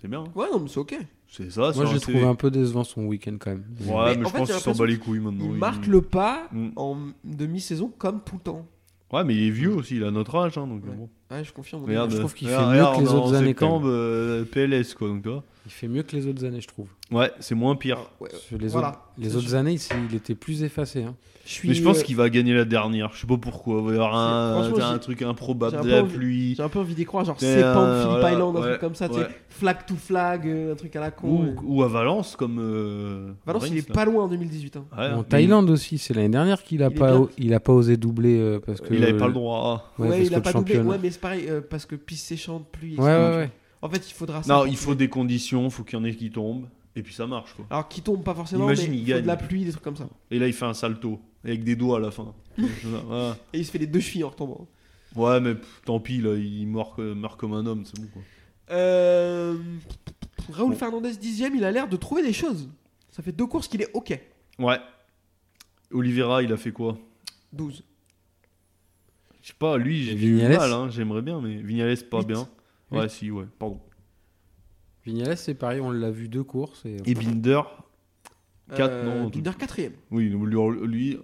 [SPEAKER 9] C'est bien. hein.
[SPEAKER 7] Ouais, non, mais c'est ok.
[SPEAKER 9] C'est ça,
[SPEAKER 8] Moi,
[SPEAKER 9] c'est
[SPEAKER 8] j'ai
[SPEAKER 9] un
[SPEAKER 8] trouvé
[SPEAKER 9] CV.
[SPEAKER 8] un peu décevant son week-end quand même.
[SPEAKER 9] Ouais,
[SPEAKER 7] Mais
[SPEAKER 9] mais,
[SPEAKER 7] en
[SPEAKER 9] je
[SPEAKER 7] fait,
[SPEAKER 9] pense
[SPEAKER 7] j'ai
[SPEAKER 9] qu'il s'en bat
[SPEAKER 7] l'impression
[SPEAKER 9] les couilles maintenant.
[SPEAKER 7] Il marque le pas
[SPEAKER 9] Mm.
[SPEAKER 7] en demi-saison comme tout le temps.
[SPEAKER 9] Ouais, mais il est vieux aussi, il a notre âge. hein, donc,
[SPEAKER 7] Ouais.
[SPEAKER 9] bon.
[SPEAKER 7] Ouais, je confirme.
[SPEAKER 9] Regarde,
[SPEAKER 8] je trouve qu'il
[SPEAKER 9] regarde,
[SPEAKER 8] fait mieux que
[SPEAKER 9] regarde,
[SPEAKER 8] les
[SPEAKER 9] on est
[SPEAKER 8] autres
[SPEAKER 9] en
[SPEAKER 8] années, quand
[SPEAKER 9] septembre, euh, PLS, quoi. Donc, tu vois.
[SPEAKER 8] Il fait mieux que les autres années, je trouve.
[SPEAKER 9] Ouais, c'est moins pire.
[SPEAKER 7] Ah, ouais, ouais.
[SPEAKER 8] Parce que Les,
[SPEAKER 7] Voilà.
[SPEAKER 8] autres, les autres années, il, s'est- il était plus effacé. hein.
[SPEAKER 7] Je
[SPEAKER 9] Mais
[SPEAKER 7] suis,
[SPEAKER 9] je pense
[SPEAKER 7] euh,
[SPEAKER 9] qu'il va gagner la dernière. Je sais pas pourquoi. Il va y avoir un,
[SPEAKER 7] Franchement,
[SPEAKER 9] t'as un
[SPEAKER 7] j'ai-
[SPEAKER 9] truc improbable
[SPEAKER 7] j'ai un
[SPEAKER 9] de
[SPEAKER 7] peu
[SPEAKER 9] la
[SPEAKER 7] envie-
[SPEAKER 9] pluie.
[SPEAKER 7] J'ai un peu envie d'y croire, genre
[SPEAKER 9] Mais,
[SPEAKER 7] c'est pas
[SPEAKER 9] euh,
[SPEAKER 7] Philippe
[SPEAKER 9] voilà,
[SPEAKER 7] Island, un
[SPEAKER 9] ouais,
[SPEAKER 7] truc comme ça, tu
[SPEAKER 9] ouais.
[SPEAKER 7] sais, flag to flag, euh, un truc à la con.
[SPEAKER 9] Ou,
[SPEAKER 7] euh.
[SPEAKER 9] ou à Valence, comme. euh,
[SPEAKER 7] Valence,
[SPEAKER 9] Rins,
[SPEAKER 7] il est
[SPEAKER 9] là.
[SPEAKER 7] pas loin en 2018. hein.
[SPEAKER 9] Ouais,
[SPEAKER 8] en
[SPEAKER 9] mais
[SPEAKER 8] Thaïlande aussi, c'est l'année dernière qu'il a,
[SPEAKER 7] Il est
[SPEAKER 8] pas,
[SPEAKER 7] bien.
[SPEAKER 8] il a pas osé doubler euh, parce que.
[SPEAKER 9] Il avait pas le droit.
[SPEAKER 8] Ouais,
[SPEAKER 7] Ouais,
[SPEAKER 8] parce
[SPEAKER 7] il
[SPEAKER 8] que
[SPEAKER 7] a
[SPEAKER 8] le
[SPEAKER 7] pas doublé.
[SPEAKER 8] championnat-
[SPEAKER 7] Ouais, mais c'est pareil, euh, parce que piste séchante, pluie.
[SPEAKER 8] Ouais,
[SPEAKER 7] etc.
[SPEAKER 8] ouais, ouais.
[SPEAKER 7] En fait, il faudra ça.
[SPEAKER 9] Non,
[SPEAKER 7] pour
[SPEAKER 9] il faut
[SPEAKER 7] trouver.
[SPEAKER 9] des conditions, faut qu'il y en ait qui tombent. Et puis ça marche, quoi.
[SPEAKER 7] Alors qui tombe pas forcément,
[SPEAKER 9] Imagine,
[SPEAKER 7] mais
[SPEAKER 9] il
[SPEAKER 7] il faut
[SPEAKER 9] gagne.
[SPEAKER 7] de la pluie, des trucs comme ça.
[SPEAKER 9] Et là, il fait un salto. Avec des doigts à la fin. ouais.
[SPEAKER 7] Et il se fait les deux chevilles en retombant.
[SPEAKER 9] Ouais, mais pff, tant pis, là, il meurt, que- meurt comme un homme, c'est bon, quoi.
[SPEAKER 7] Euh, Raoul
[SPEAKER 9] Bon.
[SPEAKER 7] Fernandez dixième, il a l'air de trouver des choses. Ça fait deux courses qu'il est ok.
[SPEAKER 9] Ouais. Oliveira, il a fait quoi
[SPEAKER 7] 12.
[SPEAKER 9] Je sais pas, lui, j'ai
[SPEAKER 8] Et
[SPEAKER 9] du
[SPEAKER 8] Vignales
[SPEAKER 9] mal, hein, j'aimerais bien, mais Vignales, pas
[SPEAKER 7] Huit.
[SPEAKER 9] bien. Ouais, si, ouais, pardon.
[SPEAKER 8] Vignales, c'est pareil, on l'a vu deux courses. Et...
[SPEAKER 9] Et Binder, Quatre,
[SPEAKER 7] Euh,
[SPEAKER 9] non, en tout.
[SPEAKER 7] Binder quatrième.
[SPEAKER 9] oui, lui, lui,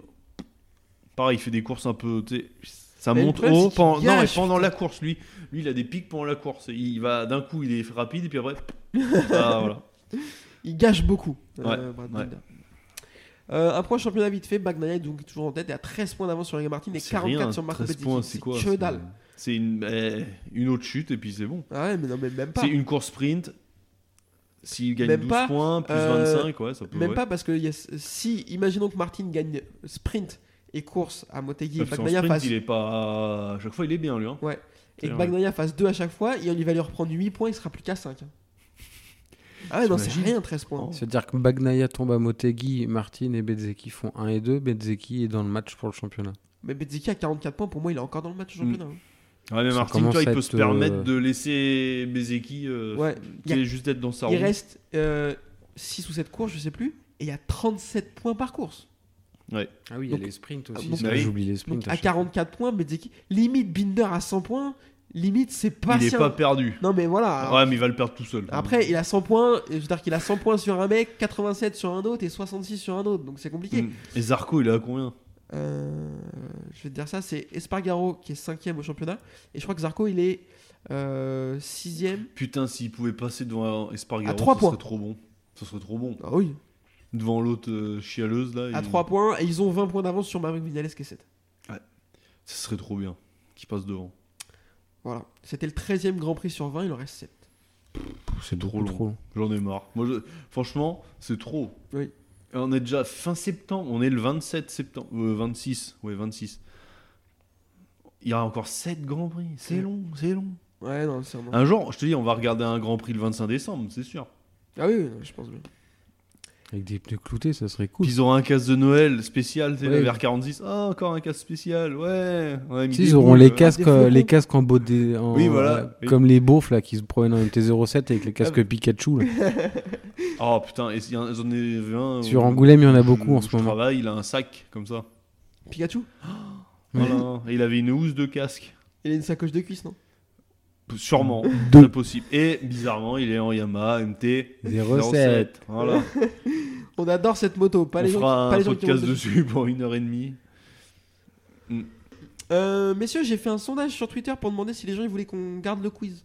[SPEAKER 9] pareil, il fait des courses un peu, tu sais, ça
[SPEAKER 7] Mais le
[SPEAKER 9] monte
[SPEAKER 7] problème,
[SPEAKER 9] haut,
[SPEAKER 7] c'est qu'il
[SPEAKER 9] pendant, non, mais
[SPEAKER 7] gâche,
[SPEAKER 9] pendant la course, lui, lui, il a des pics pendant la course. Il va, d'un coup, il est rapide, et puis après, ah, voilà.
[SPEAKER 7] Il gâche beaucoup.
[SPEAKER 9] Ouais,
[SPEAKER 7] Brad
[SPEAKER 9] ouais.
[SPEAKER 7] Binder. Euh, un point championnat vite fait, Bagnaia est donc toujours en tête et à 13 points d'avance sur Riga Martin et
[SPEAKER 9] C'est
[SPEAKER 7] 44
[SPEAKER 9] rien,
[SPEAKER 7] sur Marco
[SPEAKER 9] 13
[SPEAKER 7] Bezzecchi.
[SPEAKER 9] points, c'est quoi
[SPEAKER 7] que
[SPEAKER 9] c'est-
[SPEAKER 7] dalle.
[SPEAKER 9] C'est une, eh, une autre chute, et puis c'est bon.
[SPEAKER 7] Ah ouais, mais non, mais même pas.
[SPEAKER 9] C'est une course sprint. S'il gagne
[SPEAKER 7] Même
[SPEAKER 9] 12
[SPEAKER 7] pas,
[SPEAKER 9] points, plus
[SPEAKER 7] euh,
[SPEAKER 9] 25, ouais, ça peut
[SPEAKER 7] Même
[SPEAKER 9] ouais.
[SPEAKER 7] pas parce que il y a- si, imaginons que Martin gagne sprint et course à Motegi et
[SPEAKER 9] Parce qu'en
[SPEAKER 7] Bagnaia
[SPEAKER 9] sprint,
[SPEAKER 7] fasse.
[SPEAKER 9] il est pas. À chaque fois, il est bien, lui. Hein.
[SPEAKER 7] Ouais. Et que
[SPEAKER 9] C'est vrai.
[SPEAKER 7] Bagnaia fasse 2 à chaque fois, et on lui va lui reprendre 8 points, il sera plus qu'à 5. Ah ouais, non, c'est
[SPEAKER 8] T'imagines
[SPEAKER 7] rien 13
[SPEAKER 9] Oh.
[SPEAKER 7] points.
[SPEAKER 8] C'est-à-dire que Bagnaia tombe à Motegi, Martin et Bezzeki font 1 et 2. Bezzeki est dans le match pour le championnat.
[SPEAKER 7] Mais Bezzeki à 44 points, pour moi, il est encore dans le match
[SPEAKER 9] Mm.
[SPEAKER 7] au championnat. hein.
[SPEAKER 9] Ah Ouais, mais
[SPEAKER 8] Ça
[SPEAKER 9] Martin,
[SPEAKER 8] commence
[SPEAKER 9] toi, il
[SPEAKER 8] à
[SPEAKER 9] peut se
[SPEAKER 8] être,
[SPEAKER 9] permettre
[SPEAKER 8] euh,
[SPEAKER 9] de laisser Bezeki euh,
[SPEAKER 7] Ouais.
[SPEAKER 9] qui
[SPEAKER 7] Il y a-
[SPEAKER 9] est juste d'être dans sa
[SPEAKER 7] Il
[SPEAKER 9] roue.
[SPEAKER 7] reste 6 ou 7 courses, je sais plus, et il y a 37 points par course.
[SPEAKER 8] Ah oui,
[SPEAKER 7] il y a Donc-
[SPEAKER 8] les sprints
[SPEAKER 7] aussi,
[SPEAKER 9] Ah donc- ça,
[SPEAKER 8] J'oublie les
[SPEAKER 9] Mm,
[SPEAKER 8] sprints.
[SPEAKER 7] Donc à 44 points, Bezzeki, limite Binder à 100 points, limite c'est pas
[SPEAKER 9] Il est
[SPEAKER 7] si un-
[SPEAKER 9] pas perdu.
[SPEAKER 7] Non mais voilà. alors,
[SPEAKER 9] Ouais, mais il va le perdre tout seul.
[SPEAKER 7] Après, il a 100 points, et je veux dire qu'il a 100 points sur un mec, 87 sur un autre et 66 sur un autre, donc c'est compliqué.
[SPEAKER 9] Mm. Et Zarco, il est à combien
[SPEAKER 7] Euh, je vais te dire ça, c'est Espargaro qui est 5ème au championnat, et je crois que Zarco il est euh, 6ème.
[SPEAKER 9] Putain, s'il pouvait passer devant Espargaro,
[SPEAKER 7] À trois
[SPEAKER 9] ça
[SPEAKER 7] points.
[SPEAKER 9] serait trop bon. Ça serait trop bon.
[SPEAKER 7] Ah oui,
[SPEAKER 9] Devant l'autre euh, chialeuse, là.
[SPEAKER 7] à
[SPEAKER 9] il-
[SPEAKER 7] 3 points, et ils ont 20 points d'avance sur Maverick Vinales qui est 7.
[SPEAKER 9] Ça serait trop bien qu'il passe devant.
[SPEAKER 7] Voilà, c'était le 13ème Grand Prix sur 20, il en reste 7.
[SPEAKER 9] C'est trop long.
[SPEAKER 8] trop long.
[SPEAKER 9] J'en ai marre. Moi, je- franchement, c'est trop.
[SPEAKER 7] Oui.
[SPEAKER 9] Et on est déjà fin septembre. On est le 27 septembre. Euh, 26. Ouais, 26. Il y a encore 7 grands prix. C'est
[SPEAKER 7] Ouais.
[SPEAKER 9] long, c'est long.
[SPEAKER 7] Ouais, non, c'est un
[SPEAKER 9] Un jour, je te dis, on va regarder un grand prix le 25 décembre, c'est sûr.
[SPEAKER 7] Ah oui, oui, non, je pense bien.
[SPEAKER 8] Avec des pneus cloutés, ça serait cool.
[SPEAKER 9] Puis ils auront un casse de Noël spécial, tu sais,
[SPEAKER 8] Ouais.
[SPEAKER 9] la VR46. Ah, encore un casse spécial, ouais. On a mis
[SPEAKER 8] Si,
[SPEAKER 9] des
[SPEAKER 8] ils auront
[SPEAKER 9] boules.
[SPEAKER 8] les casques,
[SPEAKER 7] des
[SPEAKER 8] euh,
[SPEAKER 7] flocons.
[SPEAKER 8] les casques en beau dé- en-
[SPEAKER 9] Oui, voilà.
[SPEAKER 8] euh,
[SPEAKER 9] Oui. Ah
[SPEAKER 8] comme les beaufs là qui se promènent en MT-07 avec les casques Pikachu. là.
[SPEAKER 9] Oh putain, et il y en j'en ai vu un.
[SPEAKER 8] Sur
[SPEAKER 9] où-
[SPEAKER 8] Angoulême, il y en a beaucoup
[SPEAKER 9] où
[SPEAKER 8] en ce
[SPEAKER 9] Mmh, je
[SPEAKER 8] moment.
[SPEAKER 9] travaille, il a un sac comme ça.
[SPEAKER 7] Pikachu
[SPEAKER 9] Voilà. Et il avait une housse de casque.
[SPEAKER 7] Il a une sacoche de cuisse, non
[SPEAKER 9] Sûrement, c'est possible. Et bizarrement, il est en Yamaha MT
[SPEAKER 8] 07.
[SPEAKER 9] Voilà.
[SPEAKER 7] On adore cette moto, pas
[SPEAKER 9] On
[SPEAKER 7] les gens,
[SPEAKER 9] fera
[SPEAKER 7] pas
[SPEAKER 9] un
[SPEAKER 7] les gens qui
[SPEAKER 9] podcast
[SPEAKER 7] montent dessus.
[SPEAKER 9] dessus pour une heure et demie.
[SPEAKER 7] Euh, messieurs, j'ai fait un sondage sur Twitter pour demander si les gens ils voulaient qu'on garde le quiz.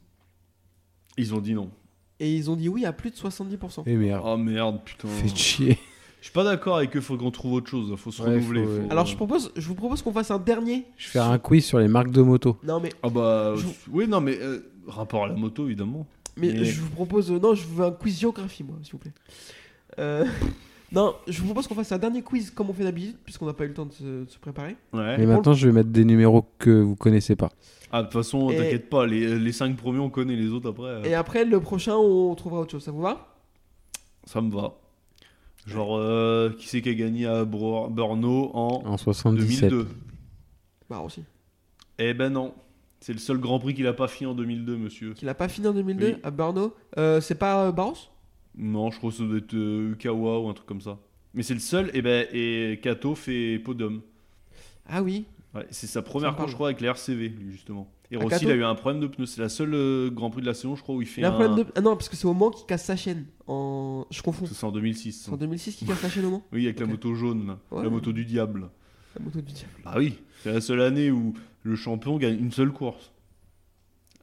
[SPEAKER 9] Ils ont dit non.
[SPEAKER 7] Et ils ont dit oui à plus de 70%.
[SPEAKER 8] Eh merde,
[SPEAKER 9] Oh merde, putain.
[SPEAKER 8] fait chier.
[SPEAKER 9] Je suis pas d'accord avec eux, faut qu'on trouve autre chose, faut se
[SPEAKER 8] Ouais,
[SPEAKER 9] renouveler.
[SPEAKER 8] faut-
[SPEAKER 9] faut- euh.
[SPEAKER 7] Alors je, propose, je vous propose qu'on fasse un dernier.
[SPEAKER 8] Je vais faire un quiz sur les marques de moto.
[SPEAKER 7] Non mais,
[SPEAKER 9] Ah bah
[SPEAKER 7] Je-
[SPEAKER 9] oui non mais euh, rapport à la moto évidemment.
[SPEAKER 7] mais
[SPEAKER 9] Mais-
[SPEAKER 7] je vous propose... euh, non, je veux un quiz géographie, moi, s'il vous plaît. Euh, non, je vous propose qu'on fasse un dernier quiz comme on fait d'habitude, puisqu'on n'a pas eu le temps de se, de se préparer.
[SPEAKER 9] Ouais.
[SPEAKER 8] Mais maintenant, je vais mettre des numéros que vous connaissez pas.
[SPEAKER 9] Ah de toute façon
[SPEAKER 7] Et-
[SPEAKER 9] t'inquiète pas les, euh, les cinq premiers on connaît les autres après euh,
[SPEAKER 7] Et après, le prochain, on trouvera autre chose. Ça vous va
[SPEAKER 9] ça me va. Genre euh, qui c'est qui a gagné à Bro- Brno en
[SPEAKER 8] En 77.
[SPEAKER 9] 2002
[SPEAKER 7] Bah aussi.
[SPEAKER 9] Eh ben non c'est le seul Grand Prix qu'il a pas fini en 2002 monsieur.
[SPEAKER 7] Qu'il a pas fini en 2002
[SPEAKER 9] Oui.
[SPEAKER 7] à Brno. Euh, c'est pas euh, Barros
[SPEAKER 9] Non je crois que ça doit être euh, Ukawa ou un truc comme ça. Mais c'est le seul et ben et Kato fait podium.
[SPEAKER 7] Ah oui.
[SPEAKER 9] Ouais, c'est sa
[SPEAKER 7] Ça
[SPEAKER 9] première
[SPEAKER 7] me
[SPEAKER 9] course
[SPEAKER 7] parle.
[SPEAKER 9] je crois avec la RCV lui, justement. Et
[SPEAKER 7] Ah,
[SPEAKER 9] Rossi
[SPEAKER 7] Kato
[SPEAKER 9] il a eu un problème de pneu c'est la seule euh, Grand Prix de la saison je crois où il fait
[SPEAKER 7] Il a un
[SPEAKER 9] un-
[SPEAKER 7] problème de... Ah non, parce que c'est au Mans qui casse sa chaîne. En... Je confonds.
[SPEAKER 9] C'est en 2006.
[SPEAKER 7] C'est en 2006 qui casse la chaîne au Mans
[SPEAKER 9] Oui, avec la
[SPEAKER 7] Ok.
[SPEAKER 9] moto jaune, là.
[SPEAKER 7] Ouais.
[SPEAKER 9] la moto du diable.
[SPEAKER 7] La moto du diable.
[SPEAKER 9] Bah oui, c'est la seule année où le champion gagne une seule course.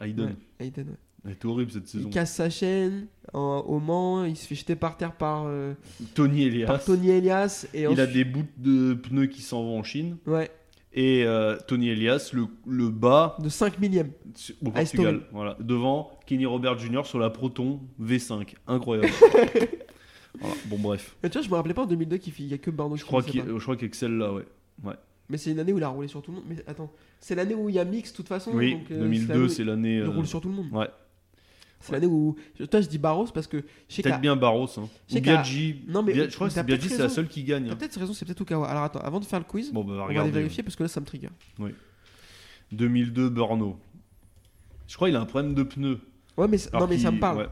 [SPEAKER 9] Hayden.
[SPEAKER 7] Ouais, Hayden, ouais.
[SPEAKER 9] Elle était horrible cette saison.
[SPEAKER 7] Il casse sa chaîne en- au Mans, il se fait jeter par terre par, euh,
[SPEAKER 9] Tony Elias.
[SPEAKER 7] par Tony Elias. Et
[SPEAKER 9] Il a
[SPEAKER 7] ensuite-
[SPEAKER 9] des bouts de pneus qui s'en vont en Chine.
[SPEAKER 7] Ouais,
[SPEAKER 9] Et euh, Tony Elias le, le bat
[SPEAKER 7] de 5 millième.
[SPEAKER 9] su- au
[SPEAKER 7] Ah,
[SPEAKER 9] Portugal. Voilà, devant Kenny Robert Jr. sur la Proton V5. Incroyable. Voilà, Bon, bref.
[SPEAKER 7] Mais tu vois, je me rappelais pas en 2002 qu'il fi- il y a que Barno
[SPEAKER 9] Je crois qu'il- je crois qu'Excel là, ouais.
[SPEAKER 7] Mais c'est une année où il a roulé sur tout le monde. Mais attends, c'est l'année où il y a Mix de toute façon.
[SPEAKER 9] Oui,
[SPEAKER 7] donc, euh, c'est
[SPEAKER 9] 2002,
[SPEAKER 7] l'année où
[SPEAKER 9] c'est l'année.
[SPEAKER 7] Il
[SPEAKER 9] euh,
[SPEAKER 7] roule sur tout le monde.
[SPEAKER 9] ouais.
[SPEAKER 7] C'est l'année où. je- Toi, je dis Barros parce que. je sais
[SPEAKER 9] Peut-être
[SPEAKER 7] qu'à-
[SPEAKER 9] bien Barros. Hein.
[SPEAKER 7] Je sais
[SPEAKER 9] Ou
[SPEAKER 7] qu'à-
[SPEAKER 9] Biaggi.
[SPEAKER 7] Non, mais
[SPEAKER 9] Bia- Je crois que
[SPEAKER 7] t'as
[SPEAKER 9] c'est Biaggi,
[SPEAKER 7] peut-être
[SPEAKER 9] c'est la
[SPEAKER 7] raison.
[SPEAKER 9] seule qui gagne.
[SPEAKER 7] T'as
[SPEAKER 9] hein.
[SPEAKER 7] peut-être raison, c'est peut-être Okawa. Alors attends, avant de faire le quiz,
[SPEAKER 9] Bon, bah, va
[SPEAKER 7] on va aller
[SPEAKER 9] regarder.
[SPEAKER 7] vérifier parce que là, ça me trigger.
[SPEAKER 9] 2002, Borno. Je crois qu'il a un problème de pneu.
[SPEAKER 7] Ouais, mais, ça- non, mais ça me parle.
[SPEAKER 9] Ouais.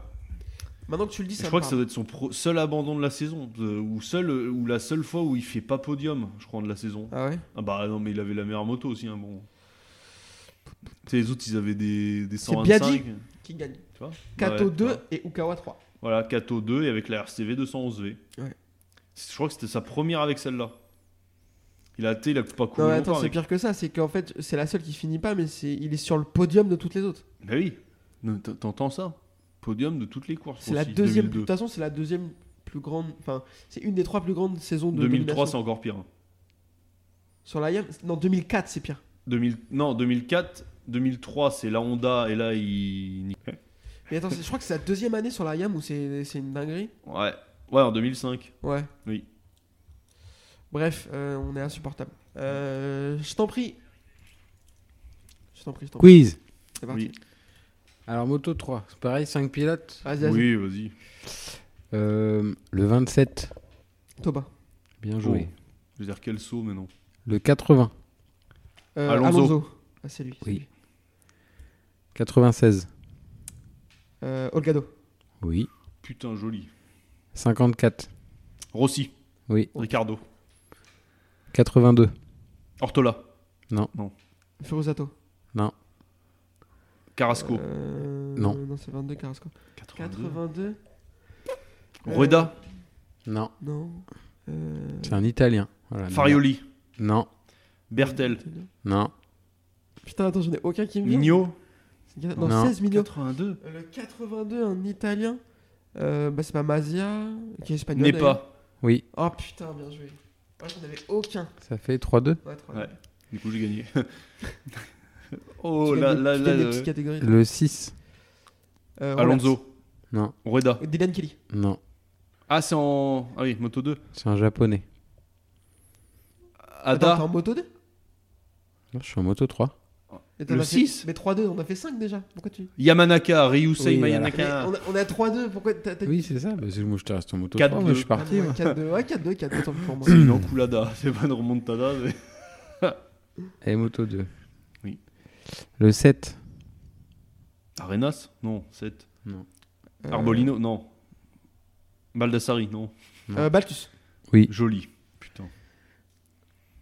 [SPEAKER 7] Maintenant que tu le dis,
[SPEAKER 9] Je
[SPEAKER 7] ça
[SPEAKER 9] crois
[SPEAKER 7] me
[SPEAKER 9] que ça
[SPEAKER 7] parle.
[SPEAKER 9] doit être son pro- seul abandon de la saison. euh, ou, seul, euh, ou la seule fois où il fait pas podium, je crois, de la saison.
[SPEAKER 7] Ah ouais
[SPEAKER 9] Ah bah non, mais il avait la meilleure moto aussi, hein, bon. Tu sais, les autres, ils avaient des, des
[SPEAKER 7] C'est
[SPEAKER 9] 125.
[SPEAKER 7] Biaggi. Qui gagne
[SPEAKER 9] Tu vois
[SPEAKER 7] Kato
[SPEAKER 9] Ouais,
[SPEAKER 7] 2
[SPEAKER 9] ouais.
[SPEAKER 7] et Ukawa 3.
[SPEAKER 9] Voilà, Kato 2 et avec la RCV 211V.
[SPEAKER 7] Ouais.
[SPEAKER 9] Je crois que c'était sa première avec celle-là. Il a, tu sais, il a pas couru
[SPEAKER 7] Non, mais
[SPEAKER 9] longtemps
[SPEAKER 7] attends, c'est
[SPEAKER 9] avec-
[SPEAKER 7] pire que ça, c'est qu'en fait, c'est la seule qui finit pas, mais c'est il est sur le podium de toutes les autres.
[SPEAKER 9] Bah oui, Non, t- t'entends ça Podium de toutes les courses.
[SPEAKER 7] C'est la
[SPEAKER 9] aussi,
[SPEAKER 7] deuxième, de
[SPEAKER 9] 2002.
[SPEAKER 7] toute façon, c'est la deuxième plus grande, enfin, c'est une des trois plus grandes saisons de
[SPEAKER 9] 2003, c'est
[SPEAKER 7] domination.
[SPEAKER 9] encore pire. hein.
[SPEAKER 7] Sur la Yam, non, 2004, c'est pire.
[SPEAKER 9] 2000... Non, 2004, 2003, c'est la Honda et là, il.
[SPEAKER 7] Mais attends, c'est- je crois que c'est la deuxième année sur la Yam où c'est c'est une dinguerie.
[SPEAKER 9] Ouais, ouais en 2005.
[SPEAKER 7] Ouais.
[SPEAKER 9] Oui.
[SPEAKER 7] Bref, euh, on est insupportable. Euh, je t'en prie. Je t'en prie, je t'en prie.
[SPEAKER 8] Quiz
[SPEAKER 7] C'est
[SPEAKER 9] Oui.
[SPEAKER 7] parti.
[SPEAKER 8] Alors, moto 3, c'est pareil, 5 pilotes.
[SPEAKER 7] Vas-y, vas-y.
[SPEAKER 9] Oui, vas-y.
[SPEAKER 8] Euh, le 27,
[SPEAKER 7] Toba.
[SPEAKER 8] bien joué.
[SPEAKER 9] Je veux dire, quel saut maintenant
[SPEAKER 8] Le 80,
[SPEAKER 7] Euh,
[SPEAKER 9] Alonso.
[SPEAKER 7] Ah, c'est lui. c'est
[SPEAKER 8] Oui.
[SPEAKER 7] lui.
[SPEAKER 8] 96,
[SPEAKER 7] Euh, Olgado.
[SPEAKER 8] oui.
[SPEAKER 9] Putain, joli.
[SPEAKER 8] 54,
[SPEAKER 9] Rossi,
[SPEAKER 8] oui.
[SPEAKER 9] Ricardo,
[SPEAKER 8] 82,
[SPEAKER 9] Ortola,
[SPEAKER 7] Furusato.
[SPEAKER 9] Carrasco,
[SPEAKER 7] Euh,
[SPEAKER 8] Non.
[SPEAKER 7] Non, c'est 22 Carrasco.
[SPEAKER 9] 82.
[SPEAKER 7] 82
[SPEAKER 9] Rueda,
[SPEAKER 8] non,
[SPEAKER 7] Non. Euh,
[SPEAKER 8] c'est un Italien. Voilà,
[SPEAKER 9] Farioli,
[SPEAKER 8] Non,
[SPEAKER 9] Bertel,
[SPEAKER 8] non,
[SPEAKER 7] Putain, attends, j'en ai aucun qui me vient.
[SPEAKER 9] Migno,
[SPEAKER 7] Non,
[SPEAKER 8] Non.
[SPEAKER 7] 16 millions.
[SPEAKER 9] 82,
[SPEAKER 7] Le 82, un italien. Euh, bah, c'est pas Mazia, qui est espagnol.
[SPEAKER 9] n'est
[SPEAKER 7] d'ailleurs.
[SPEAKER 9] pas.
[SPEAKER 8] oui,
[SPEAKER 7] Oh putain, bien joué. Moi, j'en avais aucun.
[SPEAKER 8] ça fait 3-2.
[SPEAKER 7] Ouais, trois.
[SPEAKER 9] Ouais. Du coup, j'ai gagné. oh
[SPEAKER 7] Tu
[SPEAKER 9] là
[SPEAKER 7] gagnes-
[SPEAKER 9] là
[SPEAKER 7] tu
[SPEAKER 9] là.
[SPEAKER 7] gagnes des
[SPEAKER 9] là. euh,
[SPEAKER 7] petites catégories.
[SPEAKER 8] Le 6,
[SPEAKER 7] Euh, Rollers.
[SPEAKER 9] Alonso,
[SPEAKER 8] non,
[SPEAKER 9] Rueda.
[SPEAKER 7] Dylan Kelly.
[SPEAKER 8] non,
[SPEAKER 9] Ah, c'est en. Ah oui, Moto 2.
[SPEAKER 8] c'est un Japonais.
[SPEAKER 7] Attends, t'es
[SPEAKER 9] Ada,
[SPEAKER 7] en moto 2
[SPEAKER 8] Non, je suis en moto 3.
[SPEAKER 7] Mais t'en
[SPEAKER 9] Le
[SPEAKER 7] as fait-
[SPEAKER 9] six
[SPEAKER 7] Mais 3-2, on a fait 5 déjà. Pourquoi tu.
[SPEAKER 9] Yamanaka, Ryusei
[SPEAKER 8] Oui, voilà.
[SPEAKER 7] Mais
[SPEAKER 9] Mayanaka.
[SPEAKER 7] on, a, on a 3-2, pourquoi t'as. t'as-
[SPEAKER 8] Oui, c'est ça, parce que moi je te reste en moto
[SPEAKER 9] 4-2.
[SPEAKER 8] 3, moi je suis
[SPEAKER 7] Ah,
[SPEAKER 8] parti.
[SPEAKER 7] ouais,
[SPEAKER 8] moi.
[SPEAKER 7] 4-2, ouais, 4-2, 4-2, tant pis pour moi. Euh,
[SPEAKER 9] C'est une enculada, c'est pas une remontada. mais-
[SPEAKER 8] Et Eh, moto 2.
[SPEAKER 9] Oui.
[SPEAKER 8] Le 7,
[SPEAKER 9] Arenas Non, 7.
[SPEAKER 7] Euh,
[SPEAKER 9] Arbolino Non. Baldassari Non.
[SPEAKER 7] euh, Baltus.
[SPEAKER 9] Joli. Putain.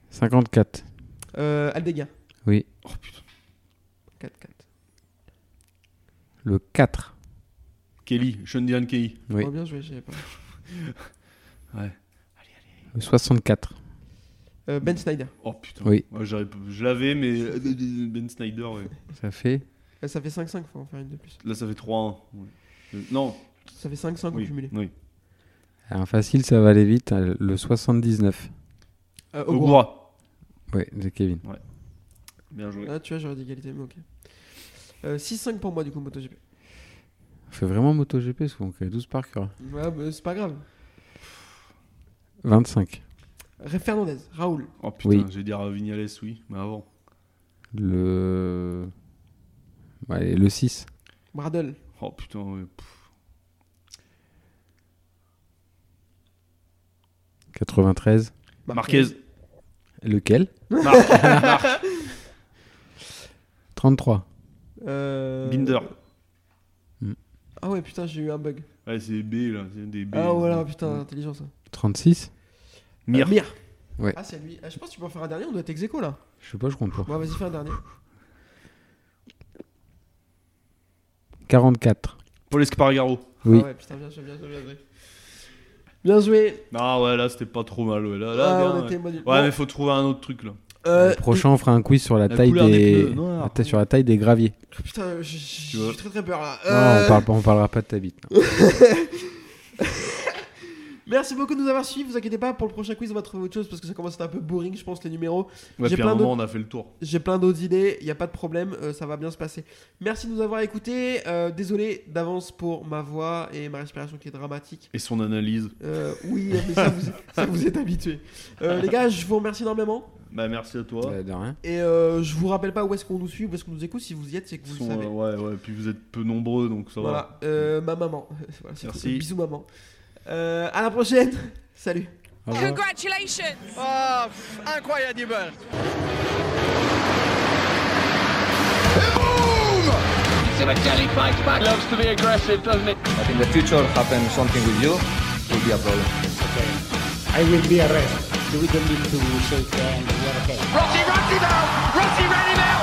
[SPEAKER 8] 54,
[SPEAKER 7] Euh, Aldega.
[SPEAKER 8] oui.
[SPEAKER 9] Oh putain.
[SPEAKER 7] 4-4.
[SPEAKER 8] Le 4,
[SPEAKER 9] Kelly, Shundian Kelly.
[SPEAKER 8] Oui.
[SPEAKER 7] Oh, bien joué, j'y avais pas.
[SPEAKER 8] le 64,
[SPEAKER 7] Euh, ben Snyder.
[SPEAKER 9] Oh putain.
[SPEAKER 8] Oui.
[SPEAKER 9] Ouais, j'aurais- je l'avais, mais Ben Snyder, ouais.
[SPEAKER 8] ça fait
[SPEAKER 7] Euh, ça fait 5-5, faut en faire une de plus.
[SPEAKER 9] Là, ça fait 3-1. Ouais. Euh, Non.
[SPEAKER 7] Ça fait 5-5
[SPEAKER 9] Oui.
[SPEAKER 7] cumulé.
[SPEAKER 9] oui.
[SPEAKER 8] Alors facile, ça va aller vite. hein, Le 79.
[SPEAKER 7] Euh, Ogura.
[SPEAKER 9] Ogura.
[SPEAKER 8] Ouais, de Kevin.
[SPEAKER 9] Bien joué.
[SPEAKER 7] Ah, tu vois, j'aurais dit égalité, mais ok. Euh, 6-5 pour moi, du coup, MotoGP.
[SPEAKER 8] On fait vraiment MotoGP parce qu'on crée 12 par cœur.
[SPEAKER 7] Ouais, mais c'est pas grave.
[SPEAKER 8] 25.
[SPEAKER 7] Ré- Fernandez, Raoul,
[SPEAKER 9] Oh putain,
[SPEAKER 8] Oui.
[SPEAKER 9] j'ai dit à Vignales, oui. Mais avant.
[SPEAKER 8] Le. ouais, allez, le 6.
[SPEAKER 7] Bradle,
[SPEAKER 9] Oh putain, ouais. Pff,
[SPEAKER 8] 93.
[SPEAKER 9] Marquez.
[SPEAKER 8] Lequel
[SPEAKER 9] Marc.
[SPEAKER 8] 33.
[SPEAKER 7] Euh,
[SPEAKER 9] Binder.
[SPEAKER 7] Ah ouais, putain, j'ai eu un bug.
[SPEAKER 9] Ouais, c'est B, là. C'est des B.
[SPEAKER 7] Ah voilà, putain, intelligent ça.
[SPEAKER 8] 36.
[SPEAKER 9] euh, Mir.
[SPEAKER 7] Euh, Mir.
[SPEAKER 8] Ouais.
[SPEAKER 7] Ah, c'est lui. Ah, je pense que tu peux en faire un dernier, on doit être ex aequo, là.
[SPEAKER 8] Je sais pas, je compte pas.
[SPEAKER 7] Bon, vas-y, fais un dernier.
[SPEAKER 8] 44.
[SPEAKER 9] Paul Espargaro.
[SPEAKER 8] Oui.
[SPEAKER 7] Ah ouais, putain, bien joué, bien joué, bien joué. Bien joué.
[SPEAKER 9] Ah ouais, là, c'était pas trop mal. Ouais, là,
[SPEAKER 7] Ah,
[SPEAKER 9] là, bien,
[SPEAKER 7] on
[SPEAKER 9] ouais.
[SPEAKER 7] était modi-
[SPEAKER 9] Ouais,
[SPEAKER 7] Bon,
[SPEAKER 9] mais faut trouver un autre truc là.
[SPEAKER 7] euh,
[SPEAKER 8] le prochain, on fera un quiz sur la,
[SPEAKER 9] La
[SPEAKER 8] taille
[SPEAKER 9] couleur
[SPEAKER 8] des.
[SPEAKER 9] des pneus noirs.
[SPEAKER 8] la taille- sur la taille des graviers.
[SPEAKER 7] Putain, j'ai-
[SPEAKER 9] Tu vois.
[SPEAKER 7] j'ai très très peur là.
[SPEAKER 8] Non,
[SPEAKER 7] Euh,
[SPEAKER 8] on, parle, pas- on parlera pas de ta bite. non.
[SPEAKER 7] Merci beaucoup de nous avoir suivis. Vous inquiétez pas, pour le prochain quiz, on va trouver autre chose parce que ça commence à être un peu boring, je pense, les numéros.
[SPEAKER 9] Ouais,
[SPEAKER 7] J'ai
[SPEAKER 9] puis à un
[SPEAKER 7] plein
[SPEAKER 9] moment, on a fait le tour.
[SPEAKER 7] J'ai plein d'autres idées, il n'y a pas de problème, euh, ça va bien se passer. Merci de nous avoir écoutés. euh, désolé d'avance pour ma voix et ma respiration qui est dramatique.
[SPEAKER 9] Et son analyse.
[SPEAKER 7] Euh, oui, mais ça vous, ça, vous êtes habitués. Euh, les gars, je vous remercie énormément.
[SPEAKER 9] Bah, merci à toi.
[SPEAKER 8] Ouais, de rien.
[SPEAKER 7] Et euh, je vous rappelle pas où est-ce qu'on nous suit, où est-ce qu'on nous écoute. Si vous y êtes, c'est que vous
[SPEAKER 9] Son-
[SPEAKER 7] le savez.
[SPEAKER 9] euh, ouais, ouais, puis vous êtes peu nombreux donc ça va.
[SPEAKER 7] Voilà, euh, ma maman. Voilà, c'est
[SPEAKER 9] Merci.
[SPEAKER 7] tout. Bisous, maman. Euh, à la prochaine. Salut.
[SPEAKER 8] Au revoir.
[SPEAKER 1] Congratulations.
[SPEAKER 2] Ah, pff, incroyable.
[SPEAKER 3] Balotelli fights back.
[SPEAKER 4] Loves to be aggressive, doesn't he?
[SPEAKER 5] But in the future, happen something with you, will be a problem.
[SPEAKER 6] I will be arrested. We don't need to shake hands. We are okay.
[SPEAKER 3] Rossi runs him out. Rossi ran him out.